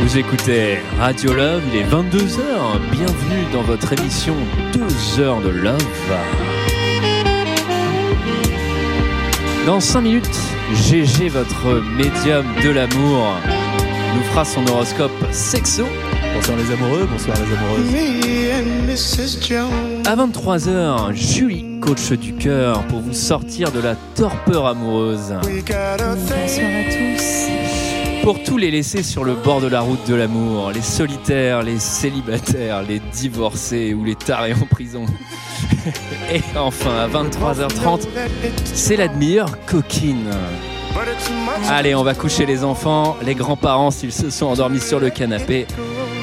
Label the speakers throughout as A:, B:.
A: Vous écoutez Radio Love, il est 22h. Bienvenue dans votre émission 2 heures de Love. Dans 5 minutes, GG, votre médium de l'amour, nous fera son horoscope sexo.
B: Bonsoir les amoureux, bonsoir les amoureuses.
A: À 23h, Julie, coach du cœur, pour vous sortir de la torpeur amoureuse.
C: Bonsoir à tous.
A: Pour tous les laissés sur le bord de la route de l'amour, les solitaires, les célibataires, les divorcés ou les tarés en prison. Et enfin, à 23h30, c'est la demi-heure coquine. Allez, on va coucher les enfants, les grands-parents s'ils se sont endormis sur le canapé.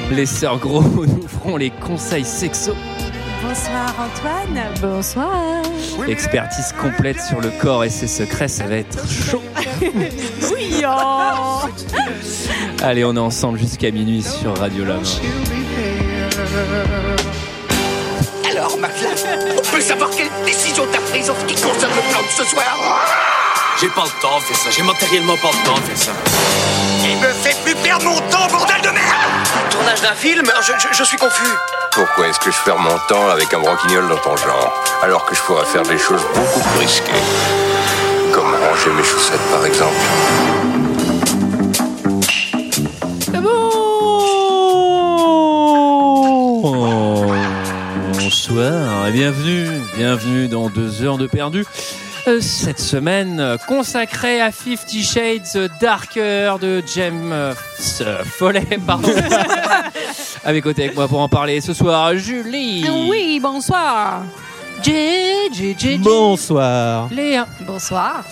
A: Les sœurs gros nous feront les conseils sexo.
C: Bonsoir Antoine. Bonsoir.
A: Expertise complète sur le corps et ses secrets, ça va être chaud.
C: Oui. oh.
A: Allez, on est ensemble jusqu'à minuit sur Radio Love.
D: Alors, McLeod, on peut savoir quelle décision t'as prise en ce qui concerne le plan de ce soir
E: J'ai pas le temps de faire ça, j'ai matériellement pas le temps de faire ça.
D: Il me fait plus perdre mon temps, bordel de merde
E: Tournage d'un film Euh, je, je- je suis confus.
F: Pourquoi est-ce que je perds mon temps avec un broquignol dans ton genre, alors que je pourrais faire des choses beaucoup plus risquées Comme ranger mes chaussettes, par exemple.
A: Bonsoir et bienvenue, bienvenue dans deux heures de perdu. Euh, Cette semaine euh, consacrée à Fifty Shades Darker de James euh, euh, Follet, pardon. à mes côtés avec moi pour en parler ce soir, Julie.
C: Ah Euh, Oui, bonsoir.
A: J, J, J, J.
B: Bonsoir.
A: Léa.
C: Bonsoir.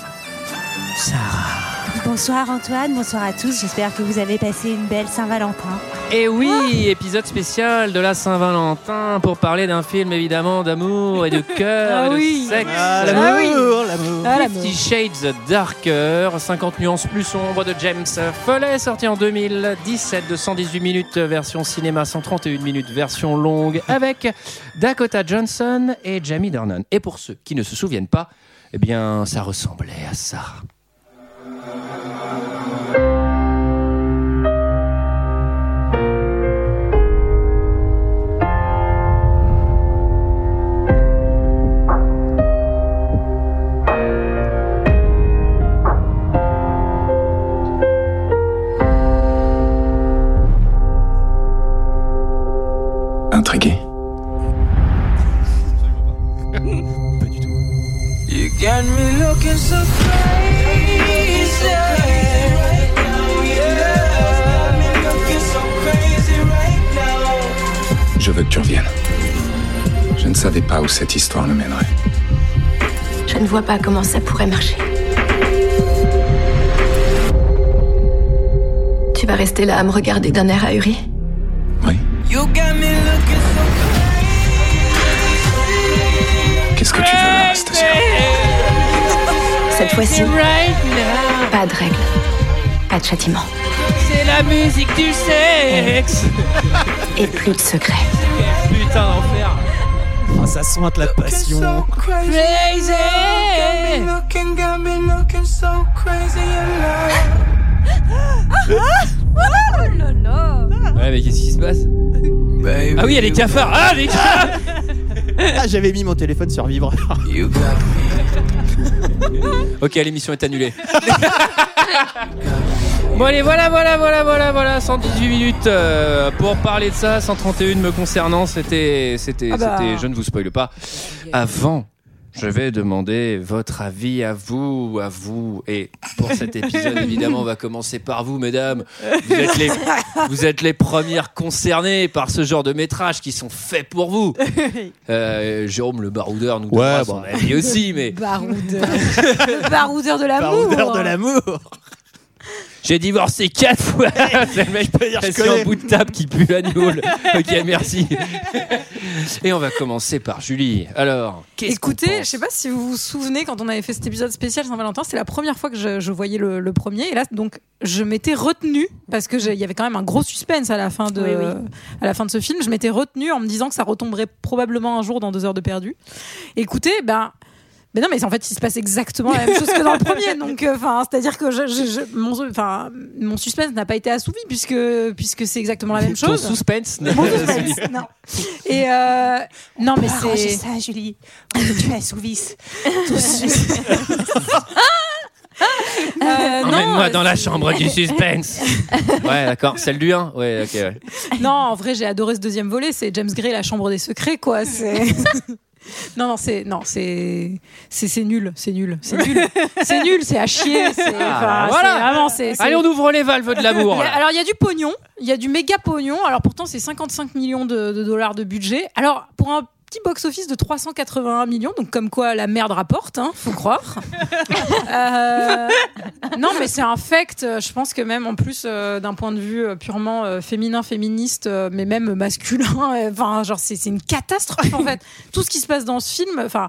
A: Sarah.
G: Bonsoir Antoine, bonsoir à tous. J'espère que vous avez passé une belle Saint-Valentin.
A: Et oui, épisode spécial de la Saint-Valentin pour parler d'un film évidemment d'amour et de cœur
C: Ah
A: et de
C: oui.
A: sexe.
B: Ah,
C: Ah oui.
B: l'amour, l'amour.
C: Ah, la
A: Fifty Shades Darker, 50 nuances plus sombres de James Follet, sorti en 2017 de 118 minutes version cinéma, 131 minutes version longue, avec Dakota Johnson et Jamie Dornan. Et pour ceux qui ne se souviennent pas, eh bien, ça ressemblait à ça.
H: Intrigué Je veux que tu reviennes. Je ne savais pas où cette histoire nous mènerait.
I: Je ne vois pas comment ça pourrait marcher. Tu vas rester là à me regarder d'un air ahuri
H: Oui. Qu'est-ce que tu veux là, Anastasia
I: Cette fois-ci, pas de règles, pas de châtiment
A: C'est la musique du sexe
I: et plus de secrets.
A: Putain d'enfer
B: Ah, ça sointe la passion.
A: Crazy Ouais, mais qu'est-ce qui se passe Ah oui, il y a les cafards Ah, les cafards
B: Ah, j'avais mis mon téléphone sur vivre.
A: Ok, l'émission est annulée. bon allez, voilà, voilà, voilà, voilà, voilà, 118 minutes euh, pour parler de ça, 131 me concernant, c'était, c'était,
C: Ah bah.
A: c'était, je ne vous spoile pas. Avant, je vais demander votre avis à vous, à vous, et pour cet épisode, évidemment, on va commencer par vous, mesdames. Vous êtes les, vous êtes les premières concernées par ce genre de métrages qui sont faits pour vous. Euh, Jérôme le baroudeur nous donnera
B: Ouais,
A: son
B: bon.
A: avis aussi, mais
C: Baroudeur. Le baroudeur de l'amour.
B: Baroudeur de l'amour.
A: J'ai divorcé quatre fois. C'est le mec
B: dire, je
A: assis
B: connais.
A: en bout de table qui pue la noule. ok, merci. Et on va commencer par Julie. Alors, qu'est-ce qu'on
C: Écoutez, je
A: pense
C: sais pas si vous vous souvenez quand on avait fait cet épisode spécial Saint-Valentin, c'est la première fois que je, je voyais le, le premier et là donc je m'étais retenue parce que j'ai- il y avait quand même un gros suspense à la fin de
G: Oui, oui.
C: à la fin de ce film. Je m'étais retenue en me disant que ça retomberait probablement un jour dans deux heures de perdu. Écoutez, ben Mais non, mais en fait, il se passe exactement la même chose que dans le premier. Donc, euh, enfin, c'est-à-dire que je, je- je- mon, enfin, mon suspense n'a pas été assouvi puisque puisque c'est exactement la même
A: Ton
C: chose. Ah
A: suspense.
C: Mon suspense, non. Et euh, non, mais
G: Arrangez
C: c'est.
G: ça, Julie. Pour que tu assouvisses. Tout de suite. Ah,
C: euh, non,
A: Emmène-moi
C: euh,
A: dans la chambre du suspense. ouais, d'accord. Celle du 1 Ouais, ok. ouais.
C: Non, en vrai, j'ai adoré ce deuxième volet. C'est James Gray, la chambre des secrets, quoi. C'est. Non, non, c'est non, c'est c'est c'est nul, c'est nul, c'est nul, c'est nul, c'est à chier. c'est-
A: Ah,
C: enfin,
A: voilà.
C: c'est vraiment, c'est. c'est-
A: Allez, on ouvre les valves de l'amour.
C: Il y a-
A: là.
C: alors il y a du pognon, il y a du méga pognon. Alors pourtant c'est 55 millions de, de dollars de budget. Alors pour un petit box-office de 381 millions, donc comme quoi la merde rapporte, hein, faut croire. Euh, non mais c'est un fact. euh, Je pense que même en plus euh, d'un point de vue euh, purement euh, féminin, féministe, euh, mais même masculin, euh, enfin genre c'est c'est une catastrophe en fait. Tout ce qui se passe dans ce film, enfin.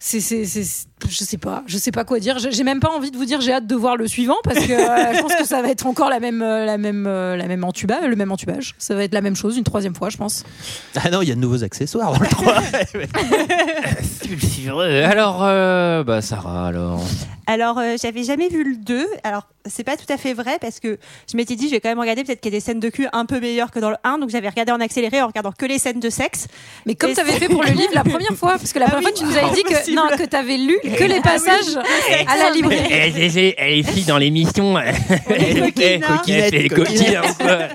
C: C'est, c'est, c'est, je sais pas, je sais pas quoi dire. J'ai j'ai même pas envie de vous dire j'ai hâte de voir le suivant parce que euh, je pense que ça va être encore la même, euh, la même, euh, la même entuba, le même entubage. Ça va être la même chose une troisième fois, je pense.
B: Ah non, il y a de nouveaux accessoires dans le 3.
A: Alors, euh, bah Sarah, alors.
G: Alors, euh, j'avais jamais vu le 2. Alors, c'est pas tout à fait vrai parce que je m'étais dit, je vais quand même regarder peut-être qu'il y a des scènes de cul un peu meilleures que dans le 1. Donc, j'avais regardé en accéléré en regardant que les scènes de sexe.
C: Mais comme
G: Et
C: t'avais
G: c'est-
C: fait pour le livre la première fois, parce que la
G: Ah
C: première
G: oui,
C: fois tu nous avais dit que
G: impossible.
C: non que t'avais lu que les passages à la librairie.
A: Elle est fille dans l'émission.
G: Elle était coquine, hein.
B: coquinette, elle est coquine,
A: hein.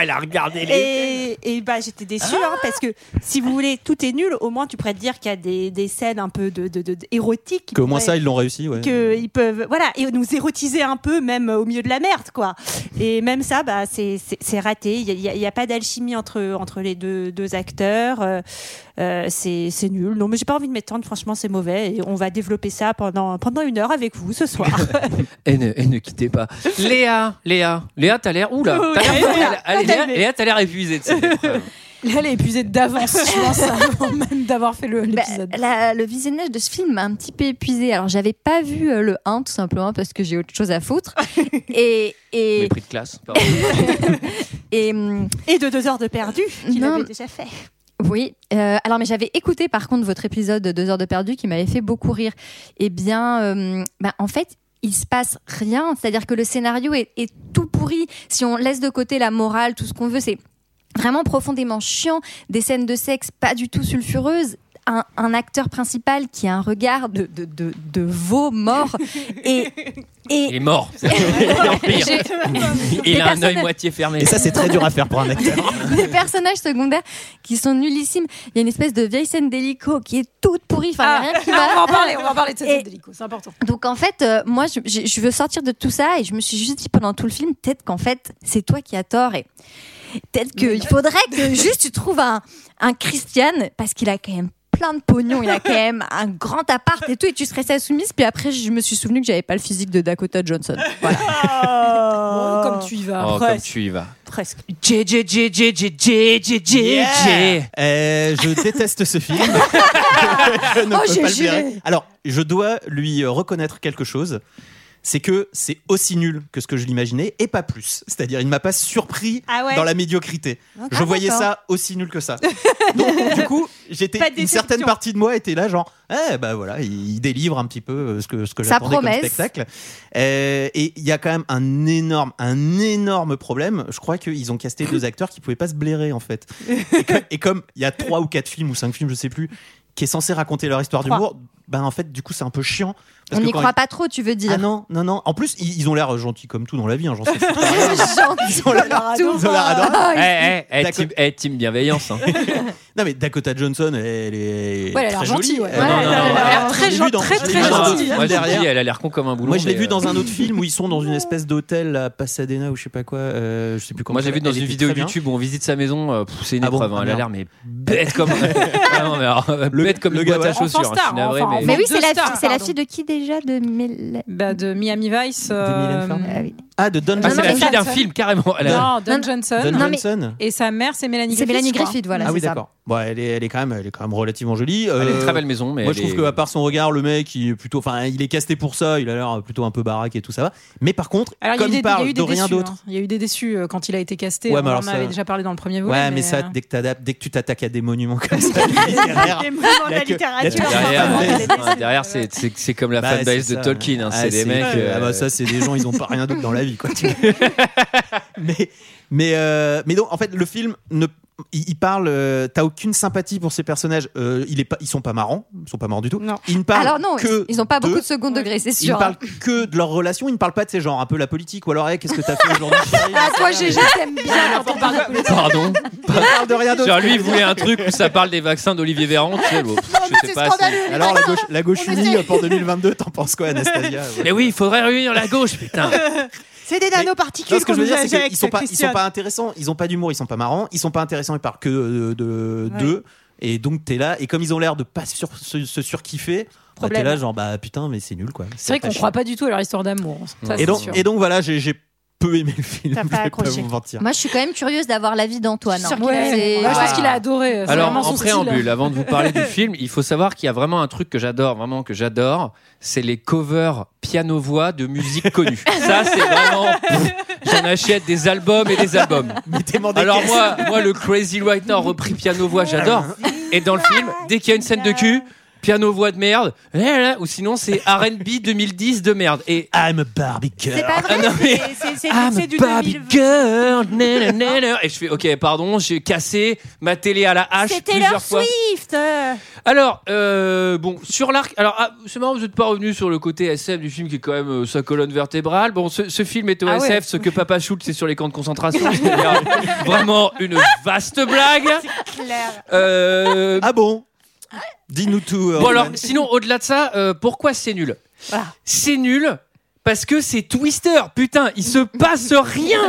A: Elle a regardé
G: Et, et bah, j'étais déçue hein, parce que si vous voulez, tout est nul. Au moins, tu pourrais te dire qu'il y a des, des scènes un peu de, de, de- de- érotiques. qui
B: Qu'au moins
G: pourraient-
B: ça, ils l'ont réussi, ouais.
G: qu'ils Euh, peuvent voilà et nous érotiser un peu même au milieu de la merde quoi et même ça bah c'est c'est- c'est raté il y a- il y a, il y a pas d'alchimie entre entre les deux deux acteurs Euh, euh, c'est c'est nul non mais j'ai pas envie de m'étendre franchement c'est mauvais et on va développer ça pendant pendant une heure avec vous ce soir
A: Et ne, et ne quittez pas. Léa, Léa, Léa, t'as l'air. Oula,
G: Oui,
A: t'as
G: oui,
A: l'air.
G: oui.
A: Allez,
G: T'as
A: Léa,
G: aimé.
A: Léa, t'as l'air épuisée de cette épreuve.
C: Là, elle est épuisée d'avance, je pense, avant même d'avoir fait le-
J: Bah,
C: l'épisode.
J: la- le visionnage de ce film m'a un petit peu épuisé. Alors, j'avais pas vu euh, le 1, tout simplement, parce que j'ai autre chose à foutre. et, et,
A: Mépris de classe. pardon.
J: et, hum,
G: et de deux heures de perdu qu'il
J: Non.
G: avait déjà fait
J: oui. Euh, alors, mais j'avais écouté, par contre, votre épisode de 2 heures de perdu qui m'avait fait beaucoup rire. Eh bien, euh, bah, en fait, il se passe rien. C'est-à-dire que le scénario est, est tout pourri. Si on laisse de côté la morale, tout ce qu'on veut, c'est vraiment profondément chiant. Des scènes de sexe pas du tout sulfureuses. Un, un acteur principal qui a un regard de, de, de, de veau mort. Et,
A: Il
J: et,
A: est mort. C'est encore pire.
J: J'ai-
A: Il a un
J: personnes-
A: œil moitié fermé.
B: Et ça, c'est très dur à faire pour un acteur.
J: des personnages secondaires qui sont nullissimes. Il y a une espèce de vieille scène d'hélico qui est toute pourrie. Enfin, il y a
C: Ah,
J: rien qui
C: on va
J: va.
C: en parler, on va en parler de cette
J: Et-
C: scène d'hélico, c'est important.
J: Donc en fait, euh, moi, je, je- je veux sortir de tout ça et je me suis juste dit pendant tout le film, peut-être qu'en fait, c'est toi qui as tort et peut-être qu'il faudrait que juste tu trouves un, un Christian parce qu'il a quand même plein de pognon, il a quand même un grand appart et tout et tu serais sa soumise. Puis après, je me suis souvenu que j'avais pas le physique de Dakota Johnson. Voilà.
C: Bon, comme tu y vas.
A: Oh, comme
G: Presque.
A: tu y vas.
G: presque
A: J, J, J, J, J, J, J, J, J.
B: Euh, je déteste ce film. je ne
C: Oh,
B: peux
C: j'ai
B: pas le
C: juré.
B: blairer. Alors, je dois lui euh, reconnaître quelque chose. C'est que c'est aussi nul que ce que je l'imaginais et pas plus. C'est-à-dire, il ne m'a pas surpris
G: Ah ouais.
B: dans la médiocrité. je
G: Ah,
B: voyais
G: d'accord.
B: ça aussi nul que ça. Donc, du coup, j'étais
G: Pas de
B: une
G: déception.
B: certaine partie de moi était là, genre, eh bah voilà, il il délivre un petit peu euh, ce que ce que
J: Sa
B: j'attendais comme
J: promesse.
B: spectacle. Euh, et il y a quand même un énorme, un énorme problème. Je crois qu'ils ont casté deux acteurs qui pouvaient pas se blairer en fait. Et que- et comme il y a trois ou quatre films ou cinq films, je sais plus, qui est censé raconter leur histoire
G: Trois.
B: d'humour, ben en fait, du coup, c'est un peu chiant.
J: On
B: que
J: n'y
B: quand
J: croit pas trop, tu veux
B: ils-
J: dire.
B: Ah non, non, non. En plus, ils, ils ont l'air gentils comme tout dans la vie, hein, j'en sais foutre.
J: Gentil.
B: Ils ont l'air ils ont l'air adorables.
A: Eh, eh, eh,
B: D'accord.
A: team- eh, team bienveillance. hein.
B: Non mais Dakota Johnson, elle est
C: Ouais, elle a
B: très
C: l'air gentille,
B: jolie.
C: ouais.
B: Euh, non,
A: Ouais,
B: non,
A: elle a
B: non,
A: l'air
B: alors,
C: très
B: je l'ai
C: gen-
B: vu dans-
C: très,
B: je l'ai
C: très
B: vu dans un autre
C: gentille.
B: film
A: Moi, je l'ai
B: hein, derrière.
A: dit, elle a l'air con comme un boulon.
B: Moi, je l'ai
A: mais,
B: vu dans
A: euh,
B: un autre film où ils sont dans une espèce d'hôtel à Pasadena ou je sais pas quoi. euh, je sais plus comment.
A: Moi, j'ai vu dans
B: Elle
A: une
B: était
A: vidéo
B: très bien.
A: YouTube où on visite sa maison. euh, pff, c'est une
B: Ah bon
A: épreuve. hein,
B: Ah,
A: elle a
B: merde.
A: l'air mais bête comme, Ah non, mais alors, bête comme
B: le
A: une
B: gars,
A: boîte à
B: ouais.
A: chaussures. hein,
C: Enfant
A: je suis
C: star,
A: navré,
C: enfant,
A: mais-
J: Mais oui,
C: Deux
J: c'est la,
C: stars,
J: c'est la
C: pardon.
J: fille de qui déjà de Mel-
C: Bah, de Miami Vice.
B: Mylène
C: euh,
B: Farmer.
J: Ah oui.
B: Ah, de Don
A: Ah,
B: Johnson.
A: c'est la fille d'un
C: Johnson.
A: film, carrément. Elle a-
C: Non, Don
J: Non,
C: Johnson.
B: Don
J: Non, mais-
B: Johnson.
C: Et sa mère, c'est Mélanie
J: C'est
C: Griffith.
J: Mélanie
C: je crois.
J: Griffith, voilà.
B: Ah oui,
J: c'est ça.
B: d'accord. Bon, elle est, elle est quand même, elle est quand même relativement jolie.
A: Elle a une
B: Euh,
A: très belle maison, mais
B: Moi,
A: elle
B: je trouve
A: est-
B: qu'à part son regard, le mec, il est plutôt, enfin, il est casté pour ça. Il a l'air plutôt un peu baraque et tout ça va. Mais par contre,
C: Alors, il y a
B: comme
C: eu
B: il,
C: des- il y a
B: parle
C: eu
B: de
C: des
B: rien
C: déçus.
B: d'autre.
C: hein. Il y a eu des déçus euh, quand il a été casté.
B: Ouais,
C: on
B: mais alors
C: en
B: ça-
C: avait déjà parlé dans le premier volet.
B: Ouais, mais, ça,
C: euh,
B: dès que, t'adaptes- dès que tu t'attaques à des monuments comme ça,
C: Ah,
B: derrière,
G: Des moments de
B: y a
G: la
B: que- y a que
G: littérature.
A: Derrière,
B: Ah,
A: ouais,
G: Vraiment,
A: ouais, derrière, c'est- c'est c'est comme la
B: Bah,
A: fanbase
B: c'est
A: de
B: ça.
A: Tolkien. hein,
B: Ah,
A: c'est des mecs. euh,
B: Ah bah ça, c'est des gens, ils n'ont pas rien d'autre dans la vie, quoi. tu vois. mais, mais, euh, mais donc, en fait, le film ne. Il il parle, euh, t'as aucune sympathie pour ces personnages. Euh, il est pas, ils sont pas marrants, ils sont pas marrants du tout.
G: Non.
B: Ils ne parlent
J: Alors non,
B: que
J: ils n'ont pas beaucoup
B: d'eux.
J: de second degré, c'est
B: Ils ne
J: sûr. hein.
B: parlent que de leurs relations, ils ne parlent pas de ces genres, un peu la politique, ou alors, hey, qu'est-ce que t'as fait aujourd'hui chérie
J: Ah, toi, GG, t'aimes bien quand on parle de politique.
A: Pardon.
B: Ils parlent de rien d'autre.
A: Genre, lui, il voulait un truc où ça parle des vaccins d'Olivier Véran. Tu sais, bon, je sais pas. si-
B: Alors, la gauche, la gauche unie pour 2022, t'en penses quoi, Anastasia
A: Mais oui, il faudrait réunir la gauche, putain.
G: C'est des
B: Non,
G: nanoparticules
B: ce que je veux
G: qu'on
B: dire,
G: nous
B: c'est qu'ils
G: injecte,
B: sont pas, ils sont
G: Christiane.
B: pas intéressants, ils ont pas d'humour, ils sont pas marrants, ils sont pas intéressants, ils parlent que euh, de
G: Ouais.
B: d'eux. Et donc t'es là, et comme ils ont l'air de pas sur- se, se surkiffer, bah, t'es
C: Problème.
B: là genre bah putain mais c'est nul quoi.
C: C'est vrai qu'on
B: pas
C: croit pas du tout à leur histoire d'amour. hein. Ça,
B: chiant. Et
C: c'est
B: donc
C: sûr.
B: et donc voilà, j'ai j'ai peu aimé le film.
G: T'as
B: je
G: pas
B: vais
G: accroché.
B: vous mentir.
J: Moi, je suis quand même curieuse d'avoir l'avis d'Antoine. hein.
C: Ouais.
J: C'est-
C: Ouais, Je pense
A: ouais.
C: qu'il a adoré. euh, C'est
A: Alors,
C: vraiment
A: en
C: son style.
A: préambule, avant de vous parler du film, il faut savoir qu'il y a vraiment un truc que j'adore, vraiment que j'adore, c'est les covers piano-voix de musique connue. Ça, c'est vraiment. pff, J'en achète des albums et des albums.
B: Mais t'es mort des
A: Alors,
B: caisses.
A: moi, moi le Crazy Right Now repris piano-voix, j'adore. Et dans le film, dès qu'il y a une scène de cul, piano-voix de merde, eh ou sinon c'est RB 2010 de merde. Et
B: I'm a Barbie girl.
G: C'est pas vrai,
A: Ah, non, mais-
G: Ah, c'est- c'est- c'est
A: I'm
G: c'est
A: a
G: du
A: Barbie
G: 2020.
A: girl. na, na, na, na. Et je fais, ok, pardon, j'ai cassé ma télé à la hache
G: C'est
A: plusieurs
G: Taylor
A: fois.
G: Swift euh.
A: Alors, euh, bon, sur l'arc. Alors, ah, c'est marrant, vous n'êtes pas revenu sur le côté SF du film qui est quand même euh, sa colonne vertébrale. Bon, ce, ce film est au
C: Ah
A: SF,
C: ouais.
A: ce que Papa Schultz c'est sur les camps de concentration. C'est-à-dire vraiment une vaste blague.
G: Claire.
A: Euh,
B: Ah bon Dis-nous tout. euh,
A: Bon
B: Roman.
A: alors, sinon, au-delà de ça, euh, pourquoi c'est nul
G: Voilà.
A: C'est nul parce que c'est Twister. Putain, il se passe rien.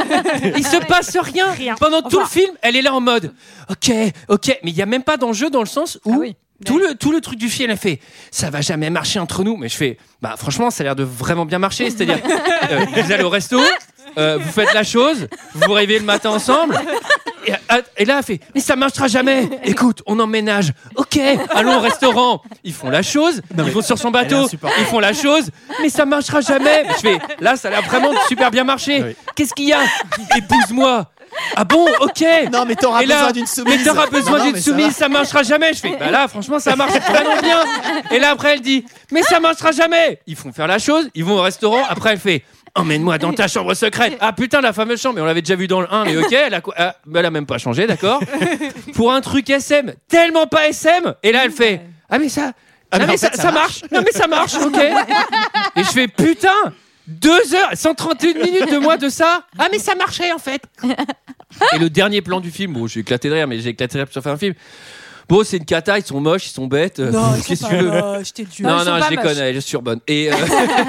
A: Il se passe rien.
G: Rien.
A: Pendant tout le
G: Enfin.
A: film, elle est là en mode OK, OK, mais il y a même pas d'enjeu dans le sens où
C: Ah oui.
A: Tout le, tout le truc du film, elle fait ça va jamais marcher entre nous. Mais je fais bah franchement, ça a l'air de vraiment bien marcher. C'est-à-dire, euh, vous allez au resto, euh, vous faites la chose, vous vous réveillez le matin ensemble. Et, euh, et là, elle fait mais ça marchera jamais. Écoute, on emménage. Ok, allons au restaurant. Ils font la chose, ils vont sur son
B: Elle est
A: bateau,
B: insupportable.
A: ils font la chose, mais ça marchera jamais. Mais je fais là, ça a l'air vraiment de super bien marcher.
B: Oui.
A: Qu'est-ce qu'il y a Épouse-moi. Ah bon, ok.
B: Non mais t'auras
A: Et là,
B: besoin d'une soumise.
A: Mais t'auras
B: Non,
A: besoin
B: non,
A: d'une
B: mais ça
A: soumise, ça, marchera jamais. Je fais, bah là, franchement, ça marche vraiment bien. Et là, après, elle dit, mais ça marchera jamais. Ils font faire la chose, ils vont au restaurant. Après, elle fait, emmène-moi dans ta chambre secrète. Ah putain, la fameuse chambre, mais on l'avait déjà vu dans le 1, mais ok, elle a, quoi- ah, bah, elle a même pas changé, d'accord Pour un truc SM, tellement pas SM. Et là, elle fait, ah mais ça,
B: Ah,
A: non, mais
B: mais en
A: ça,
B: fait, ça
A: ça marche. Non mais ça marche, ok. Et je fais putain, 2 heures, 131 minutes de moi de ça. Ah mais ça marchait en fait. Et le dernier plan du film, bon, j'ai éclaté de rire, mais j'ai éclaté de rire sur un film. Bon, c'est une cata, ils sont moches, ils sont bêtes. Euh,
C: Non,
A: pff,
C: ils
A: qu'est-ce
C: sont
A: que tu
C: pas
A: veux
G: Oh,
C: moches, t'es dur.
A: non,
C: Ils sont
A: non,
C: pas
A: je déconne,
C: moches.
A: elle est surbonne. Et euh,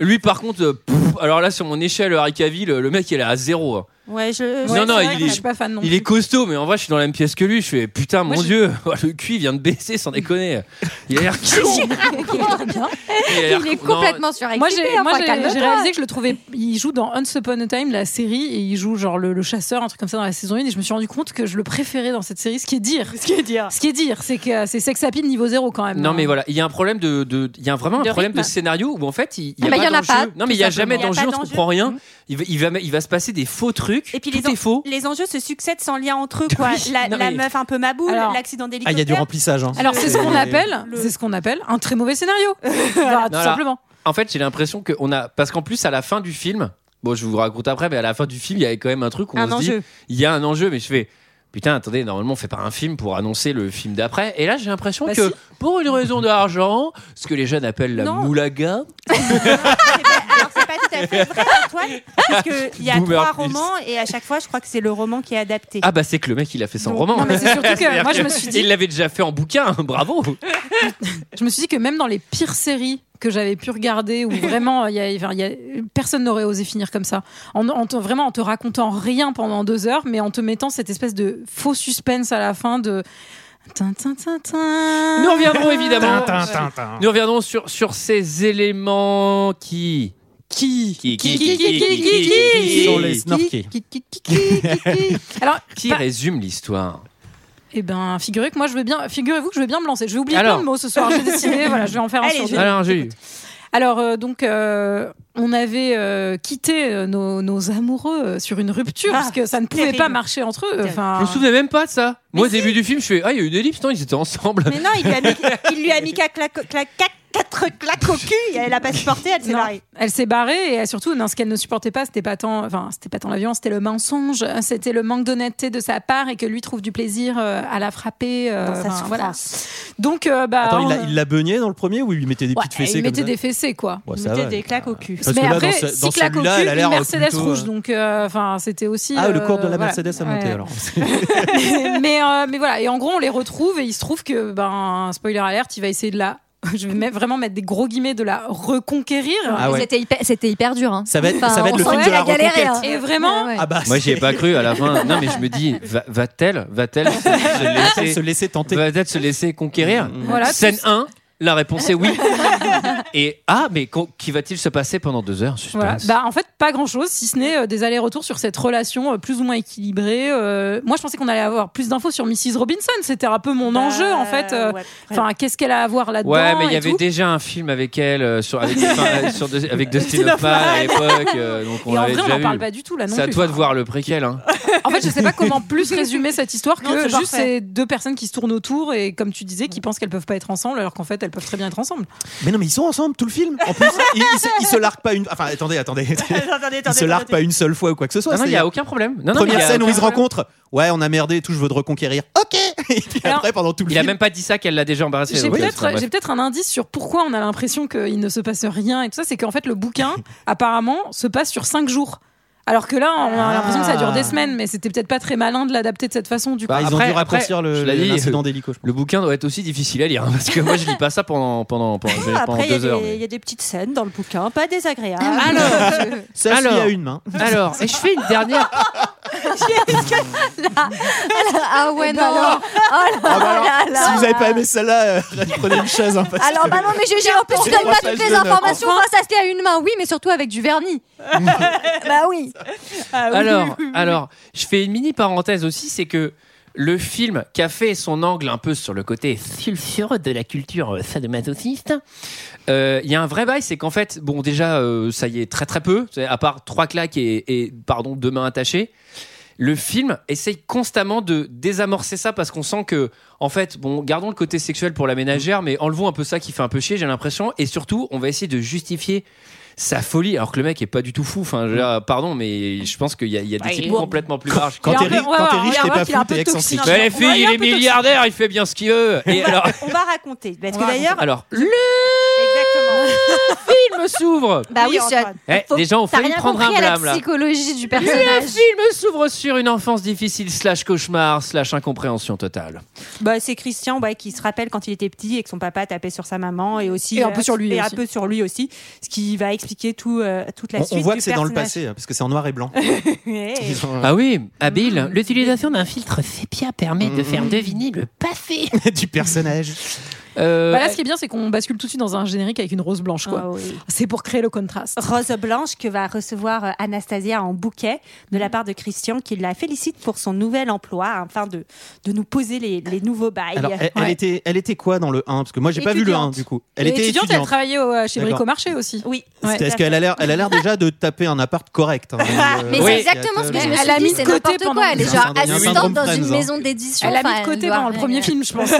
A: lui, par contre, euh, pff, alors là, sur mon échelle Harikavi, le, le mec, il est à zéro. hein.
G: Ouais, je.
A: Non,
G: ouais,
A: non,
G: c'est
A: il
G: vrai
A: est-
G: qu'on a
C: Je suis pas fan non
A: Il
C: plus.
A: est costaud, mais en vrai, je suis dans la même pièce que lui. Je fais putain,
C: Moi,
A: mon
C: je-
A: dieu, Oh, le cul, il vient de baisser, sans déconner. Il a l'air con.
J: Il est trop bien.
A: Il a l'air
J: Il est
A: con. Non,
J: complètement hein, surexcité.
C: Moi, j'ai
J: enfin,
C: moi, j'ai-
J: calme-toi.
C: j'ai réalisé que je le trouvais. Il joue dans Once Upon a Time, la série, et il joue genre le, le chasseur, un truc comme ça dans la saison 1. Et je me suis rendu compte que je le préférais dans cette série, ce qui est dire.
G: Ce qui est dire.
C: Ce qui est dire, c'est que euh, c'est sex appeal niveau zéro quand même.
A: Non
C: hein.
A: mais voilà, il y a un problème de, de- il y a vraiment un
C: De
A: problème de
C: rythme.
A: scénario où en fait il il y a
J: Ah bah, il y en a
A: pas d'enjeu.
J: pas,
A: Non mais il y a jamais
G: simplement. Il y a
A: d'enjeu, on
G: pas
A: se
G: d'enjeu.
A: comprend rien. Il va, il va, il va se passer des faux trucs.
G: Et puis les
A: tout
G: en-
A: est faux.
G: Les enjeux se succèdent sans lien entre eux, quoi. La,
A: non,
G: la
A: mais-
G: meuf un peu maboule,
C: Alors-
G: l'accident
B: Ah,
G: d'hélicoptère.
B: il y a du remplissage. hein.
C: Alors c'est ce qu'on appelle,
G: Le-
C: c'est ce qu'on appelle un très mauvais scénario, Voilà, tout
A: Non, là-
C: simplement.
A: En fait, j'ai l'impression que on a, parce qu'en plus à la fin du film, bon, je vous raconte après, mais à la fin du film, il y avait quand même un truc où
G: Un
A: on se dit,
G: enjeu.
A: il y a un enjeu, mais je fais. Putain, attendez, normalement on fait pas un film pour annoncer le film d'après. Et là, j'ai l'impression
C: Bah,
A: que
C: si.
A: pour une raison d'argent, ce que les jeunes appellent la
G: Non.
A: moulaga,
G: C'est pas- Alors, c'est pas tout à fait vrai, Antoine, parce qu'il y a
A: Boomer
G: trois
A: Pills.
G: romans et à chaque fois, je crois que c'est le roman qui est adapté.
A: ah bah c'est que le mec il a fait son
G: Non,
A: roman.
C: non, mais c'est surtout que
A: C'est-à-dire
C: moi, je me suis dit-
A: il l'avait déjà fait en bouquin, bravo.
C: Je me suis dit que même dans les pires séries que j'avais pu regarder, où vraiment il y a- enfin, il y a- personne n'aurait osé finir comme ça, en, en te- vraiment en te racontant rien pendant deux heures, mais en te mettant cette espèce de faux suspense à la fin de. Tin, tin, tin, tin.
A: Nous reviendrons évidemment.
B: Tin, tin, tin, tin.
A: Nous reviendrons sur, sur ces éléments qui
C: Qui
A: Qui,
C: Qui, qui, qui, qui, qui, qui
B: Sur les snorkies.
C: Qui, qui, qui, qui, qui Alors,
A: Qui
C: bah,
A: résume l'histoire
C: eh ben, figurez que moi, je veux bien. Figurez-vous que je vais bien me lancer. Je vais oublier
A: Alors.
C: plein de mots ce soir. J'ai décidé. voilà, je vais en faire un
G: Allez,
C: sur
G: je-
C: deux.
A: Alors, j'ai eu.
C: Alors, euh, donc, euh, on avait euh, quitté euh, nos, nos amoureux euh, sur une rupture
G: Ah,
C: parce que ça ne pouvait
G: terrible.
C: pas marcher entre eux. Enfin,
A: Je me souvenais même pas de ça.
G: Mais
A: Moi, au
G: si.
A: début du film, je fais Ah, il y a eu une ellipse, non, ils étaient ensemble.
G: Mais non, il lui a mis, il lui a mis qu'à claque- claque- quatre- quatre claques au cul, et elle a pas supporté, elle s'est
C: Non.
G: barrée.
C: Elle s'est barrée et surtout, non, ce qu'elle ne supportait pas, c'était pas tant, enfin, c'était pas tant la violence, c'était le mensonge, hein, c'était le manque d'honnêteté de sa part et que lui trouve du plaisir euh, à la frapper. euh,
G: Dans
B: ben,
G: sa
C: enfin,
G: souffrance.
C: voilà. Donc, euh, bah,
B: Attends, il
C: on-
B: l'a- il l'a beugné dans le premier ou il lui mettait des
C: ouais,
B: petites fessées
C: il
B: comme
C: mettait
B: ça
C: des fessées, quoi.
B: Ouais,
G: Il
B: ça
G: mettait
B: va.
G: des claques au cul.
B: Parce
C: mais
B: que là,
C: après,
B: dans ce-
C: six
B: dans
C: claques au
B: celui-là,
C: cul,
B: elle a l'air
C: une Mercedes
B: plutôt,
C: rouge,
B: euh,
C: donc euh, enfin, c'était aussi.
B: Ah, le
C: euh,
B: cours de la
C: voilà.
B: Mercedes a monté
C: Ouais.
B: alors.
C: mais, euh, mais voilà, et en gros, on les retrouve et il se trouve que, ben, spoiler alerte, il va essayer de la. Je vais mettre- vraiment mettre des gros guillemets de la reconquérir.
B: Ah ouais.
J: C'était hyper, c'était hyper dur. Hein.
B: Ça va être,
J: Enfin,
B: ça va être
J: on
B: le
J: sent
B: film
J: bien
B: de la
J: qu'elle a galéré,
B: reconquête.
J: hein.
C: Et vraiment,
J: Ouais, ouais.
B: Ah bah,
A: Moi, j'y ai pas cru à la fin. Non, mais je me dis va- Va-t-elle Va-t-elle se,
B: se
A: laisser-
B: laisser tenter.
A: va-t-elle se laisser conquérir
C: Voilà,
A: Scène
C: tout-
A: 1, la réponse est oui. Et ah, mais qu'en- qu'y va-t-il se passer pendant deux heures suspense.
C: Voilà. Bah, en fait, pas grand chose, si ce n'est euh, des allers-retours sur cette relation euh, plus ou moins équilibrée. Euh, moi, je pensais qu'on allait avoir plus d'infos sur Mrs. Robinson. C'était un peu
G: Bah,
C: mon enjeu, en fait. Euh, Enfin, qu'est-ce qu'elle a à voir là-dedans
A: Ouais, mais il y
C: et
A: avait
C: tout.
A: déjà un film avec elle, euh, sur, avec, enfin, sur de- avec Dustin Hoffman à l'époque, euh, donc on
C: Et en
A: l'avait
C: vrai, on
A: déjà
C: n'en parle
A: vu.
C: pas du tout là non
A: C'est à
C: plus.
A: toi de voir le préquel. Hein.
C: En fait, je sais pas comment plus résumer cette histoire
G: Non,
C: que
G: c'est
C: juste
G: parfait.
C: ces deux personnes qui se tournent autour et, comme tu disais, qui pensent qu'elles peuvent pas être ensemble alors qu'en fait, elles peuvent très bien être ensemble.
B: Mais non, mais ils sont ensemble tout le film. En plus, ils, ils se, ils se larguent pas une. Enfin, attendez, attendez. Ils se larguent pas une seule fois ou quoi que ce soit.
A: Non, non, il
B: C'est-
A: n'y a aucun problème. Non, non, mais il y
B: Première
A: a
B: scène où
A: aucun
B: ils se
A: problème.
B: rencontrent. Ouais, on a merdé et tout, je veux te reconquérir. Ok Et puis
C: Alors,
B: après, pendant tout le
A: Il a
B: film.
A: même pas dit ça qu'elle l'a déjà embarrassé.
C: J'ai
A: donc, euh,
C: peut-être
A: bref.
C: j'ai peut-être un indice sur pourquoi on a l'impression qu'il ne se passe rien et tout ça, c'est qu'en fait le bouquin apparemment se passe sur cinq jours. Alors que là, on a l'impression que ça dure des semaines, mais c'était peut-être pas très malin de l'adapter de cette façon du coup.
B: Ah. Bah, ils
A: Après-
B: ont dû raccourcir
A: après, je
B: le-
A: l'ai dit, euh,
B: l'incident d'hélico. je pense.
A: Le bouquin doit être aussi difficile à lire hein, parce que moi je lis pas ça pendant pendant pendant, je vais lire pendant
G: Après, il y, a
A: deux heures.
G: des-
A: mais-
G: il y a des petites scènes dans le bouquin, pas désagréables.
C: Ah,
A: Alors,
B: Ça, s'il y a
A: Alors.
B: une main.
A: alors, et je fais une dernière.
J: Ah
C: Eh
J: ouais,
C: ben
J: non. Oh là
B: Ah bah alors,
J: là là.
B: Si vous avez pas aimé celle-là, euh, prenez une chaise. hein, parce
J: Alors,
B: que-
J: bah non, mais j'ai j'ai- en plus, tu
B: C'est
J: donnes pas
B: pour ça que
J: toutes
B: je
J: les
B: donne un
J: informations. Enfin, ça se lit à une main, oui, mais surtout avec du vernis. bah oui.
C: Ah
G: Ah
A: Alors, alors, je fais une mini parenthèse aussi, c'est que le film qui a fait son angle un peu sur le côté sulfureux de la culture euh, sadomasochiste, euh, il y a un vrai bail, c'est qu'en fait, bon, déjà, euh, ça y est très très peu, c'est- à part trois claques et, et, pardon, deux mains attachées. Le film essaye constamment de désamorcer ça parce qu'on sent que, en fait, bon, gardons le côté sexuel pour la ménagère, mais enlevons un peu ça qui fait un peu chier, j'ai l'impression. Et surtout, on va essayer de justifier sa folie, alors que le mec est pas du tout fou. Enfin, je veux dire, pardon, mais je pense qu'il y a, il y a des
C: Ouais,
A: types
C: il est-
A: complètement plus larges.
B: Quand
C: Il est
B: t'es
C: un peu-
B: riche,
C: ouais,
B: quand t'es
C: ouais,
B: riche,
C: on
B: t'es pas
C: va voir qu'il est un
B: fou,
C: peu
B: t'es excentrique.
C: toxique.
A: Ouais, les
C: On
A: filles,
C: va y
A: il
C: un
A: est
C: peu toxique.
A: milliardaire, il fait bien ce qu'il veut. Et alors,
G: On va raconter. Parce
C: On
G: que
C: va
G: d'ailleurs,
A: alors le
G: exactement.
A: film s'ouvre.
J: Bah oui,
G: Oui,
J: je-
G: Antoine.
A: Eh,
J: Faut-
A: déjà, on
J: T'as
A: fait
J: rien
A: prendre
J: compris
A: un
J: à la
A: blâme là.
J: psychologie du
A: Le
J: personnage.
A: film s'ouvre sur une enfance difficile, slash cauchemar, slash incompréhension totale.
G: Bah, c'est Christian ouais, qui se rappelle quand il était petit et que son papa tapait sur sa maman et aussi euh,
C: Et un peu sur lui
G: et un
C: aussi.
G: peu sur lui aussi, ce qui va expliquer tout euh, toute la
B: On-
G: suite.
B: On voit
G: du
B: que c'est dans le
G: personnage.
B: passé, hein, parce que c'est en noir et blanc.
G: Ouais.
B: Ils ont, euh,
A: Ah oui, habile. L'utilisation d'un filtre sépia permet de faire deviner le passé.
B: du personnage.
A: Euh,
C: Bah là, ce qui est bien, c'est qu'on bascule tout de suite dans un générique avec une rose blanche, quoi.
G: Ah oui.
C: C'est pour créer le contraste.
G: Rose blanche que va recevoir euh, Anastasia en bouquet de
C: Mm.
G: la part de Christian qui la félicite pour son nouvel emploi afin de, de nous poser les, les nouveaux bails.
B: Alors, elle, elle
C: Ouais.
B: était, elle était quoi dans le 1 Parce que moi, j'ai pas vu le 1
G: Étudiante.
B: du coup. Elle
C: Et
B: était
C: étudiante, elle
B: étudiante.
C: travaillait au- euh, chez
B: D'accord.
C: Bricomarché aussi.
G: Oui.
C: Ouais.
B: Parce qu'elle a Ah, l'air, elle a l'air déjà de taper un appart correct. hein. Euh,
J: Mais
A: Oui.
J: c'est exactement ce que je me
C: Elle
J: suis
C: a
J: dit,
C: mis de
J: c'est
C: côté
J: n'importe
C: pendant-
J: quoi. Elle est
B: C'est un
J: genre
B: syndrome
J: assistante dans
B: Friends,
J: une
B: hein.
J: maison d'édition.
C: Elle l'a mis
J: Enfin,
C: de côté
J: doit-
C: pendant le premier film, je pense.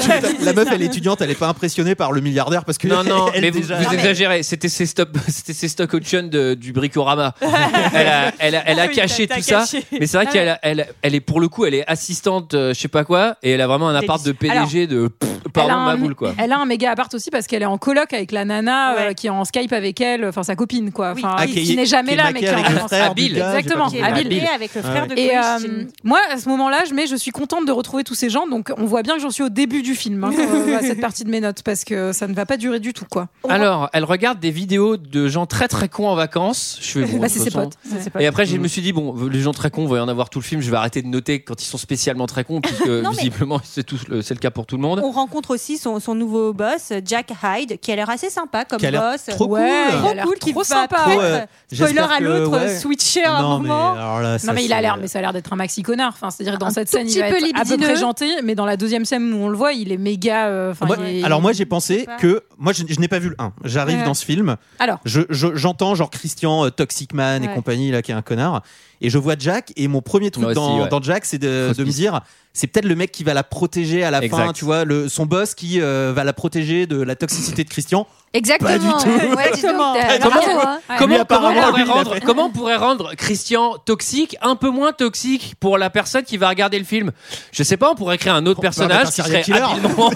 B: La meuf, elle est étudiante, elle est pas impressionnée par le milliardaire parce que
A: Non, non,
B: elle
A: Ah, mais vous,
B: déjà- Ah,
A: vous exagérez. C'était ses, stop- c'était ses stock options de- du bricorama. elle a, elle a- elle a
G: Oui,
A: caché
G: t'as-
A: tout
G: t'as
A: ça.
G: caché.
A: Mais c'est vrai
C: Ah
A: qu'elle a- elle, elle est pour le coup, elle est assistante, euh, je sais pas quoi, et elle a vraiment un appart de PDG de pff,
C: Elle
A: pardon,
C: a un-
A: maboule quoi.
C: Elle a un méga appart aussi parce qu'elle est en coloc avec la nana euh,
G: Ouais.
C: qui est en Skype avec elle, enfin sa copine quoi, enfin
B: Ah,
C: qui,
B: qui est-
C: qui n'est jamais
B: qui est
C: là mais
B: maquée
C: qui est
B: avec
C: en-
B: le frère
A: Habile.
B: du gars, j'ai pas
C: Exactement,
B: compris.
G: Qui est
A: habile.
G: mariée avec le frère de
C: Et euh,
G: Christian.
C: moi, à ce moment-là, je, mets- je suis contente de retrouver tous ces gens. Donc, on voit bien que j'en suis au début du film. hein, quand, euh, à cette partie de de mes notes parce que ça ne va pas durer du tout, quoi.
A: Alors, elle regarde des vidéos de gens très très cons en vacances. Je fais bon,
C: Bah,
A: de
C: c'est
A: toute
C: ses
A: façon.
C: potes. C'est ses potes.
A: Et après, je me suis dit, bon, les gens très cons, va y en avoir tout le film. Je vais arrêter de noter quand ils sont spécialement très cons, puisque
G: mais-
A: visiblement, c'est tout le- c'est le cas pour tout le monde.
G: On rencontre aussi son, son nouveau boss, Jack Hyde, qui a l'air assez sympa comme
A: Qui a l'air
G: boss.
B: trop cool. Ouais, il a
G: trop
C: l'air
G: cool, qui
C: trop
G: va
C: sympa.
G: peut-être,
B: Trop, euh,
G: spoiler
B: j'espère
G: à
B: que,
G: l'autre,
B: ouais.
C: switcher à
B: Non,
C: un
B: mais
C: moment.
A: euh,
B: alors là, ça,
C: non mais il a
B: c'est-
C: l'air, mais ça a l'air d'être un maxi connard. Enfin, c'est-à-dire dans
J: Un
C: cette
J: tout
C: scène, il
J: petit
C: va
J: peu
C: être à peu
J: libidineux.
C: près gentil, mais dans la deuxième scène où on le voit, il est méga. euh, enfin,
B: Ah, Moi-
C: il est-
B: alors moi j'ai pensé
G: pas.
B: que moi je, je n'ai pas vu le 1 j'arrive
C: Ouais.
B: dans ce film
C: Alors.
J: Ah,
B: je, je- j'entends genre Christian euh, Toxic Man
G: Ouais.
B: et compagnie là qui est un connard et je vois Jack et mon premier truc
A: Moi aussi,
B: dans,
A: ouais.
B: dans Jack c'est de,
A: Fausse
B: de me
A: piste.
B: dire c'est peut-être le mec qui va la protéger à la fin
A: Exact.
B: tu vois le, son boss qui euh, va la protéger de la toxicité de Christian
J: Exactement.
B: Pas du tout.
J: Ouais, ouais, dis donc,
G: Exactement.
J: t'as-
A: Comment-
J: bravo, hein.
C: Ouais.
A: Comment,
B: Lui, apparemment,
A: comment on
B: lui,
A: pourrait
B: il a
A: rendre,
B: fait-
A: comment on pourrait rendre Christian toxique un peu moins toxique pour la personne qui va regarder le film Je sais pas, on pourrait créer un autre
B: Pour-
A: personnage
B: pour
A: qui
B: faire un
A: serait
B: serial killer.
A: habilement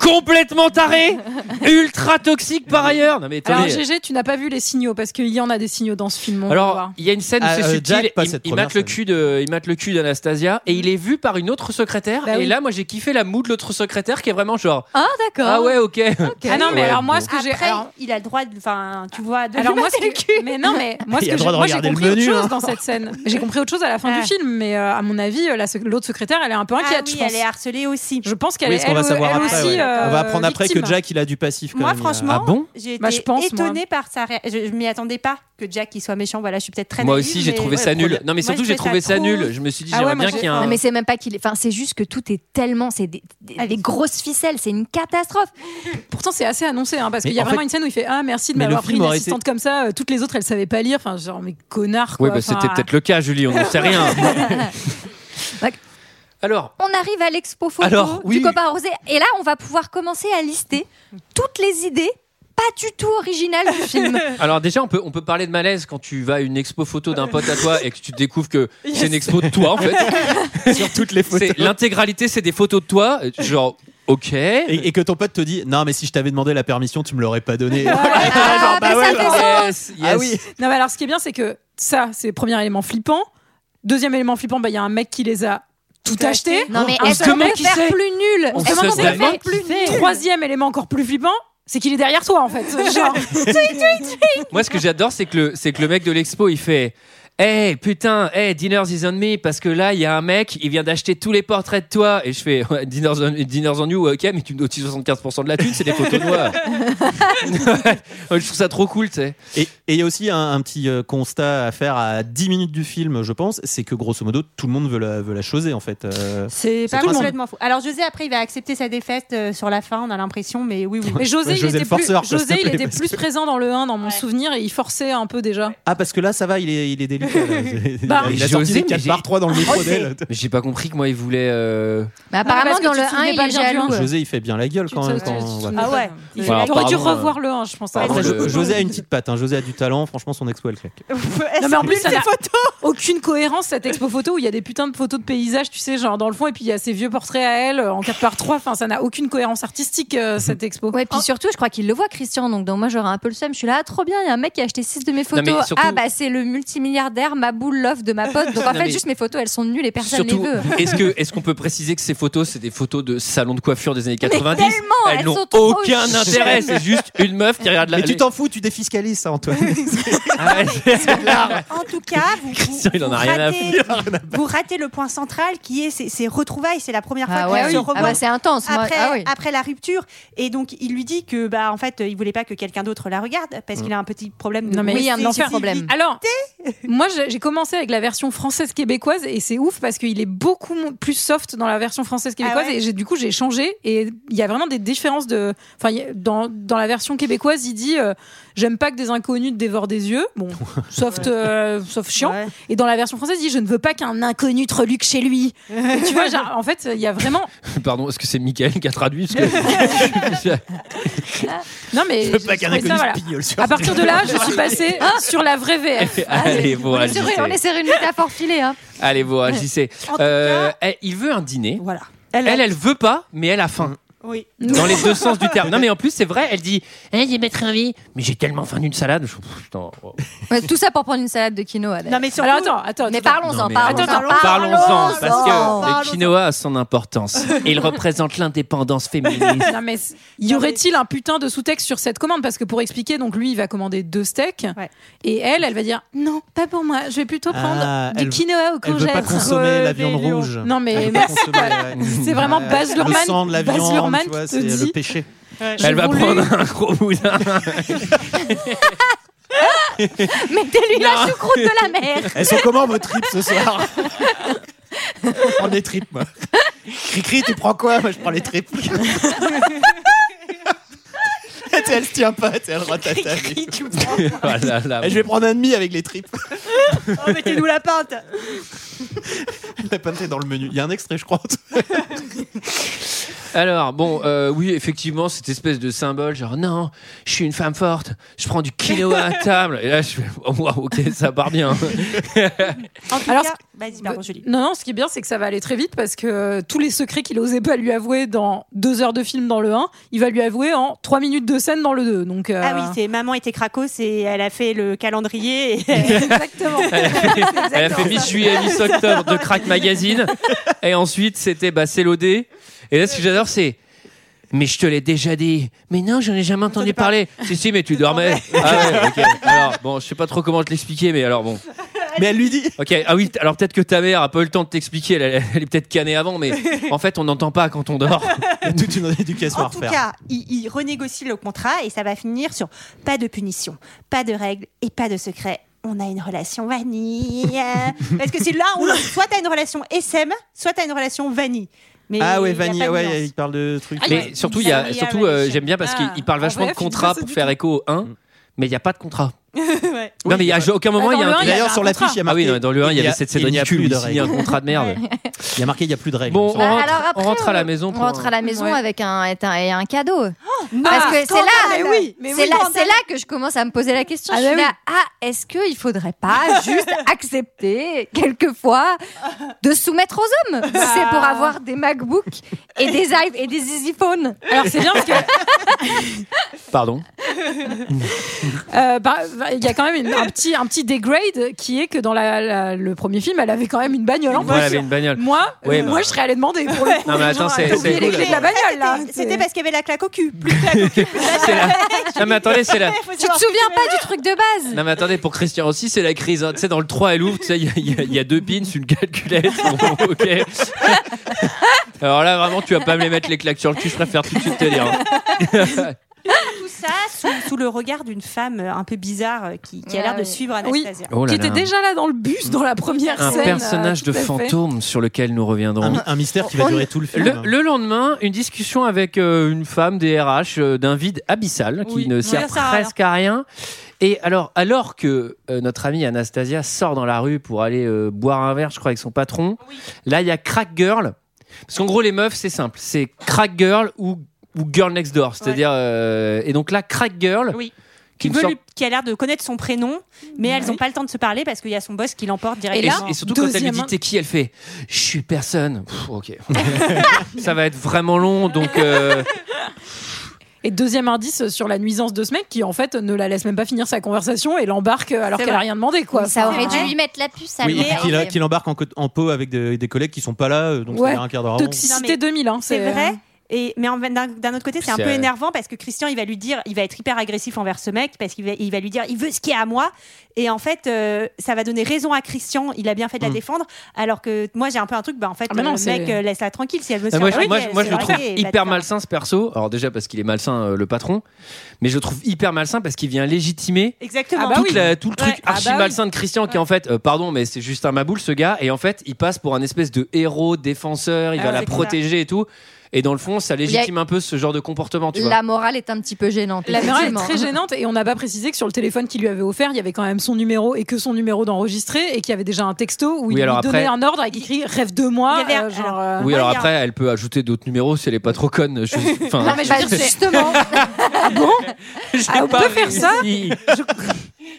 A: complètement taré, ultra toxique par ailleurs. Non mais
C: Alors
A: attendez.
C: GG, tu n'as pas vu les signaux parce qu'il y en a des signaux dans ce film. on va
A: Alors,
C: voir.
A: il y a une scène où
B: Ah,
A: c'est
B: euh,
A: subtil.
B: Jack, pas
A: il,
B: cette
A: il
B: première
A: mate le
B: scène.
A: cul de, il mate le cul d'Anastasia et il est vu par une autre secrétaire.
C: Bah
A: et
C: oui.
A: là, moi, j'ai kiffé la moue de l'autre secrétaire qui est vraiment genre
J: Ah d'accord.
A: ah ouais, ok.
C: ah non
A: Ouais,
C: mais alors moi
A: bon.
C: ce que j'ai
G: Après,
C: alors,
G: il a le droit de, enfin, tu vois, de
C: alors
G: lui
C: moi ce
G: mater le
C: que mais non mais moi ce
B: Il a
C: que
B: le
C: j'ai
B: droit de
C: moi, j'ai
B: regarder le
C: compris autre
B: menu,
C: chose
B: hein.
C: dans cette scène. J'ai compris autre chose à la fin
G: Ah.
C: du film mais euh, à mon avis euh, la sec- l'autre secrétaire elle est un peu
G: Ah
C: inquiète
G: oui,
C: je
G: elle est
C: pense.
G: harcelée aussi.
C: Je pense qu'elle
B: Oui,
C: est
B: ce qu'on
C: elle,
B: va savoir
C: elle
B: après,
C: aussi
B: ouais.
C: euh,
B: on va apprendre après
C: victime.
B: que Jack il a du passif quand
G: Moi,
B: même.
G: franchement,
A: Ah bon
G: j'ai été
C: Bah, je pense, moi.
G: étonnée par sa ré- Je, je m'y attendais pas que Jack il soit méchant. Voilà, je suis peut-être très
A: Moi
G: naïve,
A: aussi, j'ai
G: mais-
A: trouvé
B: ouais,
A: ça nul.
B: première-
A: Non mais
G: Moi,
A: surtout,
G: je
A: j'ai
G: fais ça
A: trouvé ça
G: trop-
A: nul. Je me suis dit,
C: Ah ouais,
A: j'aimerais
C: moi,
A: bien
C: j'ai-
A: qu'il y ait un.
J: Non, mais c'est même pas qu'il est. Enfin, c'est juste que tout est tellement. C'est des, des- des grosses ficelles, c'est une catastrophe.
C: Pourtant c'est assez annoncé hein, parce
B: Mais
C: qu'il y a
B: en
C: vraiment
B: fait-
C: une scène où il fait ah merci de
B: Mais le
C: m'avoir pris
B: film
C: une
B: aurait
C: assistante comme ça euh, toutes les autres elles savaient pas lire enfin genre mais connard quoi.
A: Oui, bah,
C: Enfin,
A: c'était peut-être le cas, Julie, on n'en sait rien. Alors,
J: On arrive à l'expo photo
A: Alors, oui.
J: du copain rosé. Et là, on va pouvoir commencer à lister toutes les idées pas du tout originales du film. Ah,
A: alors déjà, on peut, on peut parler de malaise quand tu vas à une expo photo d'un pote à toi et que tu découvres que c'est une expo de toi, en fait.
B: sur toutes les photos
A: C'est- L'intégralité, c'est des photos de toi. Genre, ok.
B: et, et que ton pote te dit non mais si je t'avais demandé la permission tu me l'aurais pas donné
J: Ah, bah, ça fait sens.
A: Yes, yes.
B: ah oui
C: Non, mais alors ce qui est bien, c'est que ça, c'est le premier élément flippant. Deuxième élément flippant, bah, il y a un mec qui les a tout
G: Tout
C: achetés.
J: Non, mais
A: On
J: est-ce
A: se
J: qu'on
A: demande
J: peut
A: qui
J: faire
A: c'est.
J: plus nul
A: On
J: se demande
A: se
J: on peut
A: demande
J: faire plus nul.
C: Troisième élément encore plus flippant, c'est qu'il est derrière toi en fait. Genre,
A: Moi, ce que j'adore, c'est que, le- c'est que le mec de l'expo, il fait. Hey putain, hey Dinners is on me parce que là il y a un mec, il vient d'acheter tous les portraits de toi et je fais ouais, Dinners on, Dinners on you, ok mais tu me dois aussi 75% de la thune, c'est des photos de moi. je trouve ça trop cool, tu sais.
B: Et et il y a aussi un, un petit euh, constat à faire à 10 minutes du film, je pense, c'est que grosso modo, tout le monde veut la, veut la choser en fait. Euh,
G: C'est pas
B: tout le monde.
G: complètement faux. Alors José, après, il va accepter sa défaite euh, sur la fin, on a l'impression, mais oui, oui.
C: mais José, il
B: José
C: était
B: le forceur,
C: plus,
B: quoi, s'il te
C: José, il
B: plaît,
C: était
B: parce
C: plus
B: que-
C: présent dans le 1 dans mon
G: Ouais.
C: souvenir et il forçait un peu déjà.
B: Ah, parce que là, ça va, il est, il est délicat. là. il
C: Bah,
B: a, il a
A: José,
B: sorti des
A: mais
B: 4
A: j'ai-
B: par 3 dans le métro d'elle.
A: Mais j'ai pas compris que moi il voulait. euh,
J: Mais Bah, apparemment,
C: parce que
J: dans
C: tu
J: le
C: te
J: 1,
C: souvenais
J: il
C: pas
J: est
C: bien du
J: jaloux.
C: un.
G: hein.
B: José, il fait bien la gueule
C: Tu
B: quand
C: te-
B: même.
C: tu-
B: quand- ouais.
C: tu-
G: Ah ouais.
C: Il
A: Alors,
C: aurait dû
A: pardon,
C: revoir le 1, je pense.
B: Ah,
A: Pardon,
B: ça,
A: le-
B: Jo- José a une petite patte, hein. José a du talent, franchement son expo elle claque.
C: Non, mais en plus, ça n'a aucune cohérence cette expo photo où il y a des putains de photos de paysages, tu sais, genre dans le fond, et puis il y a ces vieux portraits à elle euh, en 4 par 3 Enfin, ça n'a aucune cohérence artistique euh, cette expo.
J: Mhm. Ouais, puis
A: Oh.
J: surtout, je crois qu'il le voit, Christian. Donc, dans moi, j'aurais un peu le seum. Je suis là, ah, trop bien, il y a un mec qui a acheté 6 de mes photos.
A: mais surtout-
J: Ah, bah, c'est le multimilliardaire, ma boule love de ma pote. Donc, en
A: Non,
J: fait,
A: mais-
J: juste mes photos, elles sont nulles et personne
A: Surtout,
J: les veut.
A: est-ce que est-ce qu'on peut préciser que ces photos c'est des photos de salon de coiffure des années 90
J: tellement, elles
A: Elles n'ont
J: sont trop
A: aucun
J: chères.
A: intérêt, c'est juste une meuf qui regarde la.
B: Mais tu t'en fous, tu défiscalises ça, Antoine.
A: Ah ouais, c'est-
G: En tout cas, vous,
A: Christian,
G: vous-
A: il en a
G: vous
A: rien à
G: ratez, vous ratez le point central qui est ces, ces retrouvailles. C'est la première fois
J: Ah,
G: qu'elle
J: ouais,
G: se
J: oui. Ah,
G: revoit
J: bah, c'est intense. moi.
G: après,
J: Ah oui.
G: après la rupture. Et donc, il lui dit que, bah, en fait, il voulait pas que quelqu'un d'autre la regarde parce qu'il a un petit problème. De
C: Non, mais
J: Oui, un
C: c'est-
J: petit
C: c'est-
J: problème.
C: Alors, moi, j'ai- j'ai commencé avec la version française québécoise et c'est ouf parce qu'il est beaucoup mo- plus soft dans la version française québécoise
G: Ah ouais
C: et j'ai- du coup j'ai changé et il y a vraiment des différences de. Enfin, il y a- dans, dans la version québécoise, il dit euh, j'aime pas que des inconnus te dévorent des yeux, bon, soft, euh, sauf chiant.
G: Ouais.
C: Et dans la version française, il dit je ne veux pas qu'un inconnu te reluque chez lui. Et tu vois, genre, en fait, il y a vraiment.
A: Pardon, est-ce que c'est Michael qui a traduit Parce que-
C: Non mais.
B: Je veux
C: j'ai
B: pas qu'un
C: trouvé ça,
B: inconnu
C: voilà.
B: pignole sur
C: À partir de là, je suis passée sur la vraie VF.
A: Allez, vous
J: Ah, on, est sur, on est
A: réagissez.
J: sur une métaphore filée. Hein.
A: Allez, vous réagissez.
G: En tout
A: Euh, eh, il veut un dîner.
G: Voilà.
A: Elle, elle veut pas, mais elle a faim.
G: Oui.
C: Mm.
A: Dans les deux sens du terme. Non, mais en plus, c'est vrai, elle dit Eh, j'ai mettre un vie, mais j'ai tellement faim d'une salade. Je- pff, putain, oh.
J: Ouais, tout ça pour prendre une salade de quinoa. d'ailleurs.
G: Non, mais surtout.
C: Alors attends, attends.
J: mais
C: attends.
A: Non,
J: parlons-en,
A: mais
J: parlons-en. Bah,
A: attends, Parlons-en, parce que le quinoa a son importance. Et il représente l'indépendance féminine.
C: Non, mais c- y aurait-il un putain de sous-texte sur cette commande Parce que pour expliquer, donc lui, il va commander deux steaks.
G: Ouais.
C: Et elle, elle va dire Non, pas pour moi, je vais plutôt prendre
B: Ah,
C: du
B: elle-
C: quinoa au
B: Elle veut
C: congèle.
B: pas consommer la viande
G: lions.
B: rouge.
C: Non, mais-
B: Elle veut pas consommer, ouais.
C: C'est vraiment
B: Ouais,
C: Baz Luhrmann-
B: Le sang de la
C: Baz
B: viande,
C: Luhrmann
B: tu
C: qui
B: vois,
C: te
B: c'est le
C: dit-
B: péché.
A: Elle va
C: voulu-
A: prendre un gros boudin.
J: Mettez-lui la choucroute de la mer.
B: Elles sont comment vos tripes ce soir Je prends des tripes, moi. Cricri, tu prends quoi Moi, je prends les tripes. Tu sais, elle se tient pas, tu sais, elle ratatane.
G: tu prends.
A: Ah là là,
B: Eh, Je vais prendre un demi avec les tripes.
G: Oh, mettez-nous la pinte.
B: La pâte est dans le menu. Il y a un extrait, je crois.
A: Alors, bon, euh, oui, effectivement, cette espèce de symbole, genre, non, je suis une femme forte, je prends du quinoa à table. Et là, je fais, oh, waouh, ok, ça part bien.
G: En tout
C: Alors,
G: cas, vas-y, pardon, Julie.
C: Euh, Non, non, ce qui est bien, c'est que ça va aller très vite parce que euh, tous les secrets qu'il osait pas lui avouer dans deux heures de film dans le 1, il va lui avouer en trois minutes de scène dans le 2. Donc, euh,
G: Ah oui, c'est maman était cracos et elle a fait le calendrier. Et...
C: exactement.
A: Elle a fait mi-juillet, mi-octobre de Crack Magazine. Et ensuite, c'était bah, c'est l'OD. Et là, ce que j'adore, c'est. Mais je te l'ai déjà dit. Mais non, j'en ai jamais entendu parler. Si, si, mais tu dormais. Ah ouais, ok. Alors, bon, je sais pas trop comment te l'expliquer, mais alors bon.
B: Mais elle lui dit
A: Ok, ah oui, t- alors peut-être que ta mère a pas eu le temps de t'expliquer, elle, elle- elle est peut-être canée avant, mais en fait, on n'entend pas quand on dort.
B: Il y a toute une éducation à
G: En tout
B: refaire.
G: cas, il, il renégocie le contrat et ça va finir sur pas de punition, pas de règles et pas de secret. On a une relation vanille. Parce que c'est là où soit t'as une relation SM, soit t'as une relation vanille. Mais
B: Ah ouais,
G: il y a
B: Vanille,
G: pas de
B: ouais,
G: nuance.
B: il parle de trucs.
A: mais
B: Ouais.
A: surtout, il y a,
C: Vanilla,
A: surtout euh,
C: vanilla.
A: j'aime bien parce
C: Ah,
A: qu'il parle
C: en
A: vachement
C: vrai,
A: de contrat
C: c'est
A: pour
C: du
A: faire
C: tout.
A: écho au 1, mais il n'y a pas de contrat.
G: Ouais.
A: non, mais il y a, à aucun moment,
C: Dans
A: il y a
C: le
A: un.
C: un, il y
B: D'ailleurs,
C: avait
B: sur
C: un
B: l'affiche, il y a
A: Ah
B: marqué.
A: oui, non, dans le 1, il y avait cette scène
B: il n'y a
A: ridicule.
B: plus de
A: ici, Il y a un
B: règles.
A: contrat de merde.
B: Il y a marqué, il n'y a plus de règles.
A: Bon,
B: Ça,
A: on rentre,
J: Alors
A: on
J: après,
A: rentre à la maison.
J: On
A: pour-
J: rentre à la maison
C: Ouais.
J: avec un, et un, et un cadeau. Parce
G: Ah,
J: que c'est
G: scandale,
J: là,
G: mais oui, mais
J: c'est
G: oui,
J: là,
G: scandale.
J: c'est là que je commence à me poser la question.
C: Ah
J: je suis
C: bah
J: là, ah, est-ce qu'il faudrait pas juste accepter quelquefois de soumettre aux hommes C'est pour avoir des MacBooks et des iPhones et des Easy Phones.
C: Alors, c'est bien parce que
A: Pardon.
C: Euh, bah, bah, il y a quand même une- un petit un petit degrade qui est que dans la- la- le premier film, elle avait quand même une bagnole en
A: Moi, elle avait
C: voiture.
A: une bagnole.
C: Moi,
A: Ouais,
C: moi,
A: bah.
C: je serais allée demander pour le coup.
A: Non, mais attends,
C: Genre,
A: c'est-
C: t'as
A: c'est
C: oublié les
A: cool.
C: clés de la bagnole là.
G: C'était-
C: C'est-
G: C'était parce qu'il y avait la claque au cul. Plus claque au cul.
A: C'est la- Non, mais attendez, c'est la.
G: Faut
J: Tu te
G: savoir-
J: souviens pas du truc de base
A: Non mais attendez, pour Christian aussi, c'est la crise. hein. Tu sais, dans le 3, elle ouvre, tu sais, il y a- il y, a- il y a deux pins, une calculette. Bon, ok. Alors là, vraiment, tu vas pas me les mettre les claques sur le cul, je préfère tout de suite te dire. hein.
G: Tout ça sous, sous le regard d'une femme euh, un peu bizarre euh, qui, qui a
J: Ah
G: l'air de
J: oui.
G: suivre Anastasia.
C: qui était déjà là dans le bus dans la première
A: Oh un
C: scène.
A: personnage de
C: euh, tout à fait.
A: fantôme sur lequel nous
B: Un,
A: reviendrons.
B: mi- un mystère qui va
A: On-
B: durer tout le film.
A: Le, le lendemain, une discussion avec euh, une femme des RH euh, d'un vide abyssal qui
C: Oui.
A: ne
C: Oui,
A: sert
G: ça sert à
A: presque à rien. Et alors, alors que euh, notre amie Anastasia sort dans la rue pour aller euh, boire un verre, je crois, avec son patron, là, il y a Crack Girl. Parce qu'en gros, les meufs, c'est simple. C'est Crack Girl ou, ou Girl Next Door. C'est-à-dire. euh, et donc là, Crack Girl.
G: Oui.
A: Qui
G: Qui,
A: me
G: veut
A: sort-
G: lui- qui a l'air de connaître son prénom, mais elles n'ont pas le temps de se parler parce qu'il y a son boss qui l'emporte
A: Et,
G: directement.
A: et surtout quand elle lui
C: deuxième-
A: dit t'es qui, elle fait je suis personne. Pff, ok. Ça va être vraiment long, donc. euh,
C: Et deuxième indice sur la nuisance de ce mec qui en fait ne la laisse même pas finir sa conversation et l'embarque alors
G: C'est
C: qu'elle a
G: vrai.
C: rien demandé quoi.
J: Ça
C: Enfin, hein.
J: aurait dû
G: vrai.
J: lui mettre la puce à
B: Oui, et
J: l'oreille.
B: puis qu'il a- qu'il embarque en, co- en pot avec des, des collègues qui sont pas là, euh, donc
C: Ouais.
B: il y a un quart d'heure avant.
C: Toxicité
G: Non, mais
C: 2000 hein,
G: C'est vrai. Et, mais en- d'un d'un autre côté, c'est un
A: C'est-
G: peu énervant parce que Christian, il va lui dire, il va être hyper agressif envers ce mec parce qu'il va, il va lui dire, il veut ce qui est à moi. Et en fait, euh, ça va donner raison à Christian. Il a bien fait de la
B: Mm.
G: défendre. Alors que moi, j'ai un peu un truc, bah en fait,
C: Ah, mais non,
G: le
C: c'est-
G: mec, euh, laisse-la tranquille si elle veut se
A: Ah, moi,
G: faire
A: je, moi, je-
G: draguer,
A: moi, je
G: c'est
A: le trouve
G: draguer, bah,
A: hyper
G: d'accord.
A: malsain ce perso. Alors déjà parce qu'il est malsain euh, le patron, mais je le trouve hyper malsain parce qu'il vient légitimer
G: Exactement.
C: Ah bah
A: toute
C: oui.
A: la- tout le truc
G: Ouais.
C: Ah
A: archi
C: bah oui.
A: malsain de Christian qui en fait, euh, pardon, mais c'est juste un maboule ce gars. Et en fait, il passe pour un espèce de héros défenseur. Il
G: Ah
A: va
G: ouais,
A: la
G: c'est clair.
A: protéger et tout. Et dans le fond, ça légitime un peu ce genre de comportement, tu vois.
J: La morale est un petit peu gênante.
C: La mère est
J: effectivement.
C: très gênante et on n'a pas précisé que sur le téléphone qu'il lui avait offert, il y avait quand même son numéro et que son numéro d'enregistré et qu'il y avait déjà un texto où
A: Oui,
C: il lui
A: alors
C: donnait
A: après-
C: un ordre avec écrit rêve de moi.
G: Il y avait un-
C: euh, genre, euh,
A: Oui,
G: Moi,
A: alors
G: il y a-
A: après, elle peut ajouter d'autres numéros si elle est pas trop conne. Je, enfin,
C: Non, mais je veux
J: Bah,
C: dire, c'est-
J: justement,
A: j'ai
C: ah, on
A: pas
C: peut faire ça
A: réussi.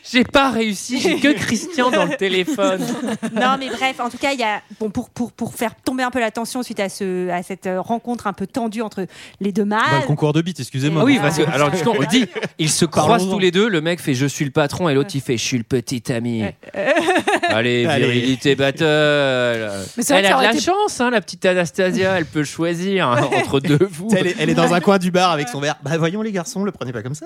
A: J'ai pas réussi, j'ai que Christian dans le téléphone.
G: non, mais bref, en tout cas, il y a bon pour pour pour faire tomber un peu la tension suite à ce à cette euh, rencontre un peu tendue entre les deux mâles.
B: Bah, le concours de beat, excusez-moi.
A: Ah oui, parce que alors du coup, on dit, ils se croisent
B: Parlons-en.
A: tous les deux. Le mec fait je suis le patron et l'autre il fait je suis le petit ami. Allez,
B: Allez.
A: virilité battle. Elle
C: Mais c'est vrai que ça
A: a de
C: aurait
A: la
C: été-
A: chance, hein, la petite Anastasia. Elle peut choisir hein, entre deux vous.
B: Elle est, elle est dans un coin du bar avec son verre. Bah voyons les garçons, le prenez pas comme ça.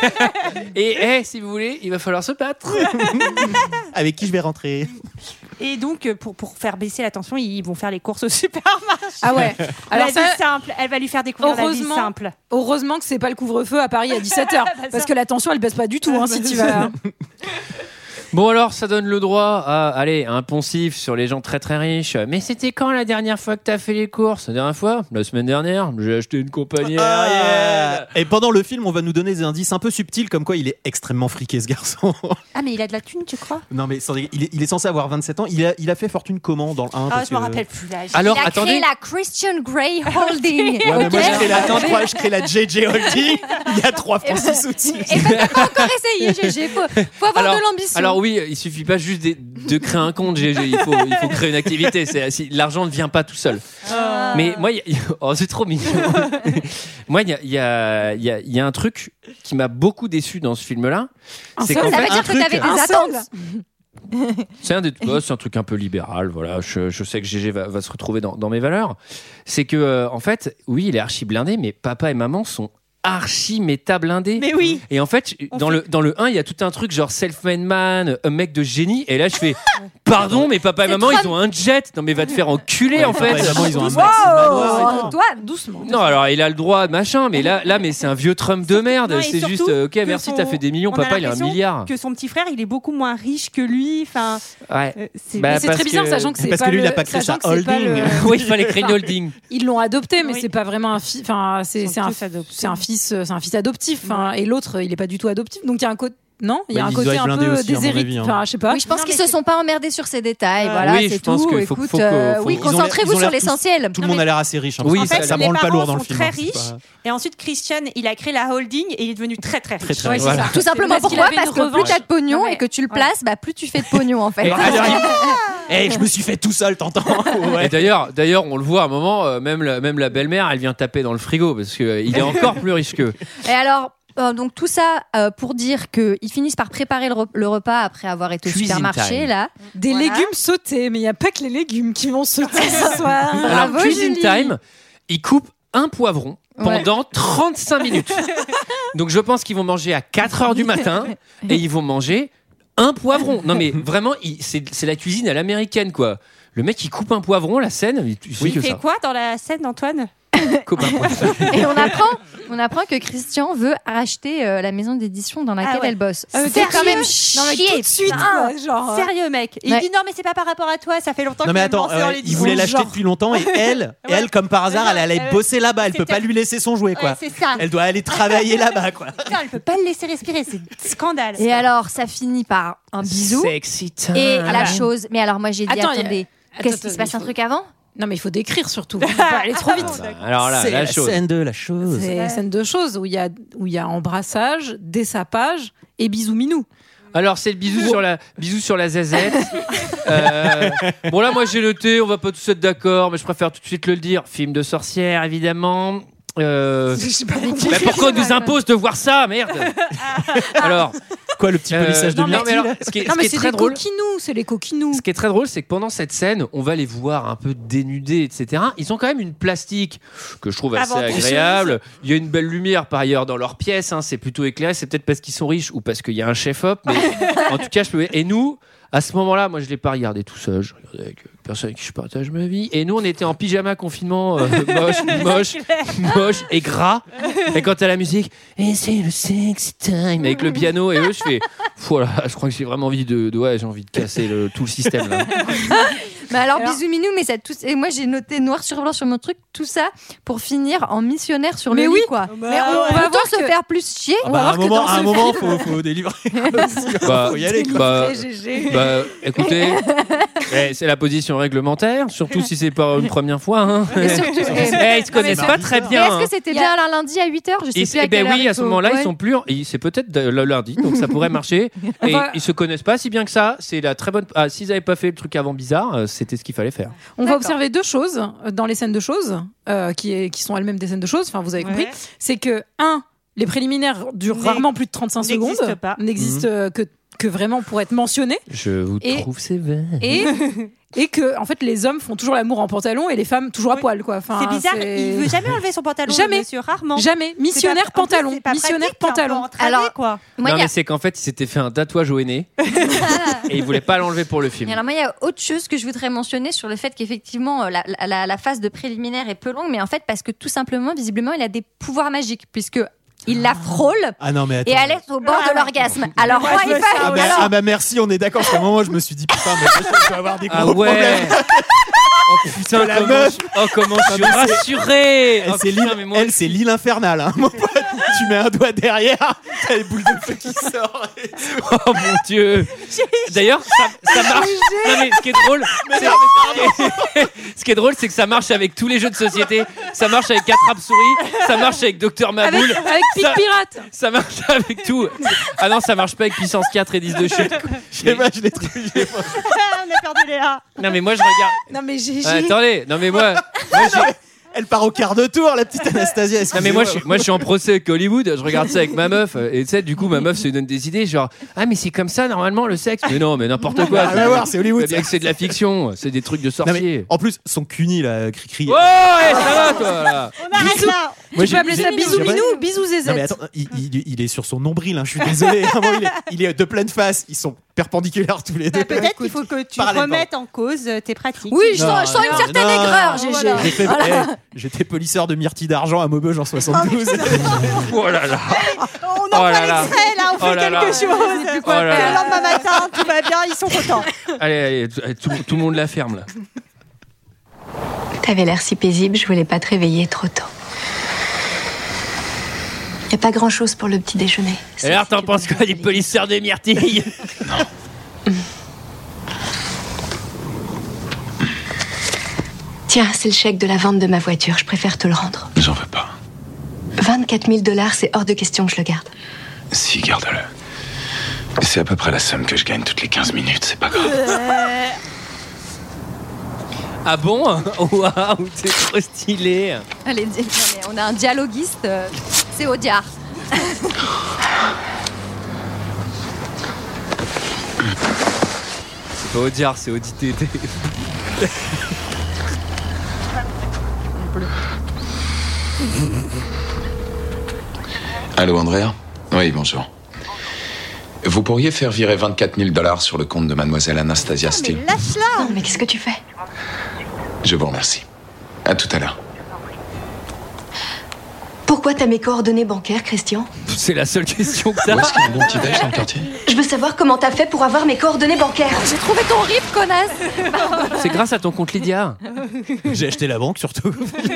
A: Et eh, si vous voulez, il va falloir se battre.
B: Avec qui je vais rentrer
G: Et donc euh, pour pour faire baisser la tension, ils vont faire les courses au supermarché.
C: Ah ouais. Alors
G: Alors la
C: ça,
G: vie simple, elle va lui faire découvrir la vie
C: Heureusement.
G: simple.
B: Ah,
C: heureusement que c'est pas le couvre-feu à Paris à 17h.
G: Bah, ça. Ah, bah,
C: parce que la tension, elle baisse pas du tout hein, si tu vas.
A: Bon alors, ça donne le droit à aller un poncif sur les gens très très riches. Mais c'était quand la dernière fois que t'as fait les courses La dernière fois La semaine dernière J'ai acheté une compagnie
B: Ah.
A: aérienne.
B: Et pendant le film, on va nous donner des indices un peu subtils comme quoi il est extrêmement friqué ce garçon.
G: Ah mais il a de la thune, tu crois
B: non mais sans- il, est, il est censé avoir 27 ans. Il a, il a fait fortune comment dans le 1
G: Ah,
B: parce
G: je me
B: que-
G: rappelle plus l'âge.
A: Alors
J: Il a
A: attendez.
J: créé la Christian Grey Holding.
B: Ouais, mais
J: ok
B: moi, je crée la, je crois que je crée la JJ Holding. Il y a 3 francs six sous-titres.
J: Et ben, t'as pas encore essayé, GG. Faut, faut avoir de l'ambition.
A: alors oui, il suffit pas juste de, de créer un compte, GG, il faut, il faut créer une activité. C'est- si- L'argent ne vient pas tout seul.
J: Ah.
G: Ah.
A: Mais moi, il y a- oh, c'est trop mignon. moi, il y a, il y, a, il y, a, il y a un truc qui m'a beaucoup déçu dans ce film-là. C'est
J: ça
A: qu'en
J: veut
A: fait,
J: dire que t'avais des
C: un seul.
J: attentes.
A: c'est un, des- oh, c'est un truc un peu libéral. Voilà, je, je sais que GG va, va se retrouver dans, dans mes valeurs. C'est que, euh, en fait, oui, il est archi blindé, mais papa et maman sont archi méta blindés.
G: Mais oui.
A: Et en fait, dans le, dans le 1, il y a tout un truc genre self-made man, un mec de génie. Et là, je fais Pardon, mais papa et
J: C'est
A: maman,
J: Trump.
A: ils ont un jet. Non, mais va te faire enculer, en fait.
B: Évidemment, ils ont un
C: Wow.
B: maxi de manoir et tout.
C: Toi, doucement.
A: Non, alors il a le droit, machin, mais là, là mais c'est un vieux Trump de merde.
G: non, et
A: C'est
G: surtout
A: juste, euh, ok,
G: que
A: merci,
G: son-
A: t'as fait des millions,
G: on a
A: papa, il a un
G: l'impression
B: Ah.
A: milliard.
G: Que son petit frère, il est beaucoup moins riche que lui. Enfin,
A: Ouais.
G: euh, c'est
A: Bah,
C: Mais c'est très
A: parce
C: bizarre,
A: que-
C: sachant que c'est
B: parce
C: pas
B: que lui, il
C: le-
B: a pas créé
C: sachant
B: sa
C: que c'est pas
B: holding.
C: le-
A: oui, il fallait créer une holding.
C: Ils l'ont adopté, mais
G: Oui.
C: c'est pas vraiment un fils. Enfin, c'est
G: Ils
C: c'est
G: sont
C: un,
G: tous adoptés.
C: c'est un fils, euh, c'est un fils adoptif. hein, et l'autre, euh, il est pas du tout adoptif. Donc il y a un côté, non, il y a
B: Bah,
C: un
B: ils doivent
C: côté
B: être
C: un
B: blindés
C: peu
B: aussi, à mon avis,
C: déshérité.
B: hein.
C: Enfin, je sais pas.
J: Oui, je pense
G: Non,
J: qu'ils
G: mais
J: se sont pas emmerdés sur ces détails.
G: Euh,
J: Voilà,
A: oui, je
J: c'est
A: pense
J: tout.
A: qu'il faut-
J: Écoute,
A: faut que-
J: euh,
A: faut-
J: oui,
A: ils
B: ont l'air- ils
J: concentrez-vous
B: ont
J: sur
B: l'air tous-
J: l'essentiel.
B: Tout le monde a l'air assez riche. hein,
A: Oui,
B: parce que
A: en
B: ça,
A: fait,
B: ça
G: les
B: branle pas
G: parents
B: lourd dans le
G: sont
B: film.
G: très
B: hein, c'est
G: riches.
B: pas-
G: Et ensuite, Christian, il a créé la holding et il est devenu très très riche.
B: Très, très
C: Ouais,
B: riche.
C: c'est
A: Voilà.
C: ça.
J: Tout simplement
C: C'est parce qu'il
J: pourquoi
C: avait une
J: Parce que plus
C: revanche.
J: t'as de pognon
C: Non, mais-
J: et que tu le places, bah plus tu fais de pognon en fait.
A: Et alors,
B: Eh, je me suis fait tout seul, t'entends
A: Et d'ailleurs, d'ailleurs, on le voit à un moment, euh, même la, même la belle-mère, elle vient taper dans le frigo parce qu'il il est encore plus risqueux.
J: Et alors, euh, donc tout ça euh, pour dire qu'ils finissent par préparer le, rep- le repas après avoir été au
A: Cuisine
J: supermarché
A: time.
J: là.
C: Des
J: Voilà.
C: légumes sautés, mais il y a pas que les légumes qui vont sauter ce soir.
A: Alors,
J: Bravo,
A: Cuisine
J: Julie.
A: Time, il coupe un poivron pendant 35 minutes. Donc, je pense qu'ils vont manger à 4 heures du matin et ils vont manger un poivron. Non, mais vraiment, il- c'est c'est la cuisine à l'américaine, quoi. Le mec, il coupe un poivron, la scène, il, il sait
G: Il
A: que
G: fait
A: ça.
G: quoi dans la scène, Antoine
A: Coupe un poivron.
J: Et on apprend, on apprend que Christian veut racheter euh, la maison d'édition dans laquelle
G: Ah ouais.
J: elle bosse.
C: Ah, mais
J: C'est
C: t'es
J: quand même
C: Non, mais tout
J: chier.
C: de suite,
J: putain.
C: quoi, genre. euh,
G: Sérieux, mec. Et
J: Ouais.
G: Il dit non, mais c'est pas par rapport à toi. Ça fait longtemps
B: Non
G: que
B: mais
G: je
B: attends,
G: lancé dans
B: euh, il
G: l'édition.
B: voulait l'acheter
C: Genre.
B: depuis longtemps et elle,
G: Ouais.
B: elle comme par hasard, elle allait
G: Euh,
B: bosser là-bas, elle peut pas
G: c'était-
B: lui laisser son jouet quoi.
G: Ouais, c'est ça.
B: Elle doit aller travailler là-bas quoi.
G: Putain, elle peut pas le laisser respirer. C'est scandale.
J: Et alors, ça finit par un bisou
A: Sexy time.
J: et la chose. Mais alors, moi, j'ai dit
C: Ah Attends,
J: attendez,
C: Attends,
J: qu'est-ce qui
C: attends,
J: se passe
C: il
J: un
C: faut-
J: truc avant
C: Non, mais il faut décrire surtout. Il faut pas aller trop vite.
A: Ah bah, alors là,
B: C'est
A: la chose.
B: scène de la chose.
C: C'est une scène de choses où il y a où il y a embrassage, dessapage et bisous minou.
A: Alors c'est le bisou sur la bisou sur la zazette. Euh, bon là moi j'ai noté, on va pas tous être d'accord, mais je préfère tout de suite le dire. Film de sorcière évidemment. Euh, bah, pourquoi on nous impose de voir ça, merde Alors,
B: Quoi le petit
A: euh,
B: polissage de
A: non, mais
B: myrtille
A: alors,
B: là
A: ce qui est,
C: Ah. Non,
A: ce
C: mais
A: qui est
C: c'est
A: très
C: des
A: drôle,
C: coquinous, c'est les coquinous.
A: ce qui est très drôle, c'est que pendant cette scène, on va les voir un peu dénudés, etc. Ils ont quand même une plastique que je trouve
C: Ah
A: assez
G: Avant tout,
A: agréable. Il y a une belle lumière par ailleurs dans leur pièce. hein. c'est plutôt éclairé. C'est peut-être parce qu'ils sont riches ou parce qu'il y a un chef-op. Mais en tout cas, je peux. Et nous, à ce moment-là, moi, je l'ai pas regardé tout seul. Je regardais avec euh, personne avec qui je partage ma vie. Et nous, on était en pyjama confinement, euh, moche, moche, moche et gras. Et quand à la musique, et c'est le sex time avec le piano et eux, je fais, voilà, je crois que j'ai vraiment envie de, de- ouais, j'ai envie de casser le- tout le système là.
J: Mais Bah alors,
C: Alors-
J: bisous minou, mais ça tout. Et moi, j'ai noté noir sur blanc sur mon truc tout ça pour finir en missionnaire sur
C: Mais
J: le
C: oui.
J: lit, quoi.
C: Bah
J: mais on
C: ouais.
J: va
C: Peut-on
J: voir
C: se
J: se faire plus chier.
B: Ah bah, à un
C: que
B: moment,
C: dans
B: à
C: ce
B: un moment faut, faut délivrer.
A: Bah,
B: faut y aller. quoi.
A: bah,
C: Très GG.
A: bah, écoutez, eh, c'est la position réglementaire, surtout si c'est pas une première fois. hein.
J: Et surtout- euh,
A: Eh, ils se connaissent
J: mais
A: pas très
J: Mais
A: bien.
J: est-ce
A: hein.
J: que c'était
C: Il y a-
J: bien un lundi à 8h Je sais
A: Et
J: plus à
A: eh ben
J: quelle
A: oui,
J: heure
A: à ce
J: faut-
A: moment-là,
J: ouais.
A: ils sont plus. et C'est peut-être de- le lundi, donc ça pourrait marcher. Et
C: Enfin-
A: ils se connaissent pas si bien que ça. C'est la très bonne. Ah, s'ils avaient pas fait le truc avant bizarre, euh, c'était ce qu'il fallait faire.
C: On va
J: D'accord.
C: observer deux choses euh, dans les scènes de choses, euh, qui, est- qui sont elles-mêmes des scènes de choses, enfin vous avez compris. C'est que, un, les préliminaires durent
G: N'ex-
C: rarement plus de 35
G: n'existent
C: secondes,
G: pas.
C: n'existent euh, que, que vraiment pour être mentionnés,
A: Je vous
C: Et-
A: trouve sévère.
C: et, et que, en fait, les hommes font toujours l'amour en pantalon et les femmes toujours à
G: Oui.
C: poil, quoi. Enfin,
G: C'est bizarre,
C: c'est-
G: il veut jamais enlever son pantalon.
C: Jamais.
G: bien sûr, rarement.
C: Jamais.
G: C'est pas- en
C: Missionnaire
G: plus,
C: pantalon.
G: c'est pas
C: Missionnaire
G: pratique, hein, t'es un peu
C: pantalon.
G: entravé,
J: Alors-
G: quoi.
J: Moi,
A: non,
J: il y a-
A: mais c'est qu'en fait, il s'était fait un tatouage au aîné et il voulait pas l'enlever pour le film.
J: Et alors moi, il y a autre chose que je voudrais mentionner sur le fait qu'effectivement, euh, la, la- la- la phase de préliminaire est peu longue, mais en fait, parce que tout simplement, visiblement, il a des pouvoirs magiques, puisque il la frôle
B: Ah non mais attends.
J: et elle est au bord de l'orgasme. Alors,
G: Ah. Moi,
J: moi,
G: je
J: il
G: veux
J: fait-
G: ça,
B: Ah,
G: ouais.
B: bah,
A: ben,
J: alors,
B: ah bah merci, on est d'accord. Parce qu'à un moment, je me suis dit putain, mais moi, je vais avoir des gros
A: Ah ouais
B: problèmes.
A: Oh putain,
B: la
A: comment,
B: meuf-
A: je- oh, comment je suis rassuré
B: Elle,
A: Oh,
B: c'est
A: putain,
B: l'île-
A: mais moi-
B: elle, c'est l'île infernale. hein, mon pote. tu mets un doigt derrière, t'as les boules de feu qui sortent.
A: Oh mon dieu D'ailleurs, ça, ça marche. Non, mais ce qui est drôle, c'est- ce qui est drôle, c'est que ça marche avec tous les jeux de société. Ça marche avec 4 souris. Ça marche avec Docteur
C: Avec,
A: Maboule.
C: avec Pic
A: Ça-
C: Pirate.
A: Ça marche avec tout. Ah non, ça marche pas avec puissance 4 et 10 de chute.
B: Je sais pas, je l'ai trouvé.
A: ah
G: On a perdu Léa.
A: Non, mais moi je regarde.
C: Non, mais GG.
A: Ah, attendez, non, mais moi. moi, je-
B: Elle part au quart de tour, la petite Anastasia.
A: Non mais moi je, suis- moi je suis en procès avec Hollywood, je regarde ça avec ma meuf euh, et tu sais du coup ma meuf se donne des idées genre ah mais c'est comme ça normalement le sexe mais non mais n'importe quoi.
B: Ah, va voir, c'est Hollywood.
A: C'est bien que c'est de la fiction, c'est des trucs de
B: Non, mais
A: sorcier.
B: en plus, son cuni là, cri cri.
A: Ouais, ça va toi là.
G: On arrête là.
A: Bah,
B: Moi,
C: Tu peux appeler ça bisous
B: j'aimerais-
C: minou ou bisous
B: Non mais
C: zézette.
B: attends, il, il- il est sur son nombril, hein, je suis désolé. Vraiment, il, est, il est de pleine face, ils sont perpendiculaires tous les deux.
G: Bah, Peut-être qu'il faut que tu
B: parlez pas.
G: remettes en cause euh, tes pratiques.
J: oui, je
B: Non,
J: sens, je sens
B: non,
J: une certaine
B: non, non,
J: aigreur, GG.
G: Ah, voilà.
B: J'ai fait- eh, J'étais polisseur de myrtille d'argent à Maubeuge en 72.
A: Oh là là.
G: On
A: Oh
G: en
A: là
G: parle
A: là.
G: extrait là, on
A: Oh
G: fait
A: là là.
G: quelque chose.
A: quoi Oh là faire.
G: Le
A: là.
G: lendemain matin, tout va bien, ils sont contents.
A: Allez, allez tout, eh, tout- tout le monde la ferme là.
I: T'avais l'air si paisible, je voulais pas te réveiller trop tôt. Y a pas grand chose pour le petit déjeuner.
A: Et alors t'en penses quoi des polisseurs de myrtilles
I: Tiens, c'est le chèque de la vente de ma voiture, je préfère te le rendre.
H: J'en veux pas.
I: 24 000 dollars, c'est hors de question que je le garde.
H: Si, garde-le. C'est à peu près la somme que je gagne toutes les 15 minutes, c'est pas grave.
A: Ah bon Waouh, t'es trop stylé.
J: Allez, dis- non, mais on a un dialoguiste, euh, c'est Audiard.
A: C'est pas Audiard, c'est audité.
H: Allô, Andrea Oui, bonjour. Vous pourriez faire virer 24 000 dollars sur le compte de mademoiselle Anastasia
G: Mais
H: Steele
G: lâche-la.
I: Non, Oh, mais qu'est-ce que tu fais
H: Je vous remercie. À tout à l'heure.
I: Pourquoi t'as mes coordonnées bancaires, Christian
A: C'est la seule question que ça.
H: Où est-ce qu'il y a un bon petit déj dans le quartier
I: Je veux savoir comment t'as fait pour avoir mes coordonnées bancaires.
J: Oh, J'ai trouvé ton riff, connasse
A: C'est grâce à ton compte Lydia.
B: J'ai acheté la banque surtout. Je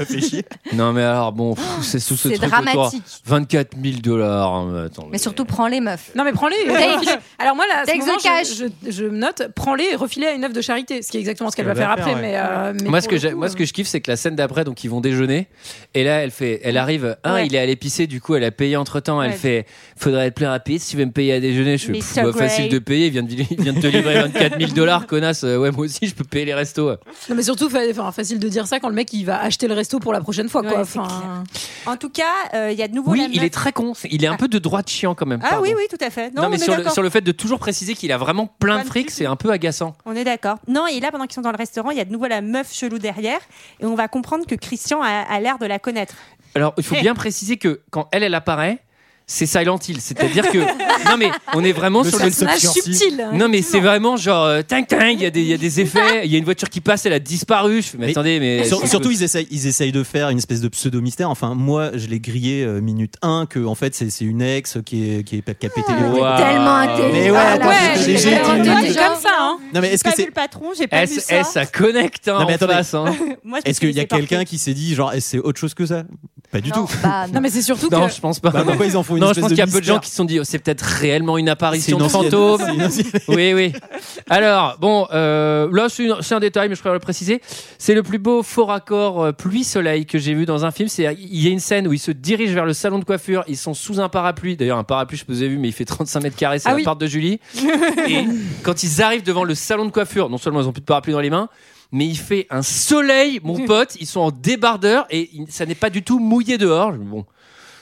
B: me fait chier.
A: Non mais alors bon, pff, c'est sous ce
J: C'est
A: truc autour.
J: dramatique.
A: 24 000 dollars. hein, mais attends,
J: Mais surtout, prends-les meufs.
C: Non mais prends-les.
J: Take-
C: refile-les. Alors moi là, à ce
J: Take the
C: moment,
J: cash.
C: je, je, je me note, prends-les et refilez à une œuvre de charité, ce qui est exactement ce qu'elle va faire, après.
B: ouais.
C: Mais, euh, mais
A: moi ce
C: pour
A: que
C: le
A: j'ai-
C: coup,
A: moi ce que je kiffe c'est que la scène d'après donc ils vont déjeuner et là elle fait elle arrive un
G: Ouais.
A: il est allé pisser du coup elle a payé entre temps elle
G: Ouais.
A: fait faudrait être plus rapide si tu veux me payer à déjeuner je fais
G: Mr.
A: pff, bah,
G: Gray.
A: facile de payer il vient de, il vient de te livrer 24 000 dollars connasse Euh, ouais moi aussi je peux payer les restos
C: Non mais surtout, fa- enfin, facile de dire ça quand le mec il va acheter le resto pour la prochaine fois. Quoi.
G: Ouais, c'est
C: Enfin,
G: En tout cas, euh, il y a de nouveau
A: oui
G: la
A: il
G: meuf-
A: est très con c'est- il est un peu de droite chiant quand même
G: Ah
A: pardon.
G: oui, oui, tout à fait. Non,
A: non, mais
G: on est
A: sur le,
G: d'accord.
A: sur le fait de toujours préciser qu'il a vraiment plein de fric c'est un peu agaçant
G: On est d'accord. Non, et là, pendant qu'ils sont dans le restaurant, il y a de nouveau la meuf chelou derrière. Et on va comprendre que Christian a, a l'air de la connaître.
A: Alors, il faut bien préciser que quand elle, elle apparaît, c'est Silent Hill. C'est-à-dire que. Non, mais on est vraiment
B: Le
A: sur le.
B: Silent
C: personnage
B: Sorti.
C: subtil. hein,
A: Non, mais c'est
C: effectivement.
A: vraiment genre. euh, Ting, ting, il y, a des- il y a des effets, il y a une voiture qui passe, elle a disparu. Je fais, mais,
B: Mais-
A: attendez, mais.
B: Sur-
A: c'est-
B: surtout, ils essayent, ils essayent de faire une espèce de pseudo-mystère. Enfin, moi, je l'ai grillé euh, minute 1 que, en fait, c'est c'est une ex qui, est, qui, est, qui a pété les
A: Waouh.
B: bras.
J: Tellement
A: Mais
J: intelligent.
B: ouais,
J: Ah,
B: attends,
J: là,
B: c'est
J: j'ai-
B: léger,
J: j'ai-
B: t'es
J: j'ai-
C: Toi,
B: une-
C: t'es
J: j'ai-
C: comme ça. Hein.
B: Non, mais
G: J'ai
B: est-ce que
G: pas
B: c'est-
G: vu le patron, j'ai pas
A: Eh,
G: vu
A: ça-
G: ça.
A: eh, ça connecte hein,
B: Non, mais
A: en
B: attendez.
A: face. hein.
G: Moi, je me
B: Est-ce
G: suis
B: qu'il y a
G: laissée porter.
B: quelqu'un qui s'est dit, genre, eh, c'est autre chose que ça Pas du
J: Non,
B: tout.
J: bah, non.
C: Non, mais c'est surtout
A: Non,
C: que.
A: je pense pas.
B: Bah, pourquoi ils en font une
A: non, je
B: espèce
A: pense
B: de
A: qu'il y a peu de
B: mystère
A: gens qui se sont dit, oh, c'est peut-être réellement une
B: C'est
A: apparition
B: une
A: de
B: ancienne-
A: fantôme.
B: c'est une ancienne-
A: Oui, oui. Alors, bon, euh, là, c'est une- c'est un détail, mais je préfère le préciser. C'est le plus beau faux raccord euh, pluie-soleil que j'ai vu dans un film. C'est- Il y a une scène où ils se dirigent vers le salon de coiffure. Ils sont sous un parapluie. D'ailleurs, un parapluie, je vous ai vu, mais il fait 35 mètres carrés. C'est
C: Ah
A: la
C: oui.
A: part de Julie. Et quand ils arrivent devant le salon de coiffure, non seulement ils ont plus de parapluie dans les mains, mais il fait un soleil, mon pote. Ils sont en débardeur et il- ça n'est pas du tout mouillé dehors. Je- Bon,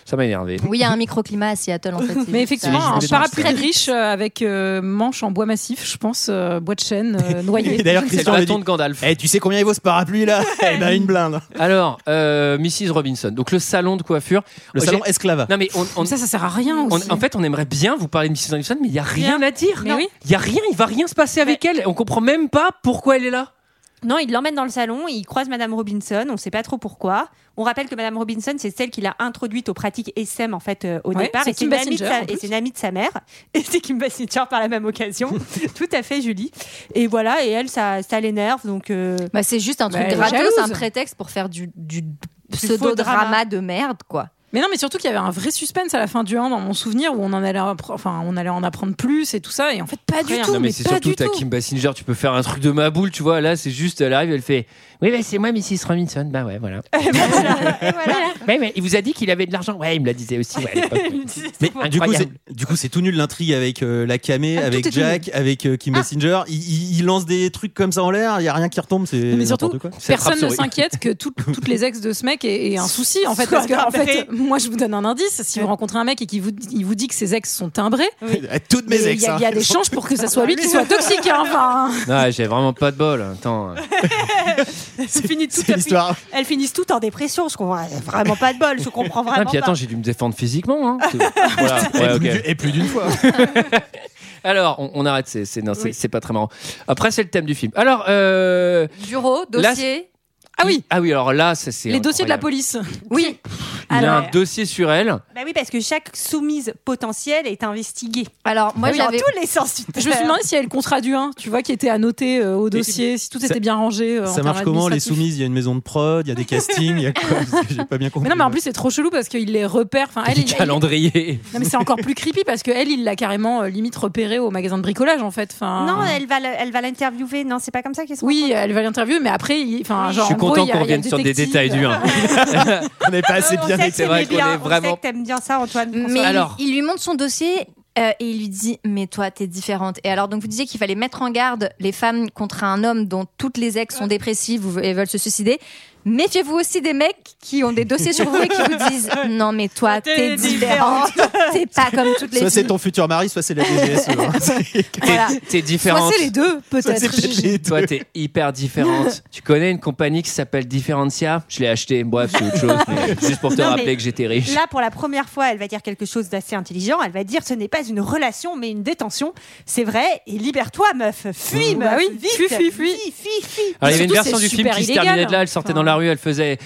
A: ça m'a énervé.
J: Oui, il y a un microclimat à Seattle en fait. c'est-
C: Mais
A: C'est
C: effectivement, un
A: juste des
C: parapluie
A: monstres.
C: de riche euh, avec euh, manche en bois massif, je pense, euh, bois de chêne, euh, noyé.
B: Et d'ailleurs,
C: Je ne sais
A: C'est le
B: Christian
A: bâton
B: avait
A: de Gandalf.
B: Eh, tu sais combien il vaut ce parapluie là Eh ben, une blinde.
A: Alors, euh, Mrs. Robinson, donc le salon de coiffure.
B: Le
A: J'ai-
B: salon esclava.
A: Non mais on, on-
C: pas. ça, ça sert à rien
A: on-
C: aussi.
A: en fait, on aimerait bien vous parler de Mrs. Robinson, mais il y a rien à dire.
C: Mais oui.
A: Il y a rien, il va rien se passer avec elle. On comprend même pas pourquoi elle est là.
G: Non, il l'emmène dans le salon, il croise Madame Robinson, on ne sait pas trop pourquoi. On rappelle que Madame Robinson, c'est celle qui l'a introduite aux pratiques SM en fait euh, au
C: Ouais,
G: départ,
C: c'est
G: et c'est
C: Kim
G: une, amie de
C: Basinger,
G: sa-
C: en
G: et
C: plus.
G: c'est une amie de sa mère, et c'est Kim Basinger par la même occasion. Tout à fait, Julie. Et voilà, et elle, ça, ça l'énerve, donc. euh,
J: Bah, c'est juste un truc
C: Bah, elle est
J: gratos,
C: jalouse.
J: un prétexte pour faire du, du
G: faux-drama.
J: pseudo-drama de merde, quoi.
C: Mais non, mais surtout qu'il y avait un vrai suspense à la fin du 1 dans mon souvenir où on en allait, appre- enfin, on allait en apprendre plus et tout ça. Et en fait, pas du
G: Rien.
C: tout.
A: non mais,
C: mais,
A: c'est
C: pas
A: surtout
C: du
A: t'as
C: tout.
A: Kim Basinger, tu peux faire un truc de ma boule, tu vois. Là, c'est juste, elle arrive, elle fait, oui bah, c'est moi Mrs. Robinson. Bah ouais, voilà.
G: et voilà, et voilà.
A: Ouais, mais il vous a dit qu'il avait de l'argent. Ouais, il me l'a disait aussi. ouais, à l'époque.
B: Mais du coup, c'est,
A: Incroyable.
B: du coup, c'est tout nul l'intrigue avec euh, la camé,
C: Ah, tout
B: avec
C: est tout nul.
B: Jack, avec euh, Kim Basinger. Il, il- il lance des trucs comme ça en l'air, il y a rien qui retombe, c'est
C: Mais surtout,
B: n'importe quoi.
A: C'est
C: Personne ne
A: Rhapsody.
C: s'inquiète que tout- toutes les ex de ce mec aient, aient un souci en fait. Parce
G: Soit
C: que, en
G: timbré.
C: fait, moi je vous donne un indice. Si vous rencontrez un mec et qu'il vous, il vous dit que ses ex sont timbrés,
B: Toutes
C: mais
B: mes
C: il
B: ex.
C: y, a-
B: hein.
C: il y a des chances pour que ça soit lui qui soit toxique. hein, enfin,
A: Non, j'ai vraiment pas de bol. Attends.
G: C'est fini tout
B: C'est
G: à
B: l'histoire.
G: Elles finissent toutes en dépression, je comprends vraiment pas de bol, je comprends
A: Ah,
G: vraiment
A: puis attends,
G: pas.
A: j'ai dû me défendre physiquement. hein. C'est- Voilà. Ouais,
B: et, plus
A: ok.
B: du- et plus d'une fois.
A: Alors, on, on arrête, c'est c'est- non, c'est- c'est pas très marrant. Après, c'est le thème du film. Alors, euh,
J: Bureau,
A: Là,
J: dossier.
C: Ah oui,
A: ah oui, alors là, ça, c'est
C: les dossiers de la
A: incroyable.
C: police. Ah
J: Oui.
A: Il
G: Alors,
A: a un dossier sur elle.
G: bah oui, parce que chaque soumise potentielle est investiguée.
J: Alors, moi,
G: Moi, dans
J: j'avais.
G: tous les sens du
C: Ah, Je me suis
G: terme.
C: demandé s'il y avait le contrat du 1, tu vois, qui était annoté euh, au dossier, si tout
B: ça-
C: était bien rangé. euh, en
B: ça
C: termes
B: marche comment Les
C: administratifs.
B: soumises, il y a une maison de prod, il y a des castings, il y a quoi Parce que J'ai pas bien compris.
C: Mais non, mais en plus, c'est trop chelou parce qu'il les repère. Enfin, elle,
A: Les
C: Ah, il- elle-
A: calendriers.
C: Non, mais c'est encore plus creepy parce qu'elle, il l'a carrément euh, limite repéré au magasin de bricolage en fait. Enfin,
G: Non, elle va, le- elle va l'interviewer. Non, c'est pas comme ça qu'ils se
C: Ah. Oui,
G: rencontrent.
C: elle va l'interviewer, mais après, il- enfin,
A: Je
C: genre,
A: suis
C: en gros,
A: content
C: il y a- il
A: qu'on
C: y a
A: revienne
C: le
A: sur des
C: détective.
A: détails du 1.
B: on n'est pas assez
G: On
B: bien
G: sait que
A: c'est
G: t'aimes
A: vrai qu'on
G: bien, hein.
A: est vraiment-
G: On sait que t'aimes bien ça, Antoine.
C: Mm.
J: Mais
G: François.
A: Alors.
J: il lui montre son dossier euh, et il lui dit Mais toi, t'es différente. Et alors, donc, vous disiez qu'il fallait mettre en garde les femmes contre un homme dont toutes les ex sont dépressives ou- et veulent se suicider. Méfiez-vous aussi des mecs qui ont des dossiers sur vous et qui vous disent Non, mais toi, t'es
G: T'es
J: différente. T'es pas comme toutes les
B: Soit c'est
J: filles.
B: ton futur mari, soit c'est la DGSE. hein.
J: Voilà.
A: T'es- T'es
C: Soit
A: différente.
C: c'est les deux,
B: Soit c'est
C: peut-être.
B: peut-être les deux.
A: Toi, t'es hyper différente. tu connais une compagnie qui s'appelle Differentia Je l'ai acheté. Bref, c'est autre chose. mais juste pour te
G: Non, mais-
A: rappeler que j'étais riche.
G: Là, pour la première fois, elle va dire quelque chose d'assez intelligent. Elle va dire ce n'est pas une relation, mais une détention. C'est vrai. Et libère-toi, meuf. Fuis,
C: Mmh.
G: meuf.
C: Bah oui,
G: Vite.
C: fuis, fuis, fuis.
G: Fuis, fuis, fuis.
A: Alors, Ah, il y avait une
C: Surtout,
A: version
C: c'est
A: du film
C: super
A: qui se
C: illégal, hein.
A: terminait de là, elle sortait
C: enfin.
A: dans la rue, elle faisait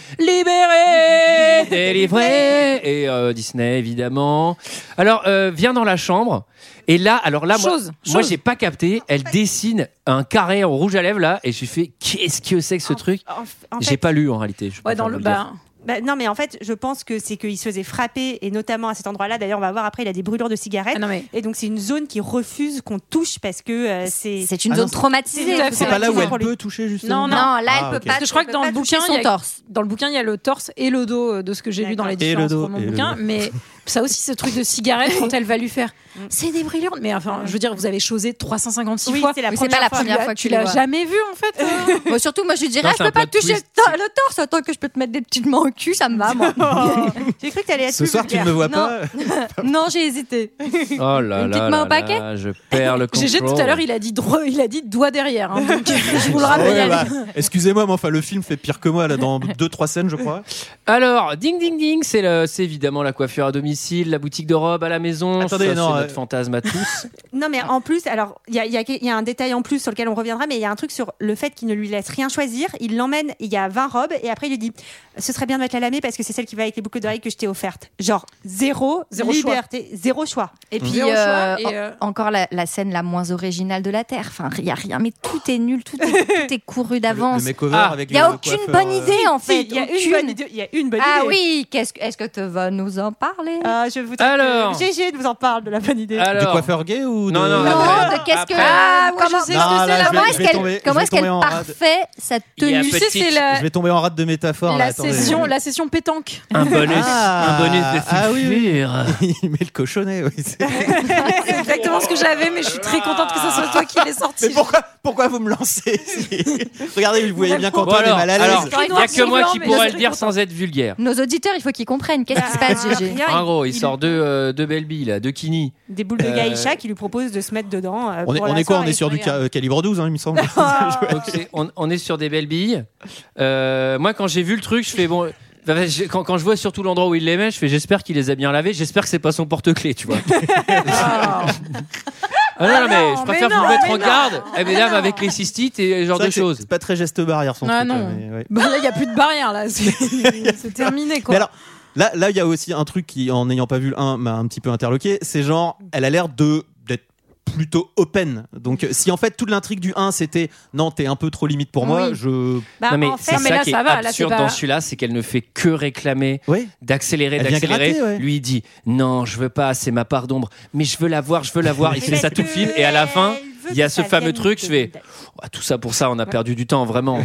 A: Libéré, délivré et euh, Disney évidemment. Alors euh, vient dans la chambre et là, alors là, moi,
C: Chose,
A: moi
C: chose.
A: j'ai pas capté, elle dessine un carré en rouge à lèvres là et je fait qu'est-ce que c'est que ce
G: En-
A: truc
G: en- en
A: J'ai
G: fait,
A: pas lu en réalité. je
C: Ah, Ouais,
A: préfère
C: dans
A: vous
C: le.
A: dire.
C: Bah,
G: bah, non, mais en fait, je pense que c'est qu'il se faisait frapper, et notamment à cet endroit-là. D'ailleurs, on va voir après, il a des brûlures de
C: ah,
G: cigarettes.
C: non, mais.
G: Et donc, c'est une zone qui refuse qu'on touche parce que euh, c'est.
J: C'est une
B: Ah non,
J: zone
B: c'est-
J: traumatisée.
C: C'est-
B: C'est pas là où elle
G: Pour lui.
B: peut toucher justement.
J: Non,
C: Non,
J: là, elle
B: Ah,
J: peut
B: ok.
J: pas.
C: Parce que je crois
J: elle
C: que
J: peut
C: dans le
J: pas toucher
C: bouquin, il y
J: son
C: a-
J: torse.
C: Dans le bouquin, il y a le torse et le dos euh, de ce que j'ai lu dans la
G: D'accord.
B: Et le
C: différence
B: dos,
C: entre mon
B: et le
C: bouquin.
B: dos.
C: Mais ça aussi, ce truc de cigarette quand elle va lui faire, c'est des brillures. Mais enfin, je veux dire, vous avez chosé 356
G: Mm. Oui,
C: fois.
G: c'est la
J: Oui, c'est
G: première
J: pas la
G: fois.
C: Tu
J: première fois
C: l'as-
J: que
C: tu
J: tu les
C: l'as
J: vois.
C: jamais vu en fait. euh.
J: Moi, surtout, moi, je dirais,
A: Non,
J: ah,
A: c'est
J: je
A: un
J: peux pas
A: plot
J: toucher le,
A: twist.
J: to- le torse. Attends que je peux te mettre des petites mains au cul, ça me va, moi.
G: Oh, J'ai cru que t'allais être
B: Ce
G: plus
B: soir, tu ne
G: vulgaire.
B: me vois
J: Non.
B: pas.
J: non, j'ai hésité.
A: Oh là
J: Une
A: là,
J: petite
A: là
J: main au paquet
A: là, je perds le contrôle.
C: GG tout à l'heure, il a dit droit, il a dit doigt derrière. hein. Donc, je vous le rappelle.
B: Ouais, bah, Excusez-moi, mais enfin, le film fait pire que moi là dans deux trois scènes, je crois.
A: Alors, ding ding ding, c'est le- c'est évidemment la coiffure à domicile domicile, la boutique de robes à la maison.
B: Attendez,
A: ça,
B: non,
A: c'est
B: euh,
A: notre fantasme à tous.
G: Non, mais en plus, alors, il y a, il y a- il y a un détail en plus sur lequel on reviendra, mais il y a un truc sur le fait qu'il ne lui laisse rien choisir. Il l'emmène, il y a 20 robes, et après, il lui dit Ce serait bien de mettre la lamée parce que c'est celle qui va avec les boucles d'oreilles que je t'ai offerte. Genre, zéro,
C: Zéro choix.
G: liberté, zéro choix.
J: Et puis
C: Zéro
J: euh,
C: choix, et, euh,
J: en- encore la, la scène la moins originale de la terre. Enfin, il y a rien, mais tout est nul, tout est, tout est couru
B: Le,
J: d'avance.
B: makeover
A: Ah.
B: avec
J: Il y a
B: le
J: aucune
B: coiffeur,
J: bonne
B: euh,
J: idée en
G: Si,
J: fait.
G: il y a
J: aucune.
G: une bonne idée. il y a une bonne
J: Ah
G: idée.
J: oui, qu'est-ce que- est-ce que tu vas nous en parler
G: Ah, je voudrais
A: Alors.
G: que Gégé nous en parle de la bonne idée.
B: Du
A: Alors,
B: coiffeur gay ou
A: Non,
B: de-
A: non,
J: Non,
G: bah,
A: après-
J: de qu'est-ce
A: après-
J: que Ah, comment-
C: je sais
B: Non,
C: ce
B: là,
C: que c'est
B: je
J: Comment
B: vais-
J: est-ce
B: je vais tomber-
J: qu'elle comment
B: je vais
J: est-ce qu'elle
B: tomber en rade.
J: parfait sa
A: Il y a
J: tenue
C: Tu sais, c'est
A: petite.
C: la,
B: Je vais tomber en rade de métaphore.
C: la
B: là, attendez.
C: session, la session pétanque.
A: un bonus,
B: Ah.
A: un bonus de
B: Ah oui, oui.
A: sulfure.
B: Il met le cochonnet. Oui. c'est-
C: C'est exactement ce que j'avais, mais je suis très contente que ce soit toi qui l'aies sorti.
B: Mais pourquoi, pourquoi vous me lancez Regardez, vous voyez bien
A: Bon,
B: qu'Antoine est
A: alors,
B: mal à
A: alors,
B: l'aise.
A: il n'y a que moi qui pourrais le dire sans être vulgaire.
J: Nos auditeurs, il faut qu'ils comprennent qu'est-ce qui se passe, Gégé.
G: Ah, Rien,
C: Ah,
A: En gros, il,
G: il-
A: sort deux, euh, deux belles billes, là, deux kinis.
G: Des boules de
A: Euh,
G: gaïcha qui lui proposent de se mettre dedans. euh,
B: On est,
G: pour
B: on
G: la
B: est quoi On
G: soirée.
B: est sur du ca- euh, calibre 12, hein, il me semble.
A: Donc c'est- on, on est sur des belles billes. Euh, moi, quand j'ai vu le truc, je fais bon. bah, je- Quand, quand je vois surtout l'endroit où il les met, je fais j'espère qu'il les a bien lavés, j'espère que c'est pas son porte-clés, tu vois. Ah non, non, mais je
C: non,
A: préfère
C: mais
A: vous
C: non,
A: mettre
C: mais
A: en
C: non.
A: garde, eh, mesdames, avec les cystites et ce genre
B: Ah, C'est vrai
A: de
B: que c'est-
A: choses.
B: C'est pas très geste barrière son
C: Ah,
B: truc,
C: non.
B: euh, mais ouais.
C: Bon, là, il n'y a plus de barrière, là. C'est c'est terminé, quoi.
B: Mais alors, là, là, il y a aussi un truc qui, en n'ayant pas vu le 1, m'a un petit peu interloqué. C'est genre, elle a l'air de d'être plutôt open. Donc, euh, si en fait toute l'intrigue du 1 c'était non, t'es un peu trop limite pour moi,
C: Oui.
B: je.
G: Bah,
A: non, mais
G: en
A: c'est
G: fait,
A: ça
C: mais là,
A: qui
C: ça
A: est
C: va, là, c'est
A: absurde
C: pas-
A: dans celui-là, c'est qu'elle ne fait que réclamer,
B: Oui.
A: d'accélérer,
B: Elle vient
A: d'accélérer.
B: gratter, ouais.
A: Lui, il dit Non, je veux pas, c'est ma part d'ombre, mais je veux la voir, je veux la voir. Il
G: Mais
A: fait ça
G: parce
A: tout le
G: que
A: film, et à la fin,
G: elle veut
A: il y a
G: que
A: ce
G: ça
A: fameux
G: vienne
A: truc, je fais
G: d'elle.
A: Ah, Tout ça pour ça, on a perdu du temps, vraiment.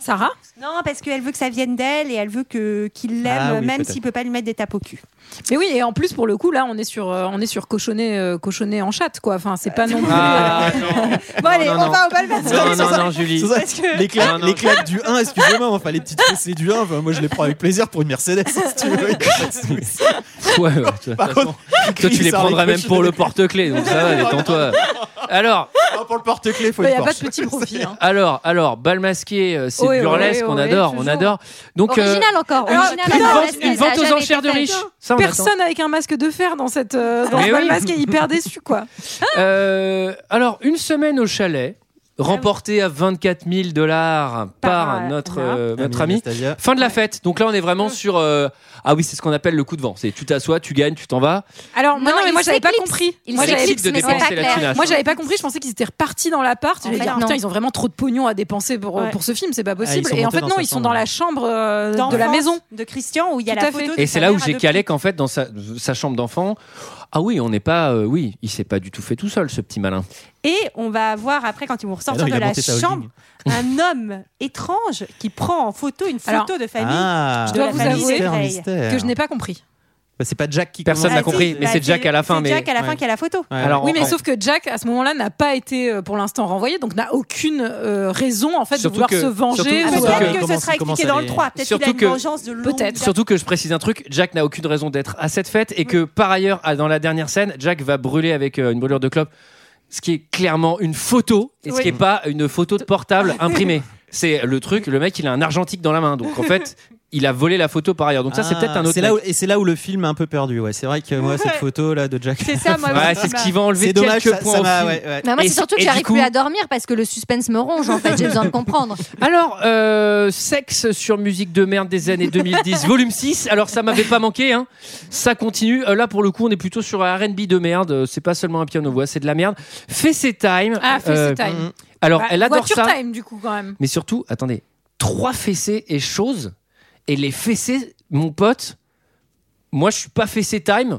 C: Sarah
G: Non, parce qu'elle veut que ça vienne d'elle et elle veut que qu'il l'aime,
B: Ah oui,
G: même
B: peut-être.
G: s'il peut pas lui mettre des tapes au cul.
C: Mais oui, et en plus, pour le coup, là, on est sur, euh, on est sur cochonnet, euh, cochonnet en chatte, quoi. Enfin, c'est pas non plus. euh,
A: Ah, non.
G: Bon, allez,
A: non,
G: on
A: non.
G: va au bal maintenant.
A: Non,
B: mais c'est
A: non,
B: ça.
A: non, Julie.
B: C'est ça, les, claques,
A: Non, non,
B: les claques du 1, excusez-moi, enfin les petites fessées du 1, enfin, moi je les prends avec plaisir pour une Mercedes si tu veux.
A: Ouais, ouais, tu-
B: Par contre,
A: toi, tu les
B: ça,
A: prendras
B: les
A: même pour le porte-clés, donc ça va, détends-toi. Alors,
B: Ah, pour le porte-clés, faut
C: Il
B: une
C: n'y Bah, a pas de
B: Porsche.
C: petit profil. hein.
A: alors, alors, bal masqué, euh, c'est
C: Ouais, ouais,
A: burlesque,
C: ouais,
A: on
C: ouais,
A: adore, on
C: toujours.
A: adore. Donc, euh,
J: Original encore.
C: Alors,
J: original
C: une
J: à la
C: vente-
J: base,
A: une
J: ça a
A: vente aux
J: jamais été
A: enchères de
J: fait.
A: riches. Ça, on attend.
C: Personne avec un masque de fer dans cette euh, dans
A: Mais
C: ce
A: oui.
C: masque est hyper déçu, quoi.
A: Euh, alors, une semaine au chalet, remportée à 24 000 dollars par,
G: Par, euh,
A: notre,
G: Anna.
A: euh, notre ami.
B: Anastasia.
A: Fin de la fête. Donc là, on est vraiment sur. euh, ah oui, c'est ce qu'on appelle le coup de vent. C'est tu t'assois, tu gagnes, tu t'en vas.
C: Alors, moi,
J: Non,
C: non, mais
J: il
C: moi, j'avais pas
J: s'éclipse.
C: compris.
J: Il
C: Moi, j'avais-
A: L'équipe
J: s'éclipse,
A: de
J: mais c'est pas
A: dépenser la
J: clair.
A: tunasse.
C: Moi, j'avais pas compris. Je pensais qu'ils étaient repartis dans l'appart. Je
J: En
C: me
J: fait,
C: dit, ah,
J: non.
C: putain, ils ont vraiment trop de pognon à dépenser pour,
G: Ouais.
C: pour ce film. C'est pas
B: ils
C: possible.
B: sont
C: et en
B: montés
C: fait,
B: dans
C: non,
B: sa
C: ils sont
B: chambre.
C: dans la chambre euh, de la
G: D'enfance
C: maison.
G: de Christian où il y a
C: Tout à
G: la
C: fait.
G: photo. de
A: Et
G: sa
A: c'est là où
G: mère
A: j'ai
G: adoptive.
A: calé qu'en fait, dans sa, sa chambre d'enfant, ah oui, on n'est pas. euh, oui, il s'est pas du tout fait tout seul, ce petit malin.
G: Et on va voir après quand ils vont ressortir
B: Ah non, il
G: de
B: a
G: la
B: monté sa holding.
G: chambre un homme étrange qui prend en photo une photo
C: Alors,
G: de famille.
B: Ah,
C: Je dois
G: de
C: vous
G: la famille
C: avouer
B: mystère,
G: Frey.
B: mystère.
C: Que je n'ai pas compris.
B: Bah, c'est pas Jack qui
A: Personne
B: commence.
A: n'a
G: Ah,
A: compris,
G: si,
A: mais
G: bah,
A: c'est Jack à la fin,
G: C'est
A: mais-
G: Jack à la
B: Ouais.
G: fin qui a la photo.
B: Ouais.
A: Alors,
C: Oui, mais
A: en-
C: sauf que Jack, à ce moment-là, n'a pas été euh, pour l'instant renvoyé, donc n'a aucune euh, raison en fait de
A: Surtout
C: vouloir
A: que-
C: se venger.
B: surtout-
C: ou,
B: Ouais.
G: Peut-être
A: Ouais.
G: que
B: Comment-
G: ce sera
B: comment
G: expliqué
B: ça
G: dans
B: les-
G: le 3. Peut-être qu'il a
A: Surtout
G: une
A: que-
G: vengeance de longue
C: Peut-être.
G: date.
A: Surtout que je précise un truc, Jack n'a aucune raison d'être à cette fête et que par ailleurs, ah, dans la dernière scène, Jack va brûler avec euh, une brûlure de clope, ce qui est clairement une photo et ce
C: Oui.
A: qui n'est pas une photo de portable imprimée. C'est le truc, le mec il a un argentique dans la main, donc en fait il a volé la photo par ailleurs. Donc ça c'est
B: Ah,
A: peut-être un autre.
B: c'est là où-
A: mec.
B: et c'est là où le film est un peu perdu. Ouais, c'est vrai que moi cette
G: Ouais.
B: photo là de Jack.
G: C'est ça,
C: Ah
G: moi.
A: Ouais,
G: aussi,
A: c'est ce
G: bah,
A: qui va enlever
B: C'est dommage.
A: quelques
B: Ça,
A: points.
B: ça
A: au
B: m'a-
A: film.
B: ouais, ouais.
J: Bah, moi,
A: Et
J: c'est surtout
A: et
J: que
A: du
J: j'arrive
A: coup-
J: plus à dormir parce que le suspense me ronge. En fait, j'ai besoin de comprendre.
A: Alors, euh, sexe sur musique de merde des années 2010, volume 6. Alors, ça m'avait pas manqué, hein. Ça continue. Euh, là, pour le coup, on est plutôt sur un RB de merde. Euh, C'est pas seulement un piano-voix, c'est de la merde. Fessé Time.
C: Ah,
A: Euh,
C: Fessé Time.
B: mm.
A: Alors,
C: Bah,
A: elle adore
C: voiture
A: ça.
C: time, du coup, quand même.
A: Mais surtout, attendez, trois fessées et choses. Et les fessées, mon pote, moi, je suis pas fessé time.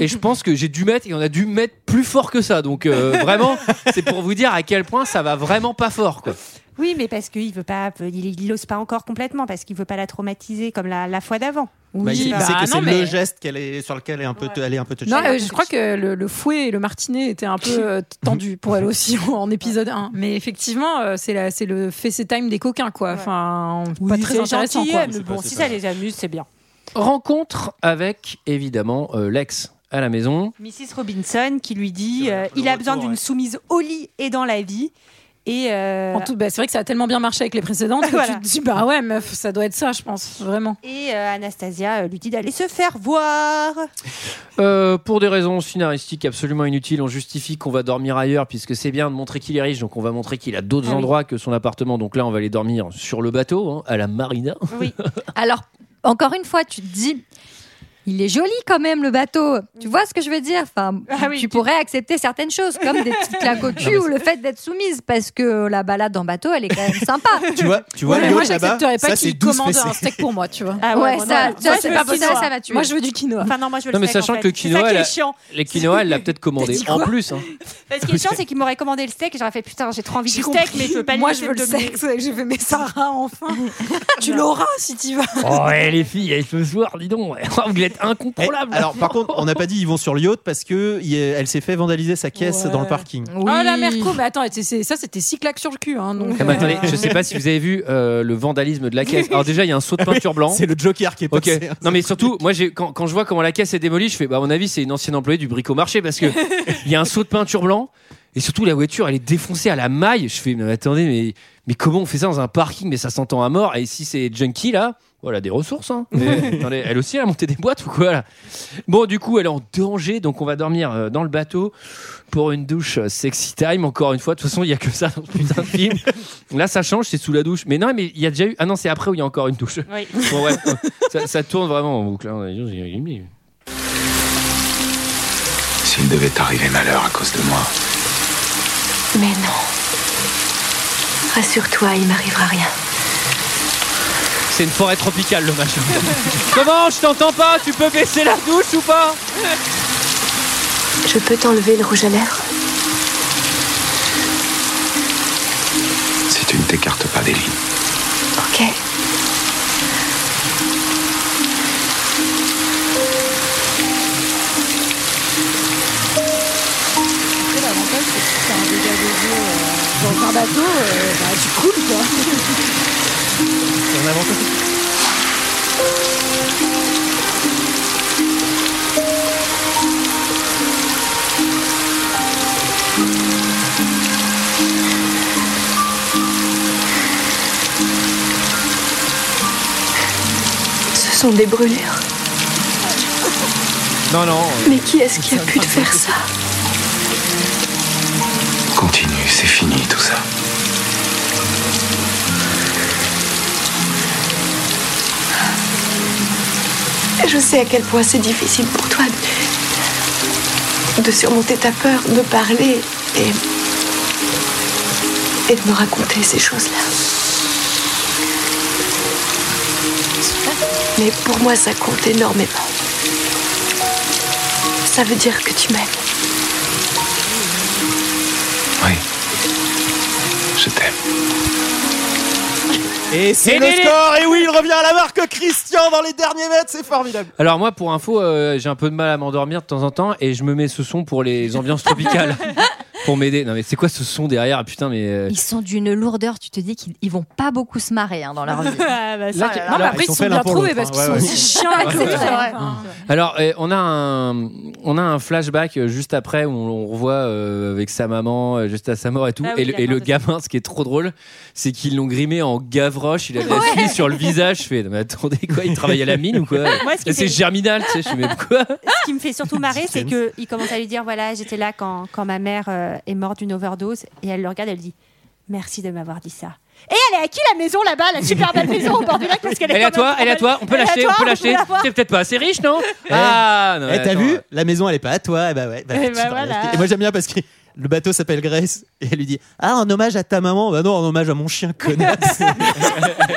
A: et je pense que j'ai dû mettre, et on a dû mettre plus fort que ça. Donc, euh, vraiment, c'est pour vous dire à quel point ça va vraiment pas fort, quoi.
G: Oui, mais parce qu'il veut pas, il, il ose pas encore complètement parce qu'il veut pas la traumatiser comme la, la fois d'avant.
B: Bah, il
C: Oui,
B: sait-
C: bah,
B: il sait que
C: non,
B: c'est
C: mais-
B: le geste qu'elle est sur lequel elle est un peu, te- elle est un peu touchée.
C: Non, euh, je crois que le, le fouet et le martinet étaient un peu euh, tendus pour elle aussi en, en épisode 1. Mais effectivement, euh, c'est la- c'est le fessé time des coquins, quoi. Enfin, pas très intéressant, quoi.
G: hein, mais
B: C'est
G: bon,
B: pas- c'est
G: si
B: pas-
G: ça les amuse, c'est bien.
A: Rencontre avec, évidemment, euh, l'ex à la maison.
G: Mrs. Robinson qui lui dit
B: C'est vrai,
G: euh,
B: le
G: il a
B: retour,
G: besoin d'une
B: ouais.
G: soumise au lit et dans la vie. Et euh,
C: En tout, bah, c'est vrai que ça a tellement bien marché avec les précédentes que
G: Voilà.
C: tu te dis bah ouais meuf ça doit être ça je pense vraiment.
G: et euh, Anastasia euh, lui dit d'aller se faire voir.
A: Euh, pour des raisons scénaristiques absolument inutiles, on justifie qu'on va dormir ailleurs puisque c'est bien de montrer qu'il est riche, donc on va montrer qu'il a d'autres
G: Ah oui.
A: endroits que son appartement. Donc là, on va aller dormir sur le bateau, hein, à la marina.
G: Oui.
J: Alors, encore une fois, tu te dis, il est joli quand même le bateau. Tu vois ce que je veux dire enfin,
G: Ah oui,
J: Tu
G: tu-
J: pourrais accepter certaines choses, comme des petites claques au cul ou le fait d'être soumise, parce que la balade en bateau, elle est quand même sympa.
B: Tu vois, tu vois
C: Ouais, mais
B: Léo,
C: moi
B: là-bas,
C: j'accepterais pas
B: ça, c'est
C: qu'il
B: 12
C: commande
B: fessées.
C: un steak pour moi tu vois.
G: Ah
J: ouais,
G: bon,
J: ça,
G: non,
J: ça,
G: moi,
J: c'est
G: je
J: pas
G: veux le
J: possible,
G: quinoa.
J: ça va tuer.
C: Moi je veux du quinoa.
G: Enfin non, moi je veux
A: Non,
G: le
A: mais
G: steak, en
A: sachant
G: fait.
A: que le
G: C'est ça
A: quinoa,
G: qui
A: elle
G: est
A: a-
G: chiant.
A: Les quinoa, elle l'a peut-être commandé
C: dit
A: en
C: quoi
A: plus. hein.
G: Mais Ce qui est chiant, c'est qu'il m'aurait commandé le steak et j'aurais fait putain, j'ai trop envie
C: J'ai
G: du
C: compris.
G: steak, mais je veux pas lui
C: Moi
G: laisser
C: je veux le
G: dominer.
C: sexe et je vais mais Sarah enfin. tu l'auras si tu vas.
A: Oh, ouais, les filles, avec ce soir, dis donc, Oh, vous êtes
B: Eh,
A: incontrôlables.
B: alors par contre, on n'a pas dit ils vont sur le yacht parce que il- elle s'est fait vandaliser sa caisse
C: Ouais.
B: dans le parking.
C: Oh la merco mais attends c'est- c'est- ça c'était six claques sur le cul hein donc.
B: Eh ben,
A: Ah, mais
C: euh,
A: attendez, je sais pas si vous avez vu euh, le vandalisme de la caisse. Alors déjà, il y a un saut de peinture blanc.
B: C'est le Joker qui est
A: Ok.
B: passé. hein.
A: Non mais surtout, moi j'ai quand, quand je vois comment la caisse est démolie, je fais bah à mon avis c'est une ancienne employée du bricomarché parce que il y a un saut de peinture blanc et surtout la voiture elle est défoncée à la maille. Je fais mais attendez mais mais comment on fait ça dans un parking mais ça s'entend à mort et si c'est junkie là, voilà des ressources. Hein. Mais, attendez, elle aussi elle a monté des boîtes ou quoi là Bon du coup elle est en danger donc on va dormir euh, dans le bateau pour une douche euh, sexy time encore une fois. De toute façon il y a que ça dans ce putain de film. Là ça change c'est sous la douche. Mais non mais il y a déjà eu ah non c'est après où il y a encore une douche.
G: Oui.
A: Bon, bref, ça, ça tourne vraiment en boucle. hein.
H: S'il devait t'arriver malheur à cause de moi,
I: Mais non. Rassure-toi, il m'arrivera rien.
A: C'est une forêt tropicale, le machin. Comment Je t'entends pas Tu peux baisser la douche ou pas
I: Je peux t'enlever le rouge à lèvres
H: si tu ne t'écartes pas des lignes,
I: Ok.
C: dans un bateau euh, bah, tu coules quoi.
B: On avance.
I: Ce sont des brûlures.
A: Non, non.
I: Mais qui est-ce qui a pu te faire ça
H: continue, c'est fini tout ça.
I: Je sais à quel point c'est difficile pour toi de- de surmonter ta peur, de parler et, et de me raconter ces choses-là. Mais pour moi, ça compte énormément. Ça veut dire que tu m'aimes.
H: Oui. Je t'aime.
B: Et c'est
A: Et
B: le
A: Délé
B: score. Et oui, il revient à la marque Christian dans les derniers mètres. C'est formidable.
A: Alors, moi, pour info, euh, j'ai un peu de mal à m'endormir de temps en temps et je me mets ce son pour les ambiances tropicales. pour m'aider. Non, mais c'est quoi ce son derrière Ah, Putain, mais. euh,
J: Ils sont d'une lourdeur, tu te dis qu'ils ils vont pas beaucoup se marrer hein, dans leur vie.
G: Ah, bah, ça,
A: Là, tu-
G: alors.
C: Non mais
B: là,
C: après
B: ils
C: ils
B: sont faits
C: se sont
B: l'un
C: bien
B: pour
C: trouvés
B: l'autre,
C: parce qu'ils
B: hein,
C: sont
B: ouais, ouais.
C: aussi chiants avec
J: Ouais,
C: les
J: c'est
C: autres.
J: vrai.
C: Enfin,
A: Alors, eh, on a un, on a un flashback euh, juste après où on, on revoit euh, avec sa maman euh, juste à sa mort et tout.
G: Ah oui,
A: et, le- et
G: d'accord,
A: le
G: parce
A: gamin, ce qui est trop drôle, c'est qu'ils l'ont grimé en gavroche. Il a de la suie sur le visage. Je fais, Non, mais attendez quoi Il travaille à la mine ou quoi
G: Moi, ce qui
A: Et C'est
G: fait-
A: germinal, tu sais. Je fais, mais pourquoi
G: ce qui me fait surtout marrer, c'est qu'il commence à lui dire voilà, j'étais là quand, quand ma mère euh, est morte d'une overdose. Et elle le regarde, elle dit merci de m'avoir dit ça. Et elle est à qui la maison là-bas, la super belle maison au bord du lac parce qu'elle est
A: Elle est à
G: quand même
A: toi,
G: trop
A: elle est à
G: belle.
A: toi. On peut
G: Elle est à
A: l'acheter,
G: toi,
A: on peut l'acheter.
G: la voir.
A: C'est peut-être pas assez riche, non Ah, non.
B: Eh, t'as
A: attends,
B: vu
A: euh,
B: La maison, elle est pas à toi. Eh bah ouais. bah,
G: Eh
B: tu
G: bah
B: vas
G: voilà.
B: rester. Et moi, j'aime bien parce que le bateau s'appelle Grace et elle lui dit Ah, en hommage à ta maman. Bah non, en hommage à mon chien connasse.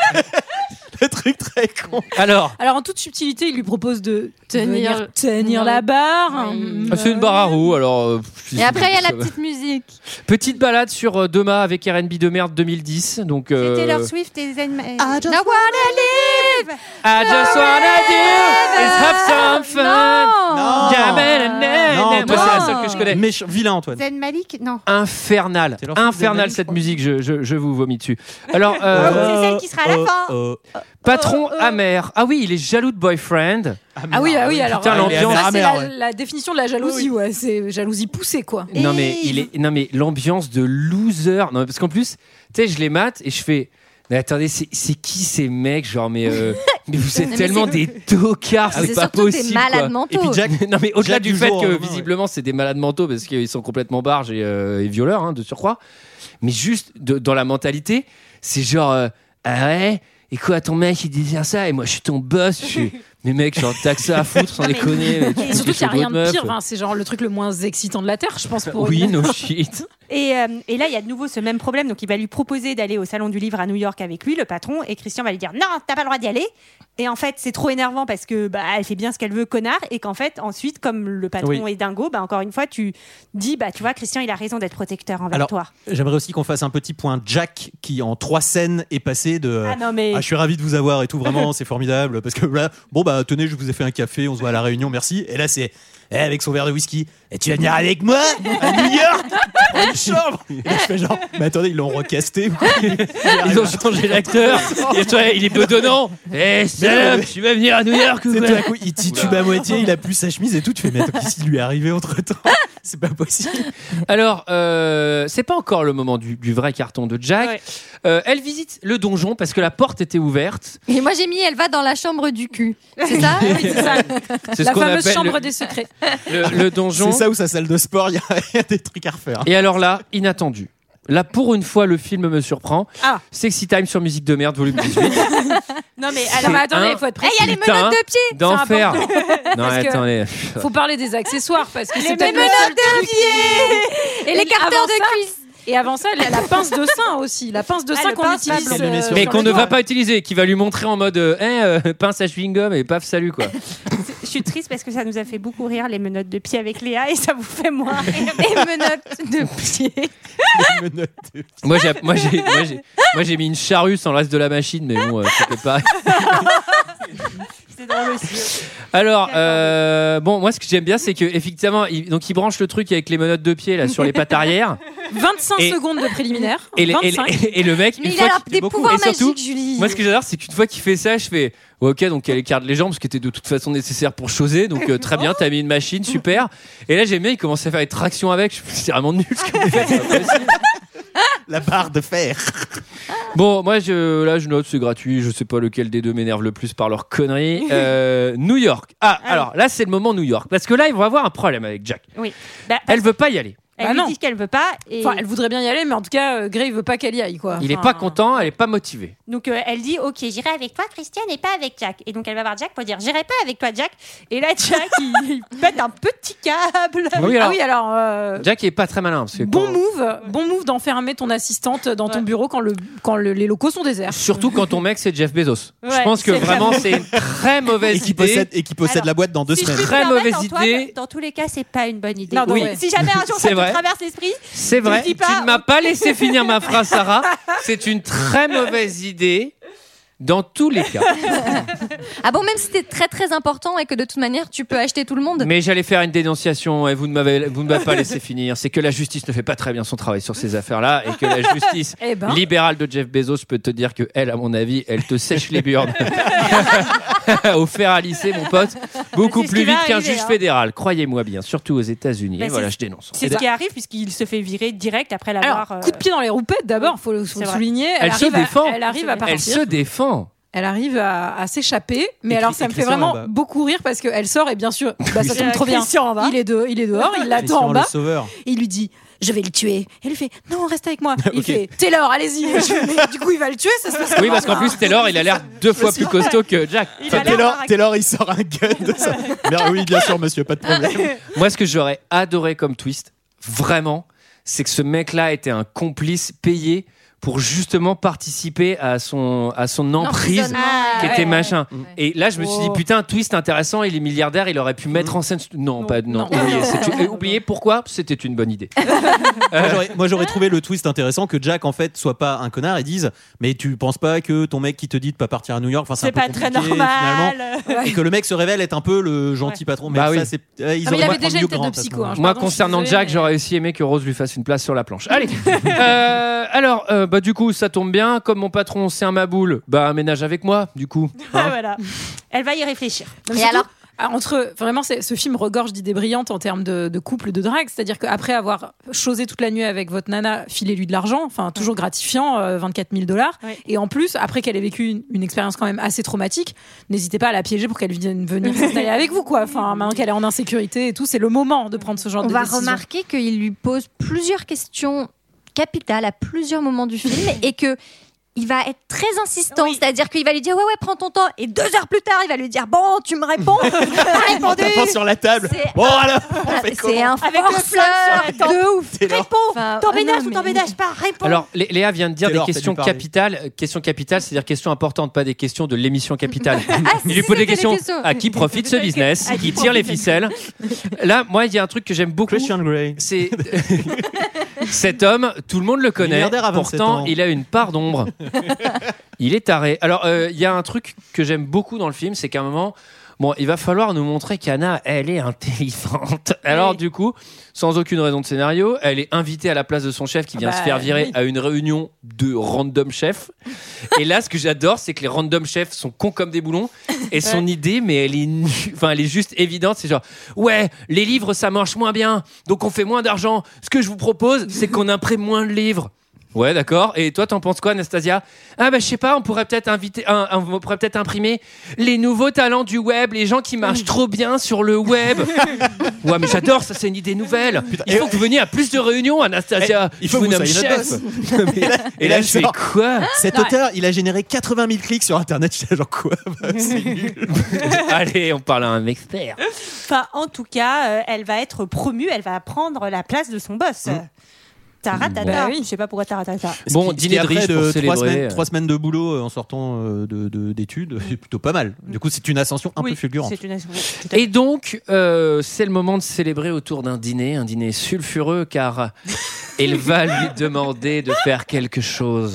B: le truc très con.
A: Alors,
C: Alors en toute subtilité, il lui propose de tenir,
J: Tenir-
C: tenir la barre.
J: Oui.
G: Euh,
C: Hum,
A: Ah, c'est une barre à roue. Alors, euh, je-
J: Et après, il y a la
A: ça va.
J: petite musique.
A: petite balade sur euh, Dema avec RB de merde 2010. Donc, euh,
G: C'était leur Swift et Zen.
B: Ah,
J: No wanna live
A: I just wanna do is have some fun.
J: Non.
B: Non.
A: Oh. Yeah, man, and then-
B: Non,
A: moi, c'est la seule que je connais.
B: Méchant, vilain Antoine.
K: Zen Malik Non.
A: Infernal,
B: leur film de
A: infernal
B: Malik,
A: cette musique, je, je, je vous vomis dessus. Alors, euh,
K: c'est celle qui sera à la
A: euh,
K: fin.
B: euh,
A: patron amer. Ah oui, il est jaloux de boyfriend.
C: Ah oui, ah oui, alors
A: Putain,
C: euh,
A: l'ambiance.
C: ça, c'est
A: Ah,
C: la,
A: merde,
C: la définition de la jalousie, ouais, c'est jalousie poussée quoi.
A: Non mais il est, non mais l'ambiance de loser. Non mais parce qu'en plus, tu sais, je les mate et je fais. Mais attendez, c'est c'est qui ces mecs genre mais, euh, mais vous
J: Mais
A: êtes tellement
J: c'est-
A: des tocards,
J: C'est
A: c'est Ah pas
J: surtout des
A: possible.
J: malades
A: quoi.
J: mentaux. Et puis
B: Jack-
A: hein, non mais au-delà
B: Jack
A: du
B: du
A: fait
B: jour au
A: que
B: lendemain,
A: visiblement c'est des malades mentaux parce qu'ils sont complètement barges et, euh, et violeurs hein, de surcroît. Mais juste de- dans la mentalité, c'est genre euh, ah ouais. Et quoi, ton mec il dit ça et moi je suis ton boss. Je suis... Mais mec, genre t'as que ça à foutre sans déconner. mais tu
C: Et
A: fais
C: surtout
A: quelque
C: qu'il n'y a
A: chose
C: rien de
A: d'autre,
C: pire,
A: meuf.
C: hein, c'est genre le truc le moins excitant de la Terre, je pense. Pour
A: Oui,
C: une-
A: no shit.
G: Et, euh, et là, il y a de nouveau ce même problème. Donc, il va lui proposer d'aller au salon du livre à New York avec lui, le patron, et Christian va lui dire non, t'as pas le droit d'y aller. Et en fait, c'est trop énervant parce que bah, elle fait bien ce qu'elle veut, connard, et qu'en fait, ensuite, comme le patron
B: Oui.
G: est dingo, bah, encore une fois, tu dis bah tu vois, Christian, il a raison d'être protecteur envers
B: Alors,
G: toi.
B: j'aimerais aussi qu'on fasse un petit point Jack qui, en trois scènes, est passé de euh,
G: Ah non, mais-
B: je suis ravi de vous avoir et tout, vraiment, c'est formidable. Parce que là, bon, bah tenez, je vous ai fait un café, on se voit à la réunion, merci. Et là, c'est eh, avec son verre de whisky, et tu vas venir avec moi à New York pour une chambre Et là, je fais genre, mais attendez, ils l'ont recasté. ou quoi
A: Ils ont changé l'acteur. Et toi, il est bedonnant. Eh,
B: Mais non,
A: Sam,
B: mais-
A: tu vas venir à New York ou
B: C'est
A: quoi
B: tout à coup, il titube à moitié, il a plus sa chemise et tout. Tu fais, mais attends, qu'est-ce qui lui est arrivé entre temps C'est pas possible.
A: Alors, euh, c'est pas encore le moment du, du vrai carton de Jack. Euh, elle visite le donjon parce que la porte était ouverte.
J: Et moi j'ai mis elle va dans la chambre du cul. C'est ça
C: Ah
A: C'est ce
C: la
A: qu'on
C: fameuse
A: appelle
C: chambre
A: le-
C: des secrets.
A: le, le donjon.
B: C'est ça ou sa salle de sport, il y, a- il y a des trucs à refaire.
A: Et alors là, inattendu. Là, pour une fois, le film me surprend.
G: Ah.
A: Sexy Time sur musique de merde, volume 18.
G: Non mais
A: C'est
C: Alors, mais attendez,
A: un
C: il faut être
J: Eh,
C: précis.
J: il y a les
A: Putain,
J: menottes de pied
A: D'enfer. Non,
C: Parce que-
A: attendez.
C: faut parler des accessoires parce que c'est
J: Les
C: peut-être
J: menottes
C: le seul
J: de
C: truc-
J: pied Et les
C: avant ça-
J: carteurs de cuisse
C: Et avant ça, il y a la pince de sein aussi, la pince de
G: Ah,
C: sein
G: le
C: qu'on
G: pince
C: utilise. euh,
G: bâton.
B: Elle le met sur-
A: Mais
B: sur
A: qu'on
B: le
A: ne
B: doigt.
A: va pas utiliser, qui va lui montrer en mode euh, Eh, euh, pince à chewing-gum et paf, salut quoi.
G: Je suis triste parce que ça nous a fait beaucoup rire les menottes de pied avec Léa et ça vous fait moins rire.
J: et menottes de pied.
B: Les menottes de-
A: Moi j'ai, moi j'ai, moi j'ai, moi, j'ai mis une charrue sans le reste de la machine, mais bon, euh, c'était pas.
G: C'est drôle aussi.
A: Alors, euh, bon, moi ce que j'aime bien, c'est que effectivement, il, donc il branche le truc avec les menottes de pied là sur les pattes arrière,
C: 25
A: Et-
C: secondes de préliminaire.
A: et, les- et,
C: 25.
A: les- et le mec,
J: Mais
A: une
J: il
A: fois
J: a
A: qu'il-
J: des pouvoirs
A: et surtout,
J: magiques, Julie.
A: moi ce que j'adore, c'est qu'une fois qu'il fait ça, je fais Ouais, ok, donc elle écarte les jambes, ce qui était de toute façon nécessaire pour choser, donc euh, très bien,
J: Oh.
A: t'as mis une machine, super. Et là j'aime bien, il commence à faire une traction avec, je fais, c'est vraiment nul ce que vous faites, c'est pas possible.
B: La barre de fer.
A: Bon, moi, je, là, je note, c'est gratuit. Je sais pas lequel des deux m'énerve le plus par leur connerie. Euh, New York. Ah, alors là, c'est le moment New York. Parce que là, ils vont avoir un problème avec Jack.
G: Oui. Bah,
A: Elle veut pas y aller.
G: elle
C: Bah
G: lui
C: non.
G: dit qu'elle veut pas et
C: Enfin, elle voudrait bien y aller, mais en tout cas, euh, Gray veut pas qu'elle y aille, quoi.
A: Il est
C: Enfin,
J: Ah.
A: pas content, elle est pas motivée.
G: Donc euh, elle dit ok j'irai avec toi Christiane et pas avec Jack et donc elle va voir Jack pour dire j'irai pas avec toi Jack et là Jack il, il pète un petit câble
A: Oui, alors.
C: Ah oui, alors. euh,
A: Jack il est pas très malin. Parce que
C: Bon
A: quand-
C: move, bon move d'enfermer ton assistante dans ton
G: Ouais.
C: bureau quand, le, quand le- les locaux sont déserts.
A: Surtout quand ton mec, c'est Jeff Bezos. je
G: Ouais,
A: pense que
G: c'est
A: vraiment, c'est une très
B: Et
A: mauvaise
B: qui
A: idée.
B: possède, et qui possède
G: Alors,
B: la boîte dans deux
G: si je
B: semaines.
G: puis me
A: Très
G: permettre,
A: mauvaise
G: Antoine,
A: idée.
G: dans tous les cas c'est pas une bonne idée
C: Non, non,
A: Oui.
C: ouais.
G: si jamais un jour
A: C'est
G: ça te
A: vrai.
G: traverse l'esprit
A: C'est
G: me
A: vrai.
G: dis
A: Tu
G: pas-
A: ne m'as pas laissé finir ma phrase, Sarah. C'est une très mauvaise idée. Dans tous les cas.
J: Ah bon, même si c'était très très important et que de toute manière tu peux acheter tout le monde.
A: Mais j'allais faire une dénonciation et vous ne m'avez vous ne m'avez pas laissé finir. C'est que la justice ne fait pas très bien son travail sur ces affaires-là et que la justice
C: Eh ben.
A: libérale de Jeff Bezos, je peux te dire que elle, à mon avis, elle te sèche les burnes au fer à lisser, mon pote, beaucoup
G: C'est ce
A: plus
G: qui va
A: vite qu'un
G: arriver,
A: juge
G: hein.
A: fédéral. Croyez-moi bien, surtout aux États-Unis.
G: Bah,
A: Et voilà,
G: c'est-
A: je dénonce.
G: c'est ce qui arrive puisqu'il se fait virer direct après
C: Alors,
G: l'avoir euh,
C: coup de pied dans les roupettes d'abord, faut le faut
G: C'est
C: le
G: vrai.
C: souligner.
A: Elle se
C: arrive à-
A: défend.
C: Elle arrive à
G: Elle
A: Elle
C: partir.
A: se défend.
C: Elle arrive à, à s'échapper, mais
B: Et
C: alors
B: Chris-
C: ça
B: et
C: me fait
B: Christian
C: vraiment
B: là-bas.
C: beaucoup rire parce qu'elle sort et bien sûr, bah, ça tombe
G: euh,
C: trop bien.
G: Christian en bas.
C: Il est, de- il est dehors, il l'attend en
B: le
C: bas,
B: sauveur.
C: et il lui dit Je vais le tuer. Elle lui fait Non, reste avec moi. Il
B: Ok.
C: fait Taylor, allez-y. Je fais, Mais du coup, il va le tuer, ça se passe
A: Oui,
C: comment,
A: parce qu'en
C: ça
A: plus, Taylor, il a l'air deux fois plus costaud que Jack.
G: il
B: Enfin,
G: a l'air
B: Taylor,
G: baraqué.
B: Taylor, il sort un gun de ça. oui, bien sûr, monsieur, pas de problème.
A: Moi, ce que j'aurais adoré comme twist, vraiment, c'est que ce mec-là était un complice payé pour justement participer à son, à son emprise
J: L'emprisonnement. Ah,
A: qui
J: ouais,
A: était
J: ouais,
A: machin.
J: ouais.
A: Et là, je me suis dit,
J: Wow.
A: putain, twist intéressant, il est milliardaire, il aurait pu mettre en scène. ce- Non, pas non.
B: Non.
A: Oubliez, c'est une- oubliez pourquoi c'était une bonne idée.
B: Moi, j'aurais- Moi j'aurais trouvé le twist intéressant que Jack en fait soit pas un connard et dise mais tu penses pas que ton mec qui te dit de pas partir à New York enfin c'est un
G: C'est
B: peu
G: pas très
B: compliqué,
G: normal.
B: finalement. et que le mec se révèle être un peu le gentil patron mais
A: Bah oui.
B: ça c'est euh, ils
A: Ah, mais il
B: auraient
A: avait
B: dû
A: déjà
B: prendre
A: une tête
B: Hugh
A: de
B: Grant à ce
A: psycho, hein.
B: moment-là.
A: Moi, concernant Jack, j'aurais aussi aimé que Rose lui fasse une place sur la planche. Allez. Euh, alors, euh, bah du coup, ça tombe bien. Comme mon patron, c'est un maboule. Bah, ménage avec moi, du coup.
G: Ah,
A: Hein
G: voilà. Elle va y réfléchir.
C: Non, mais surtout, ah, entre vraiment, c'est- ce film regorge d'idées brillantes en termes de, de couple, de drague. C'est-à-dire qu'après avoir chausé toute la nuit avec votre nana, filez-lui de l'argent, enfin toujours gratifiant, euh, 24 000 dollars.
G: Ouais.
C: Et en plus, après qu'elle ait vécu une, une expérience quand même assez traumatique, n'hésitez pas à la piéger pour qu'elle vienne venir s'installer avec vous, quoi. Enfin, maintenant qu'elle est en insécurité et tout, c'est le moment de prendre ce genre
J: On
C: de
J: va
C: décision.
J: remarquer qu'il lui pose plusieurs questions capitales à plusieurs moments du film et que il va être très insistant, c'est-à-dire qu'il va lui dire ouais ouais prends ton temps et deux heures plus tard il va lui dire bon tu me réponds, pas répondu.
B: Tapant sur la table
J: C'est-
B: bon alors
J: Voilà, c'est un
G: Avec le flingue
J: forceur
G: sur la tempe.
J: de ouf.
B: c'est là.
J: Enfin,
G: T'en
J: ah
G: bénages
J: non,
G: ou
J: mais-
G: t'en bénages pas Réponds.
A: Alors, Lé- Léa vient de dire
B: Taylor,
A: des
B: t'as dû
A: questions
B: parler.
A: capitales, euh, questions capitales, c'est-à-dire questions importantes, pas des questions de l'émission capitale.
J: Ah, si,
A: Il lui
J: si,
A: pose des
J: c'était
A: questions à qui profite ce business, qui tire les ficelles. Là, moi, il y a un truc que j'aime beaucoup.
B: Christian Grey
A: C'est cet homme, tout le monde le connaît.
B: Milliardaire à 27
A: Pourtant,
B: ans.
A: il a une part d'ombre. il est taré. Alors, euh, il y a un truc que j'aime beaucoup dans le film, c'est qu'à un moment, bon, il va falloir nous montrer qu'Anna, elle est intelligente. Alors,
G: Oui.
A: du coup, sans aucune raison de scénario, elle est invitée à la place de son chef qui vient
C: Bah,
A: se faire virer
C: oui.
A: à une réunion de random chefs. Et là, ce que j'adore, c'est que les random chefs sont cons comme des boulons. Et son idée, mais elle est, nulle. enfin, elle est juste évidente. C'est genre, ouais, les livres, ça marche moins bien, donc on fait moins d'argent. Ce que je vous propose, c'est qu'on imprime moins de livres. Ouais, d'accord. Et toi, t'en penses quoi, Anastasia Ah bah je sais pas. On pourrait peut-être inviter, un- un- on pourrait peut-être imprimer les nouveaux talents du web, les gens qui marchent trop bien sur le web. ouais, mais j'adore. Ça, c'est une idée nouvelle. Il faut que vous veniez à plus de réunions, Anastasia.
B: Eh, il faut
A: je
B: que
A: vous
B: vous
A: nomme
B: soyez
A: chef.
B: notre boss. et là,
A: Et là, je fais quoi
B: cet auteur il a généré 80 000 clics sur internet j'étais genre quoi bah, c'est nul
A: Allez, on parle à un expert.
G: Enfin, en tout cas, euh, elle va être promue, elle va prendre la place de son boss.
B: Mmh.
G: Taratata.
C: Bah oui.
G: Je sais pas pourquoi taratata.
A: Bon,
B: Ce qui- ce
A: dîner
B: qui,
A: de
B: après
A: riches pour
B: trois
A: célébrer.
B: semaines, trois semaines de boulot euh, en sortant euh, de- de- d'études, c'est plutôt pas mal. Du coup, c'est une ascension un peu
G: Oui,
B: fulgurante.
G: c'est une- tout à
A: Et donc, euh, c'est le moment de célébrer autour d'un dîner, un dîner sulfureux, car elle va lui demander de faire quelque chose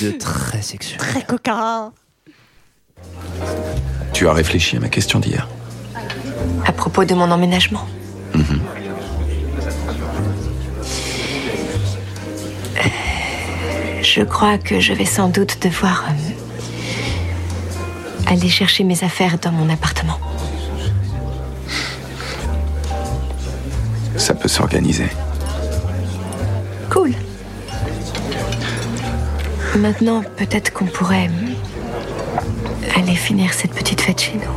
A: de très sexuel.
G: fait Très coquin.
H: Tu as réfléchi à ma question d'hier.
I: À propos de mon emménagement.
B: Mmh.
I: Euh, Je crois que je vais sans doute devoir euh, aller chercher mes affaires dans mon appartement.
H: Ça peut s'organiser.
I: Cool. Maintenant, peut-être qu'on pourrait euh, aller finir cette petite fête chez nous.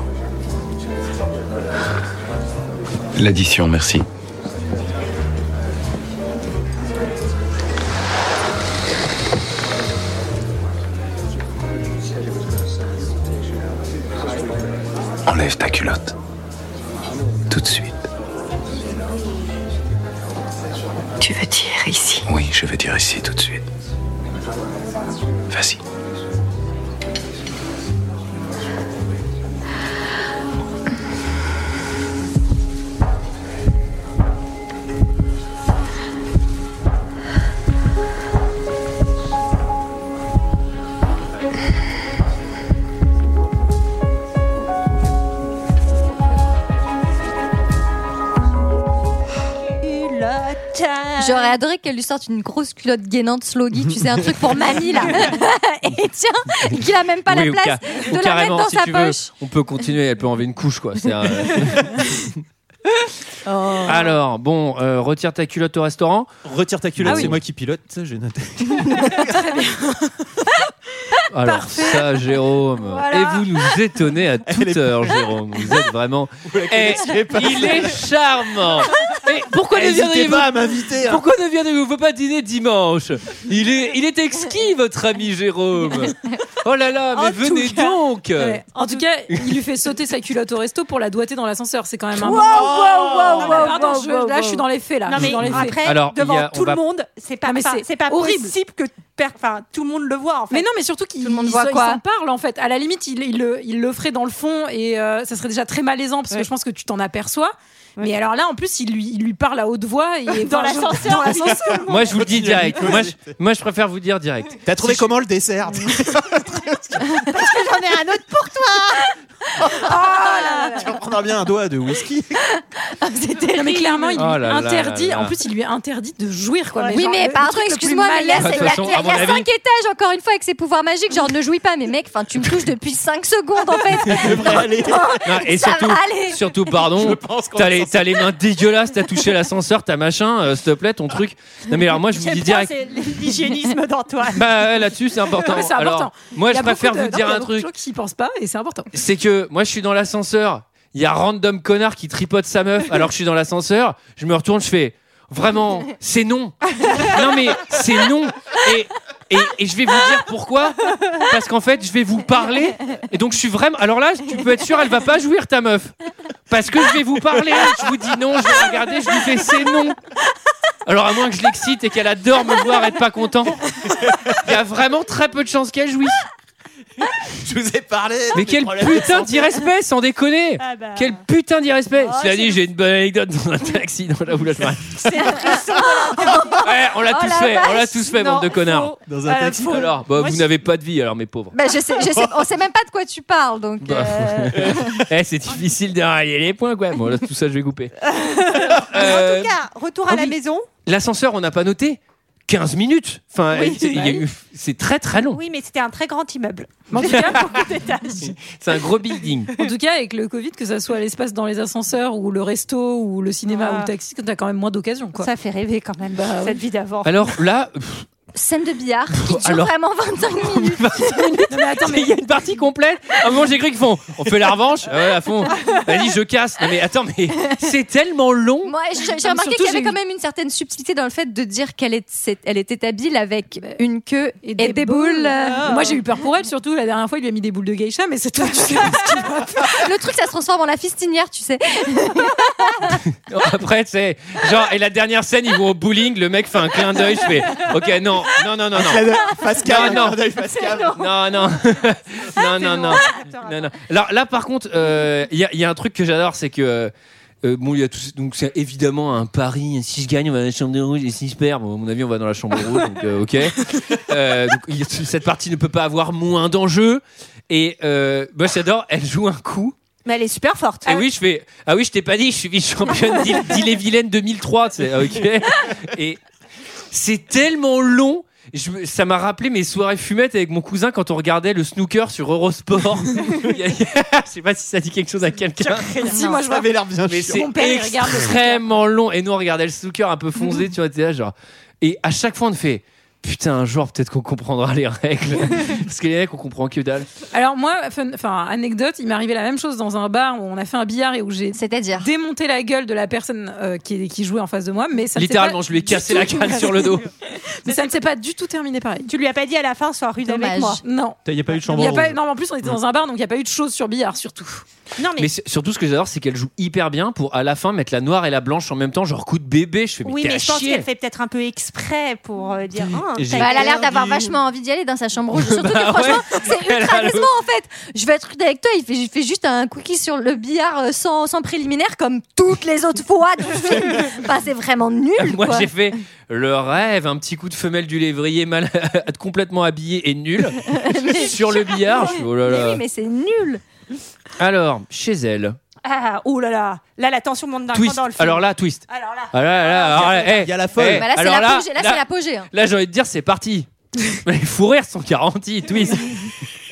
H: L'addition, merci. Enlève ta culotte. Tout de suite.
I: Tu veux dire ici
H: Oui, je vais dire ici tout de suite. Vas-y.
J: J'aurais adoré qu'elle lui sorte une grosse culotte gainante sloggy, tu sais, un truc pour mamie là. et tiens, et qu'il a même pas
A: Oui,
J: la
A: ou
J: place
A: ca- ou
J: de la mettre
A: carrément,
J: dans
A: si
J: sa
A: tu veux,
J: poche.
A: on peut continuer, elle peut enlever une couche, quoi. C'est un- Oh. Alors, bon, euh, retire ta culotte au restaurant.
B: Retire ta culotte,
A: Ah oui.
B: c'est moi qui pilote. Ça, j'ai noté.
A: Alors, ça, Jérôme.
J: Voilà.
A: Et vous nous étonnez à toute heure, Jérôme. Vous êtes vraiment. Eh, il est charmant. Et pourquoi ne
B: N'hésitez
A: viendriez-vous
B: pas à m'inviter. hein.
A: Pourquoi ne viendrez-vous pas dîner dimanche il est, il est exquis, votre ami Jérôme. Oh là là, mais
G: En tout
A: venez
G: cas,
A: donc
C: Ouais. En tout cas, il lui fait sauter sa culotte au resto pour la doiter dans l'ascenseur. C'est quand même un
J: Wow, wow, wow, wow,
C: Pardon,
J: wow,
C: je-
J: wow,
C: là, là, je suis dans les faits. Là.
G: Non,
C: Je suis
G: mais
C: dans les faits.
G: après,
A: Alors, il
G: devant
A: y a- on
G: tout le
A: va-
G: monde, c'est pas,
C: Non, mais
G: enfin,
C: c'est
G: c'est pas
C: horrible.
G: possible que per- enfin, tout le monde le voit en fait.
C: Mais non, mais surtout qu'il
J: Tout le monde
C: il
J: voit
C: se- il
J: quoi
C: s'en parle en fait. À la limite, il, il le, il le ferait dans le fond et euh, ça serait déjà très malaisant parce
G: Ouais.
C: que je pense que tu t'en aperçois.
G: Ouais.
C: Mais alors là, en plus, il lui, il lui parle à haute voix et
G: Dans
C: enfin, je-
G: l'ascenseur.
C: dans l'ascenseur.
A: Moi, je vous le dis
B: Continue.
A: direct. Moi, je, moi, je préfère vous dire direct.
B: T'as trouvé comment le dessert
G: J'en ai un autre pour Oh,
B: Tu en prendras bien un doigt de whisky.
J: Ah,
C: Non, mais clairement, il lui
A: Oh là là
C: interdit.
A: là là.
C: En plus, il lui interdit de jouir quoi. Mais
J: oui,
C: genre,
J: mais
C: le- le
J: pardon,
C: truc le plus
J: excuse-moi, mais là,
C: malaisant.
A: De
J: c'est-
A: toute
J: il y a,
A: façon,
J: il y a-
A: à
J: il y a
A: mon avis-
J: cinq étages, encore une fois, avec ses pouvoirs magiques. Genre, ne jouis pas, mais mec, enfin, tu me touches depuis 5 secondes, en fait.
A: Non, et
J: Ça
A: surtout,
J: va aller.
A: surtout, pardon.
B: pense qu'on
A: T'as les, t'as les mains dégueulasses, t'as touché l'ascenseur, t'as machin, euh, s'il te plaît, ton truc. Non mais alors moi je vous
G: J'aime
A: dis
G: bien,
A: direct.
G: c'est l'hygiénisme d'Antoine.
A: Bah ouais, là-dessus c'est important.
C: Non, mais c'est
A: Alors
C: important.
A: moi
C: Il y
A: je
C: a
A: préfère
C: beaucoup de-
A: vous dire
C: non,
A: un
C: Il y a
A: truc.
C: beaucoup de gens qui y pensent pas et c'est important.
A: c'est que moi je suis dans l'ascenseur, il y a random connard qui tripote sa meuf alors que je suis dans l'ascenseur, je me retourne, je fais vraiment, c'est non. Non mais c'est non. Et, et, et je vais vous dire pourquoi. Parce qu'en fait, je vais vous parler. Et donc je suis vraiment. Alors là, tu peux être sûr, elle va pas jouir ta meuf. Parce que je vais vous parler. Je vous dis non, je vais regarder, je lui fais c'est non. Alors à moins que je l'excite et qu'elle adore me voir être pas content, il y a vraiment très peu de chances qu'elle jouisse.
B: Je vous ai parlé.
A: Mais
B: des
A: quel
B: problèmes
A: putain
B: de santé.
A: d'irrespect, sans déconner
G: Ah bah,
A: Quel putain d'irrespect
G: Oh,
A: Cela
G: c'est
A: dit,
G: le-
A: j'ai une bonne anecdote dans un taxi dans la boulette.
G: C'est impressionnant.
A: Ouais, on l'a
J: Oh
A: tous
J: la
A: fait, on l'a
J: vache.
A: tous fait, bande de connards.
B: Dans un taxi.
G: faut-
A: Alors, bah,
G: Moi,
A: vous
G: je-
A: n'avez pas de vie, alors mes pauvres.
J: Bah, je sais, je sais, on sait même pas de quoi tu parles, donc.
A: Bah,
J: euh,
A: Eh, c'est difficile de rallier les points, quoi. Bon, là, tout ça, je vais couper.
G: En
A: Euh,
G: tout cas, retour à
A: ah
G: la
A: oui.
G: maison.
A: L'ascenseur, on n'a pas noté 15 minutes. Enfin,
G: Oui.
A: c'est- il y a eu- c'est très très long.
G: Oui, mais c'était un très grand immeuble.
C: Mais en tout cas,
A: C'est un gros building.
C: En tout cas, avec le Covid, que ça soit l'espace dans les ascenseurs ou le resto ou le cinéma
G: Ah.
C: ou le taxi, t'as quand même moins d'occasions. quoi.
J: Ça fait rêver quand même.
G: Bah, cette vie d'avant.
A: Alors là,
J: Scène de billard qui dure
A: Alors-
J: vraiment 25 minutes.
C: Non, mais attends, mais
A: il y a une partie complète. À un moment, j'ai cru qu'ils font. On fait la revanche Ouais, à fond. Vas-y, je casse. Non, mais attends, mais c'est tellement long.
J: Moi, j'ai- j'ai
C: mais
J: remarqué
C: surtout,
J: qu'il y avait
C: j'ai
J: quand
C: eu-
J: même une certaine subtilité dans le fait de dire qu'elle est- c'est- elle était habile avec une queue et des, boules.
C: Euh, Moi, j'ai eu peur pour elle, surtout la dernière fois, il lui a mis des boules de geisha, mais c'est toi, tu sais.
J: Le truc, ça se transforme en la fistinière, tu sais.
A: Après, c'est genre, et la dernière scène, ils vont au bowling. Le mec fait un clin d'œil. Je fais, ok, non, non,
B: Ah,
A: non, non, non. Non,
B: Pascal,
A: non.
B: un clin d'œil, Pascal.
A: Non, non, non, non, non. Non, non. Alors là, par contre, euh, il y, a- il y a un truc que j'adore, c'est que. euh, bon, il y a tout, donc c'est évidemment un pari. Si je gagne, on va dans la chambre de rouge. Et si je perds, bon, à mon avis, on va dans la chambre rouge. Donc, euh, ok. Euh, donc, il y a- cette partie ne peut pas avoir moins d'enjeux. Et euh, moi, j'adore. Elle joue un coup.
G: Mais elle est super forte.
A: Et oui, je fais. Ah oui, je t'ai pas dit, je suis vice-championne d'Ille- d'Ille-et-Vilaine 2003. tu sais, ah, ok. Et c'est tellement long. Je me- ça m'a rappelé mes soirées fumettes avec mon cousin quand on regardait le snooker sur Eurosport. Il y a- je sais pas si ça dit quelque chose à quelqu'un.
C: si, moi, je
B: Ça
C: vois.
B: avait l'air bien
A: Mais
B: chiant.
A: c'est
C: Mon père, il regarde le snooker. Mhm.
A: extrêmement long. Et nous, on regardait le snooker un peu foncé, tu vois, t'es là, genre. Et à chaque fois, on fait. Putain, un jour, peut-être qu'on comprendra les règles. Parce que les mecs, on comprend que dalle.
C: Alors, moi, fun- enfin, anecdote, il m'est arrivé la même chose dans un bar où on a fait un billard et où j'ai
J: C'est-à-dire.
C: démonté la gueule de la personne euh, qui, qui jouait en face de moi, mais ça ne s'est
A: Littéralement,
C: pas
A: je lui ai
C: du
A: cassé
C: tout-
A: la canne sur le dos.
C: Mais ça ne s'est pas du tout terminé pareil.
G: Tu lui as pas dit à la fin, sois rude
J: Dommage.
G: avec moi.
C: Non.
B: Il n'y a pas eu de
C: Il
B: chambre
C: y a pas,
B: rouge.
C: non, mais en plus, on était dans un bar, donc il n'y a pas eu de choses sur billard, surtout.
G: Non, mais,
A: Mais c'est- surtout, ce que j'adore, c'est qu'elle joue hyper bien pour à la fin mettre la noire et la blanche en même temps, genre coup de bébé. Je fais, mais
G: oui,
A: t'es à
G: mais je pense
A: chier.
G: qu'elle fait peut-être un peu exprès pour euh, dire. Ah,
B: Et j'ai-
J: Bah, elle a l'air
B: perdu.
J: d'avoir vachement envie d'y aller dans sa chambre rouge. Surtout
A: Bah
J: que franchement,
A: ouais.
J: c'est
A: Elle a
J: ultra
A: le-
J: décevant en fait. Je vais être rude avec toi. Il fait, il fait juste un cookie sur le billard euh, sans, sans préliminaire comme toutes les autres fois du film. Bah, c'est vraiment nul.
A: Moi,
J: quoi.
A: j'ai fait le rêve, un petit coup de femelle du lévrier mal, complètement habillé et nul sur le billard. Je fais, oh là
J: Mais
A: là.
J: oui, mais c'est nul.
A: Alors, chez elle,
G: ah, oh là là. Là, la tension monte d'un cran
A: twist.
G: dans le film.
A: Alors là, twist.
G: Alors là.
A: Ah là, là, alors là,
B: Il y a
A: eh,
B: la folle.
A: eh,
J: Bah, là, c'est
A: alors là,
J: l'apogée. Là,
A: là-
J: c'est l'apogée. hein.
A: Là, j'ai envie de dire, c'est parti. Les fous rires sont garantis, twist.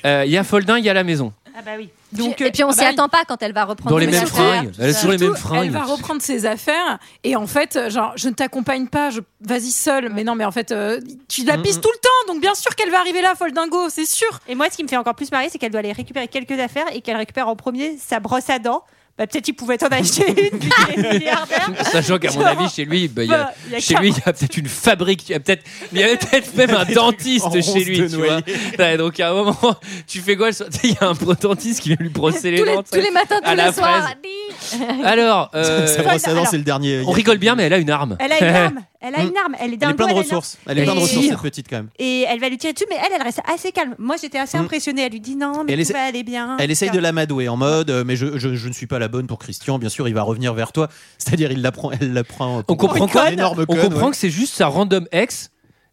A: Euh, Il y a Foldin, il y a la maison.
G: Ah bah oui.
J: Donc,
G: Donc,
J: et
A: euh,
C: euh,
J: puis on
G: ah
J: s'y
G: bah,
J: attend pas quand elle va reprendre
A: Dans les
J: ses
A: mêmes
J: affaires,
A: fringues.
J: tout
A: Elle est
J: ça.
A: sur les mêmes
C: Surtout, Elle
A: fringues.
C: va reprendre ses affaires et en fait, euh, genre, je ne t'accompagne pas, je... vas-y seule. Mais non, mais en fait, euh, tu la pisses tout le temps, donc bien sûr qu'elle va arriver là, folle dingo, c'est sûr.
G: Et moi, ce qui me fait encore plus marrer, c'est qu'elle doit aller récupérer quelques affaires et qu'elle récupère en premier sa brosse à dents. Bah, peut-être il pouvait t'en acheter une, vu qu'il est milliardaire.
A: Sachant qu'à mon avis, chez lui, bah, il y a,
G: Bah, il y a
A: chez lui, il y a peut-être une fabrique, il y a peut-être, il y avait peut-être même un
B: en
A: dentiste chez
B: ronces
A: lui,
B: de
A: tu vois. Ouais, donc à un moment, tu fais quoi le soir Il y a un dentiste qui vient lui brosser les
J: Tous les,
A: dents. tu
J: tous
A: sais.
J: les matins,
A: À
J: tous
A: la
J: les soirs.
A: fraise.
J: Ding,
A: Alors, euh,
B: Sa brosse à dents, c'est le dernier.
A: on rigole bien, mais elle a une arme.
G: Elle a une arme, elle a une arme, elle est
B: Elle est
G: dingue.
B: plein de ressources. Elle est plein de
G: Et-
B: ressources, cette petite quand même.
G: Et elle va lui tirer dessus, mais elle, elle reste assez calme. Moi, j'étais assez impressionnée. Elle lui dit non, mais
B: Mm. Elle
G: tout
B: essaie-
G: va aller bien.
B: Elle essaye de l'amadouer en mode, euh, mais je, je, je ne suis pas la bonne pour Christian, bien sûr, il va revenir vers toi. C'est-à-dire, il la prend, elle la prend.
A: On comprend quoi
B: énorme
A: On
B: conne,
A: comprend
B: ouais.
A: que c'est juste sa random ex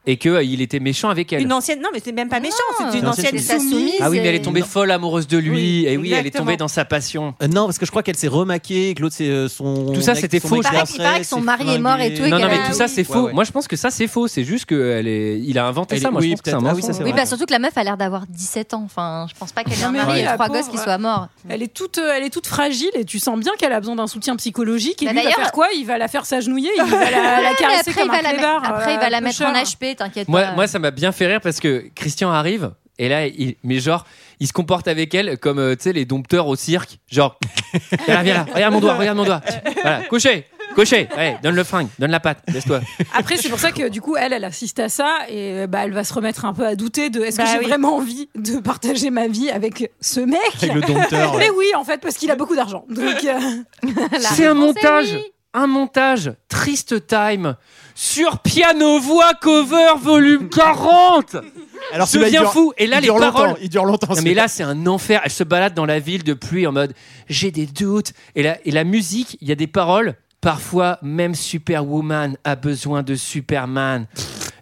A: et qu'il était méchant avec elle.
G: Une ancienne, non, mais c'est même pas méchant, c'est Ah. une
B: Non, c'est
G: ancienne
B: soumise.
G: soumise.
A: Ah oui, mais elle est tombée
B: Non.
A: folle amoureuse de lui.
G: euh, Oui,
A: et oui, elle est
G: exactement.
A: tombée dans sa passion.
B: Euh, Non, parce que je crois qu'elle s'est remaquée, et que l'autre, c'est euh, son.
A: Tout ça,
B: ex-
A: c'était
B: son
A: faux,
B: ex-
A: je
J: crois. Il paraît que son
B: s'est
J: mari est mort et
B: flingué.
J: tout, et
A: Non, non,
J: qu'elle
A: mais
J: a-
A: tout ça,
J: oui.
A: c'est faux.
B: Ouais, ouais.
A: Moi, je pense que ça, c'est faux. C'est juste qu'il est... il a inventé
B: Elle
A: ça.
B: est-
A: Moi,
B: oui,
A: je pense que c'est un
B: peut-être. Ah oui,
A: mensonge.
B: ça, c'est
J: Oui,
B: vrai.
J: bah surtout que la meuf a l'air d'avoir 17 ans. Enfin, je pense pas qu'elle ait un
C: mais
J: mari
C: oui,
J: et
C: la
J: trois
C: pauvre.
J: gosses qui soient morts.
C: Elle est toute, euh, elle est toute fragile et tu sens bien qu'elle a besoin d'un soutien psychologique. Et
J: Bah
C: lui, il va
J: d'ailleurs-
C: faire quoi Il va la faire s'agenouiller, il va la, la
J: Ouais,
C: caresser
J: après,
C: comme
J: il va
C: un
J: la,
C: clébard.
J: mettre- après, il
C: euh,
J: va la mettre en
C: pusher.
J: HP, t'inquiète
A: Moi,
J: pas.
A: moi, ça m'a bien fait rire parce que Christian arrive et là, il, mais genre, il se comporte avec elle comme euh, tu sais les dompteurs au cirque. Genre, viens là, viens là, regarde mon doigt, regarde mon
J: Euh,
A: doigt. Voilà, couché, couché. Allez, donne le fringue, donne la patte, laisse-toi.
C: Après, c'est pour ça que du coup, elle, elle assiste à ça et euh, bah, elle va se remettre un peu à douter de est-ce
G: Bah
C: que j'ai
G: oui.
C: vraiment envie de partager ma vie avec ce mec
B: Avec le dompteur. ouais.
C: Mais oui, en fait, parce qu'il a beaucoup d'argent. Donc, euh,
A: C'est un montage,
J: oui.
A: un montage triste time sur piano voix cover volume 40.
B: Alors,
A: Je deviens fou. Et là,
B: il
A: les
B: dure
A: paroles.
B: longtemps. Il dure longtemps.
A: Non, mais là, c'est un enfer. Elle se balade dans la ville de pluie en mode j'ai des doutes. Et la, et la musique, il y a des paroles. Parfois, même Superwoman a besoin de Superman.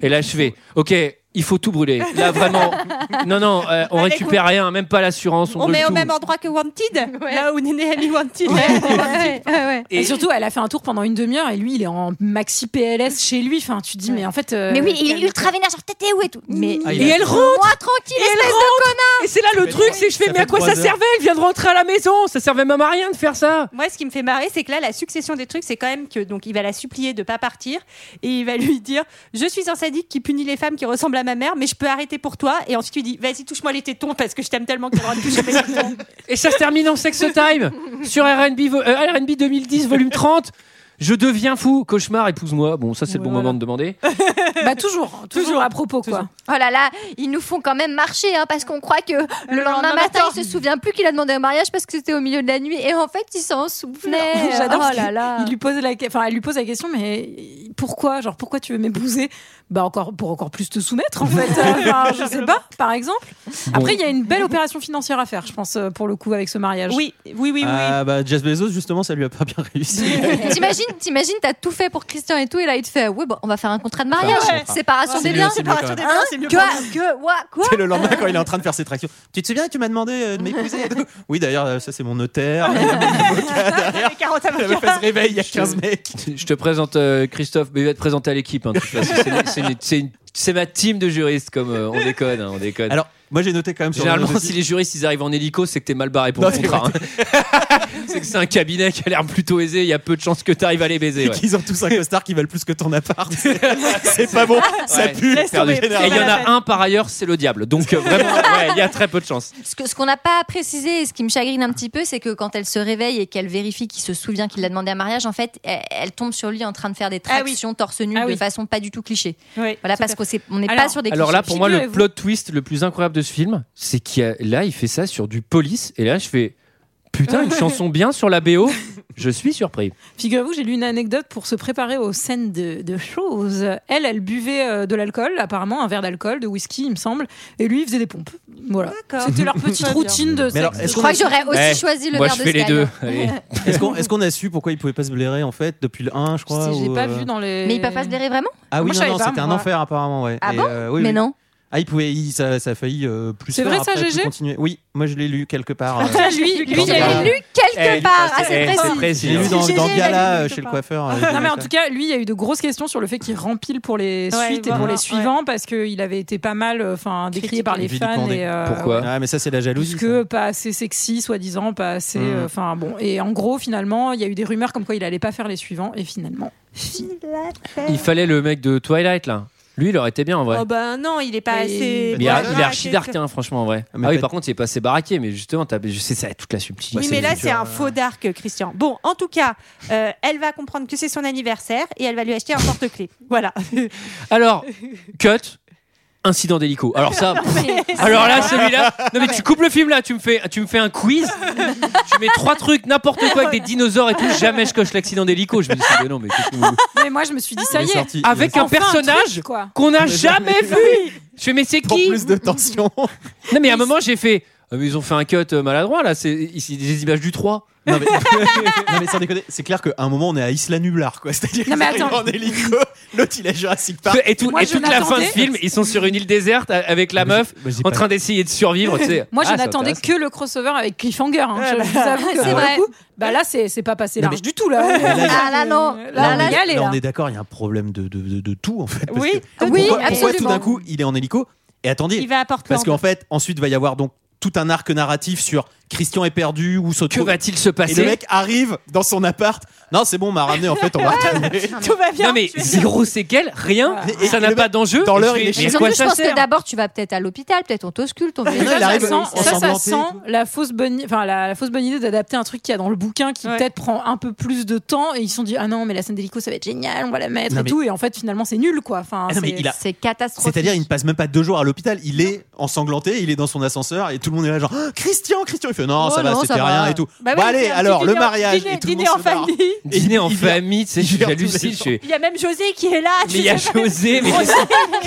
A: Et là, je fais ok, il faut tout brûler. Là, vraiment, non, non, euh, on
G: Allez,
A: récupère rien, même pas l'assurance. On,
G: On
A: brûle
G: met au
A: tout.
G: même endroit que Wanted, là où Néné a mis Wanted.
J: Ah
C: Et surtout, elle a fait un tour pendant une demi-heure et lui, il est en maxi PLS chez lui. Enfin, tu te dis, mais en fait. euh,
J: Mais oui, il est ultra vénère, genre t'étais où et tout. Mais
B: Ah, il a-
A: Et elle rentre.
J: moi tranquille,
A: Et elle
J: espèce de
A: rentre. Et c'est là le
B: fait-
A: truc, c'est que je fais
B: ça
A: mais à
B: fait
A: quoi
B: trois
A: ça
B: heures.
A: servait Elle vient de rentrer à la maison. Ça servait même à rien de faire ça.
G: Moi, ce qui me fait marrer, c'est que là, la succession des trucs, c'est quand même que donc il va la supplier de pas partir et il va lui dire Je suis un sadique qui punit les femmes qui ressemblent à ma mère, mais je peux arrêter pour toi. Et ensuite, il dit Vas-y, touche-moi les tétons parce que je t'aime tellement que t'as le droit de toucher mes tétons.
A: Et ça se termine en Sex Time sur RB, vo- euh, R&B 2010, volume 30. Je deviens fou, cauchemar, épouse-moi. Bon, ça, c'est le bon
C: Voilà.
A: moment de demander.
C: Bah, toujours, toujours à propos, quoi.
J: Oh là là, ils nous font quand même marcher hein, parce qu'on croit que le, lendemain
G: lendemain
J: matin,
G: matin.
J: il se souvient plus qu'il a demandé un mariage parce que c'était au milieu de la nuit et en fait, il s'en souvenait.
C: J'adore
J: Oh
C: ce
J: là
C: qu'il-
J: là.
C: Il lui pose la, que- enfin, elle lui pose la question, mais pourquoi, genre, pourquoi tu veux m'épouser Bah encore pour encore plus te soumettre, en fait. Enfin, je sais pas, par exemple. Après, il y a une belle opération financière à faire, je pense, euh, pour le coup, avec ce mariage.
G: Oui, oui, oui, oui.
B: Ah bah Jeff Bezos justement ça lui a pas bien réussi.
J: T'imagines, t'imagines, t'as tout fait pour Christian et tout, et là il te fait, ouais, bon, on va faire un contrat de mariage,
B: Ouais.
J: séparation
B: C'est
J: des
B: mieux,
J: biens.
B: c'est mieux, quand même.
J: Hein Quoi Que Ouah, Quoi
B: C'est le lendemain quand il est en train de faire ses tractions. Tu te souviens tu m'as demandé euh, de m'épouser et tout Oui d'ailleurs euh, ça c'est mon notaire.
G: Les 40
B: Il avait fait ce réveil il y a 15 mecs.
A: Je te présente euh, Christophe, mais il va te présenter à l'équipe. hein, de toute façon. C'est- c'est une- c'est une- C'est ma team de juristes, comme euh, on déconne, hein, on déconne.
B: Alors moi j'ai noté quand même sur le
A: Généralement,
B: note
A: si
B: aussi-
A: les juristes ils arrivent en hélico, c'est que t'es mal barré pour
B: Non,
A: le
B: c'est
A: contrat. hein. c'est que c'est un cabinet qui a l'air plutôt aisé. Il y a peu de chances que t'arrives à les baiser.
B: et
A: ouais.
B: qu'ils ont tous un costard qui valent plus que ton appart. c'est pas bon, ça
A: Ouais.
B: pue.
G: Laisse
B: Perdu.
G: tomber.
A: Et il y en
G: Pas la peine.
A: a un par ailleurs, c'est le diable. Donc euh, vraiment, ouais, il y a très peu de chances.
J: Ce que- ce qu'on n'a pas précisé et ce qui me chagrine un petit peu, c'est que quand elle se réveille et qu'elle vérifie qu'il se souvient qu'il l'a demandé un mariage, en fait, elle, elle tombe sur lui en train de faire des
G: Ah oui.
J: tractions torse nu
G: Ah
J: de
G: oui.
J: façon pas du tout cliché.
G: Oui,
J: Voilà,
G: tout à
J: parce
G: fait.
J: qu'on s'est- on n'est pas
G: Alors-
J: sur des
A: Alors là,
J: clichés.
A: pour moi, le
C: Figurez-vous.
A: plot twist le plus incroyable de ce film, c'est qu'il y a- là, il fait ça sur du police. Et là, je fais putain, une chanson bien sur la BO. Je suis surpris.
C: Figurez-vous, j'ai lu une anecdote pour se préparer aux scènes de, de choses. Elle, elle buvait euh, de l'alcool, apparemment, un verre d'alcool, de whisky, il me semble, et lui, il faisait des pompes. Voilà.
G: D'accord.
C: C'était leur petite
G: Très bien.
C: routine de
B: Mais alors,
C: sexe.
B: est-ce
J: Je
B: qu'on
J: crois
B: a-
J: que j'aurais aussi
A: Ouais.
J: choisi le
A: moi,
J: verre
A: je
J: de
A: fais les
J: Sky,
A: deux.
J: hein.
A: Allez.
B: Est-ce qu'on est-ce qu'on a su pourquoi il pouvait pas se blairer en fait depuis le 1 je
C: Je
B: crois
C: sais, J'ai
B: ou,
C: pas
B: euh,
C: vu dans les.
J: Mais il peut pas se blairer vraiment
B: Ah oui
C: Moi, je
B: non non
C: savais pas,
B: c'était un
C: moi.
B: enfer apparemment ouais.
J: Ah
B: Et,
J: bon
B: euh, oui,
J: Mais
B: oui.
J: non.
B: Ah, il pouvait, il- ça, ça a failli euh, plus.
C: C'est
B: faire
C: vrai, ça,
B: après, plus
C: GG?
B: continuer. Oui, moi je l'ai lu quelque part. euh,
C: Ah, lui, lui,
B: Dans
C: il
B: le
C: a
B: gala.
C: eu-
J: lu quelque
A: Eh,
J: part,
A: c'est-
J: ah, c'est
A: eh,
J: précis.
B: je l'ai lu dans,
G: GG,
B: dans
G: il a
B: Gala
G: lu
B: euh,
G: quelque
B: chez le
G: part.
B: coiffeur. euh, j'ai
C: Non Ah, mais
B: lu
C: en
B: ça.
C: tout cas, lui, il y a eu de grosses questions sur le fait qu'il rempile pour les
G: Ouais,
C: suites et
G: voilà,
C: pour les
G: ouais.
C: suivants parce qu'il avait été pas mal, euh, enfin, décrié par les fans
B: Vilipendé.
C: et euh,
A: Pourquoi
B: Ah, mais ça, c'est la
C: parce
B: jalousie.
C: que pas assez sexy, soi-disant, pas assez,
B: Mm.
C: euh, enfin bon. Et en gros, finalement, il y a eu des rumeurs comme quoi il allait pas faire les suivants et finalement.
A: Il fallait le mec de Twilight là. Lui, il aurait été bien en vrai.
G: Oh bah non, il est pas
C: Et-
G: assez.
A: mais il
B: bah,
A: a-
G: voilà,
A: il est archi
G: qu'est-ce
A: dark,
G: que-
A: hein, franchement, en vrai.
B: Mais
A: ah oui,
B: peut-
A: par contre, il est pas assez baraqué, mais justement, t'as- je sais, ça a toute la subtilité.
B: Bah,
G: Oui,
B: c'est
G: mais là,
B: le futur,
G: c'est
B: euh.
G: un faux dark, Christian. Bon, en tout cas, euh, elle va comprendre que c'est son anniversaire et elle va lui acheter un porte-clés. Voilà.
A: Alors, cut. incident d'hélico. Alors ça,
J: Non, mais-
A: pff, alors là, celui-là, non mais tu coupes le film là, tu me fais, tu me fais un quiz, tu mets trois trucs, n'importe quoi avec des dinosaures et tout, jamais je coche l'accident d'hélico. Je me dis mais non mais qu'est-ce que vous-
C: Mais moi, je me suis dit, ça
A: Il est
C: y est.
A: sorti, il est Avec un
C: Enfin,
A: personnage
C: truc, quoi.
A: qu'on n'a jamais vu. Je fais mais c'est qui
B: Plus de tension.
A: Non mais à un moment j'ai fait, Ah, mais ils ont fait un cut euh, maladroit là, c'est ici des images du 3
B: Non mais, non, mais sans déconner, c'est clair qu'à un moment on est à Isla Nublar quoi. C'est-à-dire
C: Non, mais
B: qu'ils arrivent
C: attends.
B: en hélico, l'autre il est à Jurassic Park.
A: et, tout-
C: Moi,
A: et
C: je
A: toute la fin
C: n'attendais-
A: du film, ils sont sur une île déserte euh, avec la meuf en train d'essayer de survivre. tu sais.
C: Moi, je
A: Ah, ça
C: n'attendais
A: intéresse.
C: que le crossover avec Cliffhanger. hein. Je vous avoue que
J: C'est
C: pour
J: vrai.
C: le coup, bah là, c'est c'est pas passé
B: Non,
C: large
B: mais-
C: du tout. Là,
J: Ah, là, non.
C: Là, on
J: Là,
C: est galé,
B: Là,
C: là.
B: on est d'accord, il y a un problème de, de, de- de tout en fait. parce
G: Oui,
B: que
C: Oui,
B: pourquoi, pourquoi tout
C: absolument.
B: d'un coup il est en hélico Et attendez,
G: Il va à Portland.
B: parce qu'en fait ensuite va y avoir donc tout un arc narratif sur Christian est perdu ou
A: Que
B: se trouve-
A: va-t-il se
B: Et
A: passer
B: le mec arrive dans son appart. Non, c'est bon, on m'a ramené en fait, on m'a ramené.
G: Tout va bien.
A: Non mais
G: tu es-
A: zéro séquelle, rien,
B: Et-
A: ça
B: et
A: n'a
B: le
A: pas
B: mec,
A: d'enjeu.
B: dans
A: Et
B: l'heure,
A: je
B: il
A: fais,
B: est chez
A: mais à
J: Surtout,
A: quoi
J: je
A: ça
J: pense que
A: sert
J: d'abord, tu vas peut-être à l'hôpital, peut-être on t'ausculte, on te fait-
B: Non, il
C: ça,
B: arrive
C: sent, ça, ça
B: ensanglanté et
C: sent la fausse bonne, enfin la, la fausse bonne idée d'adapter un truc qu'il y a dans le bouquin qui
G: Ouais.
C: peut-être prend un peu plus de temps et ils se sont dit ah non mais la scène d'hélico ça va être génial on va la mettre
B: Non,
C: et
B: mais-
C: tout et en fait finalement c'est nul quoi. Enfin
B: Ah, non, mais
C: c'est-
B: il a-
J: C'est catastrophique.
B: C'est-à-dire, il ne passe même pas deux jours à l'hôpital. Il est ensanglanté, il est dans son ascenseur et tout le monde est là genre Ah, Christian, Christian. Il fait non,
J: Oh
B: ça va,
J: non, ça
B: c'était
J: va.
B: rien et tout.
G: Bah oui,
B: bon
G: c'est
B: allez,
G: un
B: alors
G: petit
B: le
G: dîner-
B: mariage
G: dîner-
B: et tout le monde
G: dîner en
B: se barre.
G: famille.
A: Dîner en
B: Il vient-
A: famille, tu sais,
B: il
A: je-
B: vient tous les
A: j'hallucine. Je
B: jours.
A: fais,
G: Il y a même José qui est là.
A: mais
G: tu
A: il y a
G: sais.
A: José, mais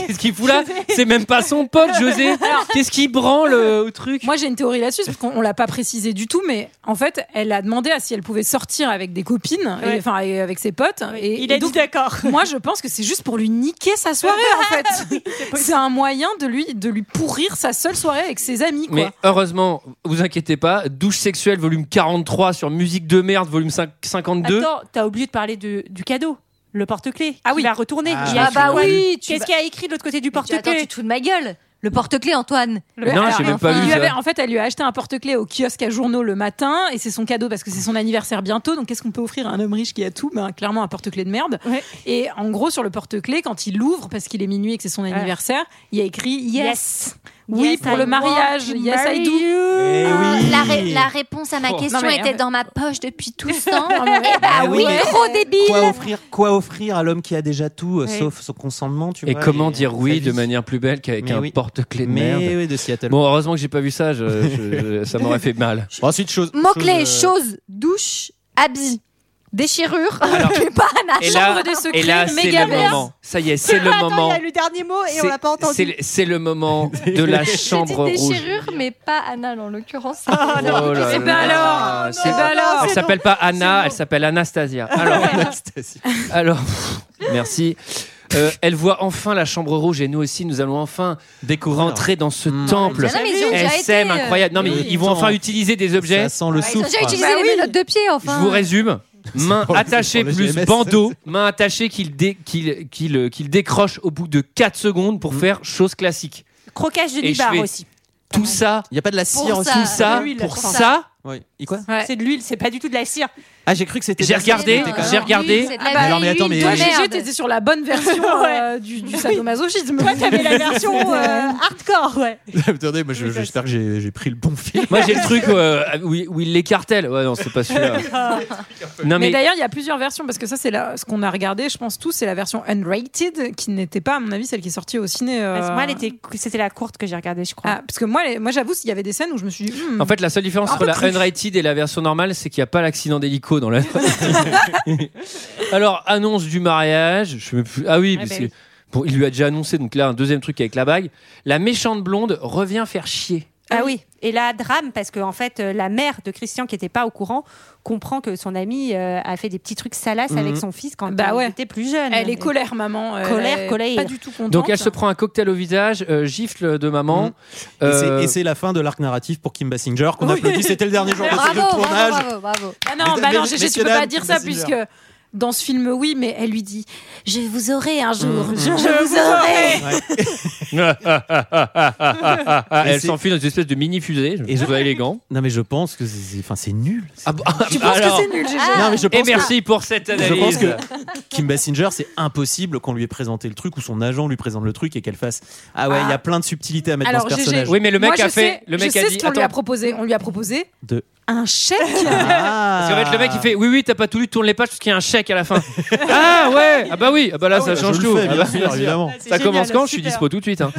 A: qu'est-ce qu'il fout là C'est même pas son pote, José. Qu'est-ce qu'il branle euh, au truc
C: Moi, j'ai une théorie là-dessus, parce qu'on on l'a pas précisé du tout, mais en fait, elle a demandé à si elle pouvait sortir avec des copines, et-
G: Ouais.
C: enfin, et avec ses potes. Et,
G: Il a
C: et
G: dit
C: donc,
G: d'accord.
C: moi, je pense que c'est juste pour lui niquer sa soirée, en fait. c'est un moyen de lui, de lui pourrir sa seule soirée avec ses amis, quoi.
A: Mais heureusement, vous inquiétez pas, douche sexuelle volume 43 sur musique de merde volume 5- 52.
G: Attends, t'as oublié de parler de- du cadeau, le porte-clé.
C: Ah
G: qui
C: oui.
G: va retourner.
B: Ah,
G: Il y a-
J: Ah bah
A: Mmh.
J: oui, tu
G: Qu'est-ce qu'il y a écrit de l'autre côté du
J: Mais tu- Attends, tu
G: porte-clé
J: te fous de ma gueule. Le porte-clé, Antoine.
C: Le-
A: Non,
C: alors,
A: j'ai même pas
C: il
A: vu
C: lui
A: ça.
C: avait- en fait, elle lui a acheté un porte-clés au kiosque à journaux le matin, et c'est son cadeau parce que c'est son anniversaire bientôt. Donc, qu'est-ce qu'on peut offrir à un homme riche qui a tout Ben, clairement un porte-clés de merde.
G: Ouais.
C: Et en gros, sur le porte-clés, quand il l'ouvre parce qu'il est minuit et que c'est
G: Ah.
C: son anniversaire, il y a écrit yes, oui
G: Yes,
C: pour
G: I
C: le
G: want
C: mariage,
G: to
C: yes I
G: marry
C: do.
B: Eh oui.
J: Ah, La, ré- la réponse à ma
A: Oh.
J: question
C: Non, mais-
J: était dans ma poche depuis tout ce temps.
C: Non, mais-
J: Eh bah
B: Ah oui,
J: euh, oui,
B: mais-
J: trop débile.
B: Quoi offrir, quoi offrir à l'homme qui a déjà tout euh,
G: Oui.
B: sauf son consentement, tu
A: Et
B: vois,
A: comment dire
B: sa
A: oui
B: vie.
A: de manière plus belle qu'avec
B: Mais
A: un
B: oui.
A: porte-clé de
B: Mais
A: merde
B: oui, de Seattle.
A: Bon, heureusement que j'ai pas vu ça, je- je- je- ça m'aurait fait mal.
B: Ensuite, chose.
J: Mots-clés,
B: chose, euh,
J: chose, douche, habit, déchirure,
A: Alors-
J: cubana.
A: Et
C: Chambre
A: là,
C: des secrets,
A: et là c'est
C: méga
A: le
C: verse.
A: moment. Ça y est, c'est le
G: Attends, il
A: moment.
G: y a Ah, le dernier mot et on
A: C'est-
G: l'a pas
A: c'est
G: entendu.
A: le- C'est le moment de la
J: J'ai dit
A: chambre rouge.
J: déchirure, mais pas anal en l'occurrence. Ah,
A: Oh là
C: Eh ben
A: là.
C: alors,
A: C'est-
C: eh ben alors.
A: Elle
G: Ah, C'est
A: s'appelle pas Anna, elle s'appelle Anastasia. Alors,
B: Anastasie.
A: alors merci. Euh, elle voit enfin la chambre rouge et nous aussi, nous allons enfin
B: Découvrir.
A: rentrer dans ce
B: Mm.
A: temple.
J: Ah non, mais ils ont déjà
A: SM
J: été, euh,
A: incroyable. Non, mais
B: oui.
A: ils vont enfin utiliser des objets.
B: Ça sent le
J: Ils ont
B: souffle.
J: déjà utilisé
C: Bah
J: les
C: oui.
J: menottes de pied, enfin.
A: Je vous résume. Main
B: pour le-
A: attachée
B: c'est pour le
A: plus
B: GMS.
A: bandeau, main attachée qu'il dé- qu'il- qu'il- qu'il décroche au bout de 4 secondes pour
B: Hmm.
A: faire chose classique.
G: Croquage de
A: Et je
G: Nibar
A: fais-
G: aussi.
A: Tout ça,
B: Il y a pas de la
J: Pour
B: cire aussi.
J: ça.
A: tout ça,
G: l'huile,
A: pour
G: pour ça.
A: ça,
B: Oui. Et quoi
C: Ouais.
G: C'est de l'huile, c'est pas du tout de la cire.
B: Ah, j'ai cru que c'était.
A: J'ai regardé,
J: C'est-
A: j'ai regardé.
J: c'est
C: Ah
J: de la
C: bah,
J: vieille
B: alors, mais attends,
J: huile
B: mais-
J: de
C: Toi,
B: Ouais,
J: merde.
C: GG, t'étais sur la bonne version euh, du, du sadomasochisme. Toi,
G: T'avais la version euh, hardcore, ouais.
B: Attendez, moi, je- j'espère que j'ai j'ai pris le bon film.
A: Moi j'ai le truc euh, où, il- où il l'écartèle. Ouais, non, c'est pas
G: Euh,
A: celui-là. Non,
C: Mais,
A: mais,
C: d'ailleurs, il y a plusieurs versions parce que ça, c'est la- ce qu'on a regardé, je pense tous, c'est la version unrated qui n'était pas, à mon avis, celle qui est sortie au ciné. euh,
G: Parce que moi, elle était- c'était la courte que j'ai regardée, je crois.
C: Ah, parce que moi, les- moi j'avoue, il y avait des scènes où je me suis dit. hmm.
A: en fait, la seule différence
C: Un
A: entre
C: peu
A: la
C: cru.
A: unrated et la version normale, c'est qu'il n'y a pas l'accident d'hélico dans la. Alors, annonce du mariage. Je me... Ah oui,
G: Ah
A: parce
C: ben
G: bah
A: que-
G: oui.
A: bon, il lui a déjà annoncé, donc là, un deuxième truc avec la bague. La méchante blonde revient faire chier.
G: Ah oui, et là, drame, parce que en fait, euh, la mère de Christian, qui n'était pas au courant, comprend que son ami euh, a fait des petits trucs salaces avec son fils quand
C: Bah
G: il
C: ouais.
G: était plus jeune.
C: Elle est colère, maman. Elle
G: Colère,
C: est
G: colère.
C: Pas du tout contente.
A: Donc, elle se prend un cocktail au visage, euh, gifle de maman.
B: Mhm. Et c'est-
A: Euh,
B: Et c'est la fin de l'arc narratif pour Kim Basinger qu'on applaudit. C'était le dernier jour de
J: Bravo,
B: de
J: bravo,
B: tournage.
J: bravo, bravo.
C: Ah non,
B: Mesdames,
C: bah non,
B: messieurs,
C: GG, tu peux
B: dames,
C: pas dire ça
B: messieurs,
C: puisque dans ce film, oui, mais elle lui dit Je vous aurai un jour.
B: Mmh.
C: Je,
B: Mmh.
C: je vous aurai.
A: Ah,
B: Et
A: elle
B: c'est-
A: s'enfuit dans une espèce de mini fusée. Je
B: Et je-
A: trouve ça élégant.
B: Non mais je pense que c'est enfin, c'est nul.
C: Tu penses que c'est nul, GG
J: Ah.
B: Non mais je
A: Ah, bah, Et
B: pense que
A: merci pour cette
B: je
A: analyse.
B: pense que Kim Basinger c'est impossible qu'on lui ait présenté le truc ou son agent lui présente le truc et qu'elle fasse ah ouais il y a plein de subtilités à mettre
C: Alors,
B: dans ce
C: GG.
B: personnage.
A: Oui, mais le mec
C: Moi,
A: a
C: je
A: fait.
C: sais-
A: le mec
C: je
A: a
C: sais
A: dit.
C: ce qu'on lui a
A: attends,
C: proposé. On lui a proposé
B: De-
G: un chèque
B: Ah.
A: Parce qu'en fait, le mec, il fait Oui, oui, t'as pas tout lu, tourne les pages parce qu'il y a un chèque à la fin. ah ouais Ah bah oui, ah bah là,
B: Ah
A: ça
B: oui, je
A: change
B: le
A: tout.
B: fais, bien
A: Ah bah,
B: sûr, évidemment.
A: Ça
B: C'est
A: commence
B: génial,
A: quand Je suis
B: super.
A: dispo tout de suite. hein.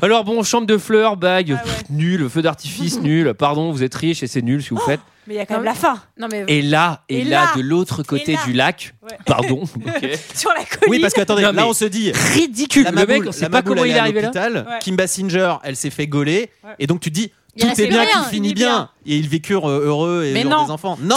A: Alors bon, chambre de fleurs, bague, pff, nul, feu d'artifice, nul. Pardon, vous êtes riche et c'est nul ce que vous faites.
G: Mais il y a quand même la fin.
C: Non, mais...
A: Et là, et,
G: Et
A: là,
G: là,
A: de l'autre côté du lac, pardon. ok.
G: Sur la colline.
B: Oui, parce que attendez,
A: Non, mais
B: là on se dit
A: ridicule.
B: la
A: Le mec,
B: Maboule-
A: on sait
B: la
A: pas
B: Maboule,
A: comment
B: elle
A: il est arrivé là.
B: l'hôpital.
A: Ouais.
B: Kim Basinger, elle s'est fait gauler, et donc tu te dis
C: Il
B: tout
C: reste
B: est bien
A: hein,
C: rien,
B: qui
C: il
B: finit
C: finit bien.
B: bien, et ils vécurent euh, heureux et
C: Mais
B: eurent
C: non.
B: des enfants. Non,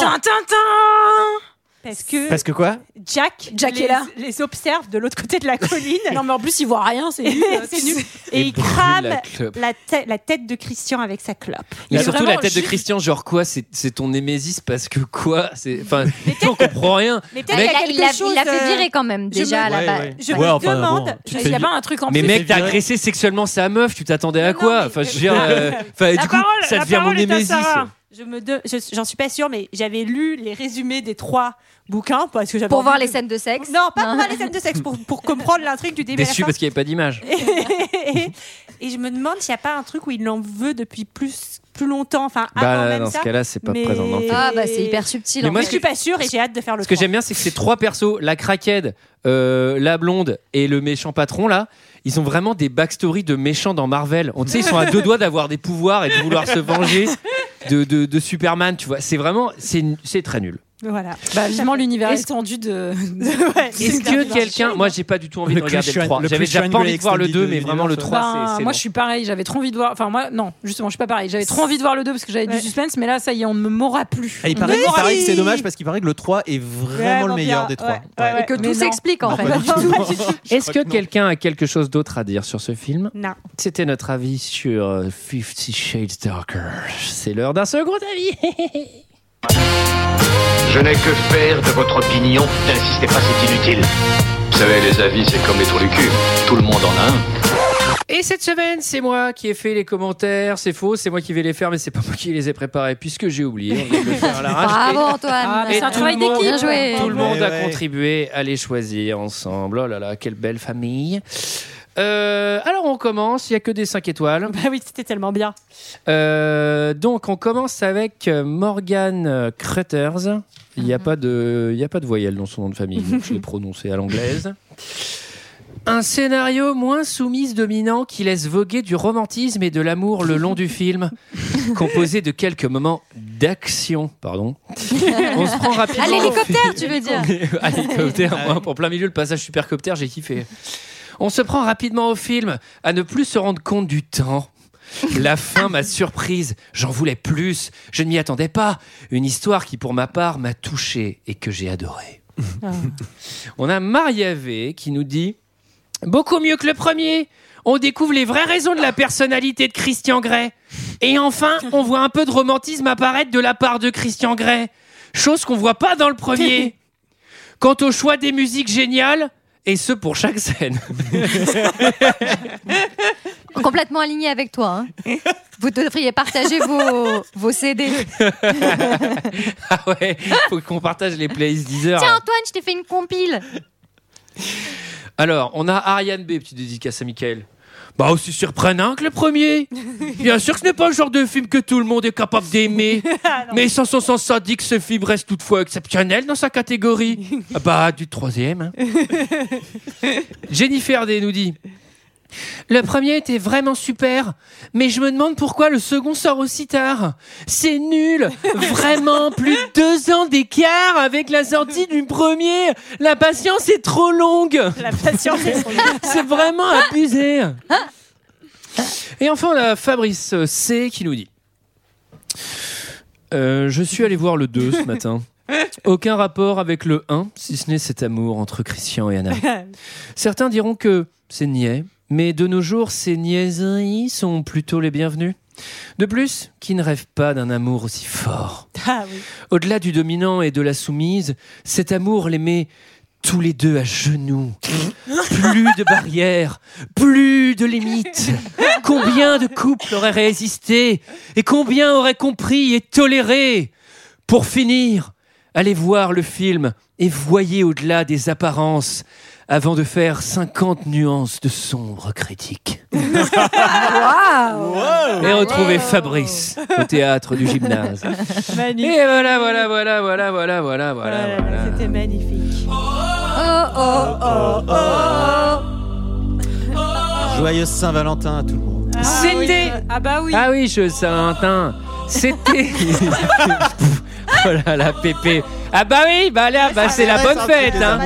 G: Parce que,
B: parce que quoi
G: Jack,
C: Jack
G: les,
C: est là.
G: les observe de l'autre côté de la colline.
C: Non, mais en plus, il voit rien, c'est nul.
G: C'est nul. Et,
A: Et
G: il
A: brûle
G: crame
A: la
G: la,
A: clope.
G: tête- la tête de Christian avec sa clope.
A: Mais
C: Mais
A: surtout
C: vraiment,
A: la tête de
C: juste-
A: Christian, genre quoi, c'est c'est ton némésis parce que quoi, c'est enfin, on comprend rien.
G: Mais
J: Il
G: peut-être
A: Mec-
G: qu'il y a
J: a- il
G: quelque
J: a
G: chose,
J: il a fait
G: euh,
J: virer quand même
G: je
J: déjà à la
B: Ouais,
J: base.
B: ouais.
G: Je
B: Ouais,
C: me
B: enfin, bon,
G: demande-
B: tu
C: Il
B: te
C: y
B: fais
C: a pas un truc en
A: Mais
C: plus.
A: mec, t'as
B: virer.
A: agressé sexuellement sa meuf, tu t'attendais à
G: Non,
A: quoi
G: mais-
A: Enfin, je veux dire, euh, enfin, du
G: La
A: coup,
G: parole-
A: ça
G: la
A: devient mon
G: parole est à
A: némésis.
G: Sarah. Je me de- je- j'en suis pas sûre, mais j'avais lu les résumés des trois bouquins parce que j'avais
J: Pour
G: envie
J: voir
G: de-
J: les scènes de sexe.
G: Non, pas pour voir les scènes de sexe, pour, pour comprendre l'intrigue du début. à la
A: Déçu
G: fin.
A: parce qu'il n'y avait pas d'image.
G: et, et je me demande s'il n'y a pas un truc où il en veut depuis plus plus longtemps, enfin avant
A: Bah,
G: même
A: dans ce
G: ça.
A: cas-là, c'est pas
G: mais-
A: présent dans le film.
J: Ah bah c'est hyper subtil.
A: Mais
J: en
A: moi,
G: je
J: fait.
A: ce
G: suis
A: que-
G: pas sûre et j'ai hâte de faire le.
A: Ce que
G: trois.
A: j'aime bien, c'est que ces trois persos, la craquette, euh, la blonde et le méchant patron, là, ils ont vraiment des backstories de méchants dans Marvel. On tu sait, ils sont à deux doigts d'avoir des pouvoirs et de vouloir se venger de, de, de Superman, tu vois. C'est vraiment, c'est c'est très nul.
G: Voilà.
C: Bah, vivement l'univers
A: Est-ce-
C: étendu de.
G: Ouais.
A: Est-ce que quelqu'un. Moi, j'ai pas du tout envie
B: Le
A: de regarder
B: Christian-
A: le 3.
B: le
A: J'avais déjà
B: Christian
A: pas envie de voir le
B: Grey
A: 2, mais
B: extended
A: vraiment le
B: universe,
A: 3,
C: Ben,
G: Bah,
A: c'est. c'est
C: moi,
A: long.
C: je suis pareil. J'avais trop envie de voir. Enfin, moi, non, justement, je suis pas pareil. J'avais trop envie de voir le 2 parce que j'avais du
G: Ouais.
C: suspense, mais là, ça y est, on ne me m'aura plus.
B: Et Ah, il
C: On
B: paraît,
C: me
B: il
C: m'aura
B: paraît que
C: plus.
B: c'est dommage parce qu'il paraît que le 3 est vraiment le
G: Vraiment
B: meilleur
G: bien,
B: des 3.
G: ouais, ouais, ouais.
J: que
C: Mais non.
J: tout s'explique en fait.
A: Est-ce que quelqu'un a quelque chose d'autre à dire sur ce film
G: Non.
A: C'était notre avis sur euh, Fifty Shades Darker. C'est l'heure d'un second avis.
D: Je n'ai que faire de votre opinion. N'insistez pas, c'est inutile.
F: Vous savez, les avis, c'est comme les trous du cul. Tout le monde en a un.
A: Et cette semaine, c'est moi qui ai fait les commentaires. C'est faux, c'est moi qui vais les faire, mais c'est pas moi qui les ai préparés puisque j'ai oublié. On vient de le faire à l'arrache.
J: Bravo Antoine.
C: Ah, mais
A: Et
C: c'est un
A: tout
C: travail
A: le monde-
C: d'équipe.
J: Bien joué.
A: Tout le monde
B: Mais
A: a
B: ouais.
A: contribué à les choisir ensemble. Oh là là, quelle belle famille. Euh, alors on commence, il n'y a que des 5 étoiles.
G: Bah oui, c'était tellement bien.
A: Euh, donc on commence avec euh, Morgan Cruthers. Il n'y a, pas de- il y a pas de voyelle dans son nom de famille, donc je l'ai prononcé à l'anglaise. Un scénario moins soumise dominant qui laisse voguer du romantisme et de l'amour le long du film, composé de quelques moments d'action. Pardon. On se prend rapidement.
J: À l'hélicoptère, tu veux dire
A: à l'hélicoptère, moi, pour plein milieu, le passage supercoptère, j'ai kiffé. On se prend rapidement au film, à ne plus se rendre compte du temps. La fin m'a surprise, j'en voulais plus, je ne m'y attendais pas. Une histoire qui, pour ma part, m'a touché et que j'ai adoré. On a Mariavé qui nous dit Beaucoup mieux que le premier On découvre les vraies raisons de la personnalité de Christian Grey. Et enfin, on voit un peu de romantisme apparaître de la part de Christian Grey. Chose qu'on voit pas dans le premier. Quant au choix des musiques géniales, et ce pour chaque scène.
J: Complètement aligné avec toi. hein. Vous devriez partager vos, vos CD.
A: Ah ouais, faut qu'on partage les playlists Deezer.
J: Tiens Antoine, je t'ai fait une compile.
A: Alors, on a Ariane B, petite dédicace à Michael. Bah aussi surprenant que le premier. Bien sûr que ce n'est pas le genre de film que tout le monde est capable d'aimer. mais sans son sens sadique, ce film reste toutefois exceptionnel dans sa catégorie. Ah bah, du troisième. hein. Jennifer D nous dit Le premier était vraiment super, mais je me demande pourquoi le second sort aussi tard. C'est nul Vraiment, plus de deux ans d'écart avec la sortie du premier La patience est trop longue
G: La patience est son
A: c'est vraiment abusé. Et enfin, on a Fabrice C qui nous dit Euh, Je suis allé voir le 2 ce matin. Aucun rapport avec le 1, si ce n'est cet amour entre Christian et Anna. Certains diront que c'est niais, mais de nos jours, ces niaiseries sont plutôt les bienvenues. De plus, qui ne rêve pas d'un amour aussi fort
G: Ah oui.
A: au-delà du dominant et de la soumise, cet amour les met tous les deux à genoux. Plus de barrières, plus de limites. Combien de couples auraient résisté et combien auraient compris et toléré Pour finir, allez voir le film et voyez au-delà des apparences avant de faire 50 nuances de sombre critique. Et retrouver Fabrice au théâtre du gymnase.
G: Magnifique.
A: Et voilà, voilà, voilà, voilà, voilà, voilà, voilà. voilà.
G: C'était magnifique.
B: Joyeuse Saint-Valentin à tout le monde.
G: Ah,
C: C'était-
G: oui. Ah bah oui.
A: Ah oui, je Saint-Valentin. C'était. voilà, la pépé. Ah bah oui, bah là, bah c'est la bonne fête. hein.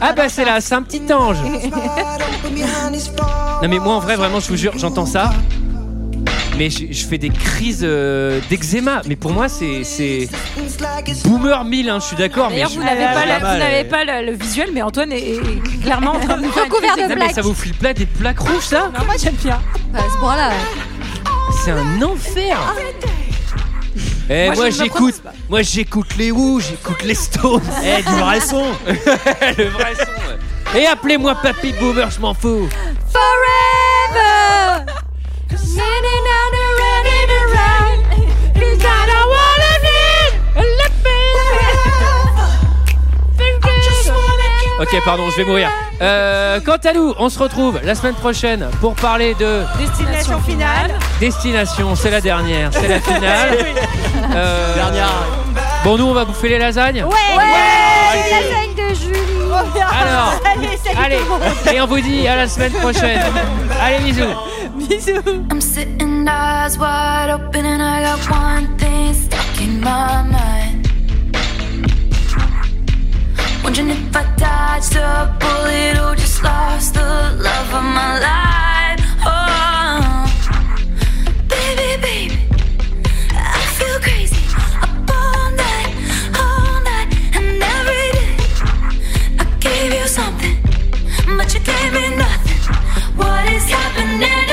A: Ah bah c'est là, c'est un petit ange. Non mais moi en vrai, vraiment, je vous jure, j'entends ça. Mais je, je fais des crises euh, d'eczéma. Mais pour moi, c'est c'est boomer 1000, hein, je suis d'accord. Mais,
C: D'ailleurs,
A: je-
C: vous n'avez
B: Ah,
C: pas,
B: là, là,
C: la- vous n'avez
B: là.
C: pas le, le visuel, mais Antoine est, est clairement en train de nous faire une
J: Recouvert
C: crise
J: de
A: Non,
C: d'eczéma.
A: mais ça vous file plat des plaques rouges, ça
C: Non, moi j'aime bien.
J: à ce point-là.
A: C'est un enfer. Eh, moi
C: Moi, je ne me
A: j'écoute,
C: prononce pas.
A: moi j'écoute les Who, j'écoute les Stones.
B: Eh, du vrai son
A: le vrai son. ouais. Et appelez-moi Papy Boomer, je m'en fous.
J: Forever.
A: Ok, pardon, je vais mourir. Euh, quant à nous, on se retrouve la semaine prochaine pour parler de
G: Destination finale.
A: Destination. C'est la dernière, c'est la finale. Euh,
B: Dernière.
A: Bon, nous, on va bouffer les lasagnes.
G: Ouais.
J: C'est la scène de Julie.
A: Alors,
G: Allez, salut
A: allez,
G: tout le monde.
A: et on vous dit à la semaine prochaine. Allez, bisous.
G: Bisous.
K: I'm sitting eyes wide open and I got one thing stuck in my mind. Wondering if I dodged a bullet or just lost the love of my life. Oh, baby, baby, I feel crazy. Up all night, all night, and every day. I gave you something, but you gave me nothing. What is happening?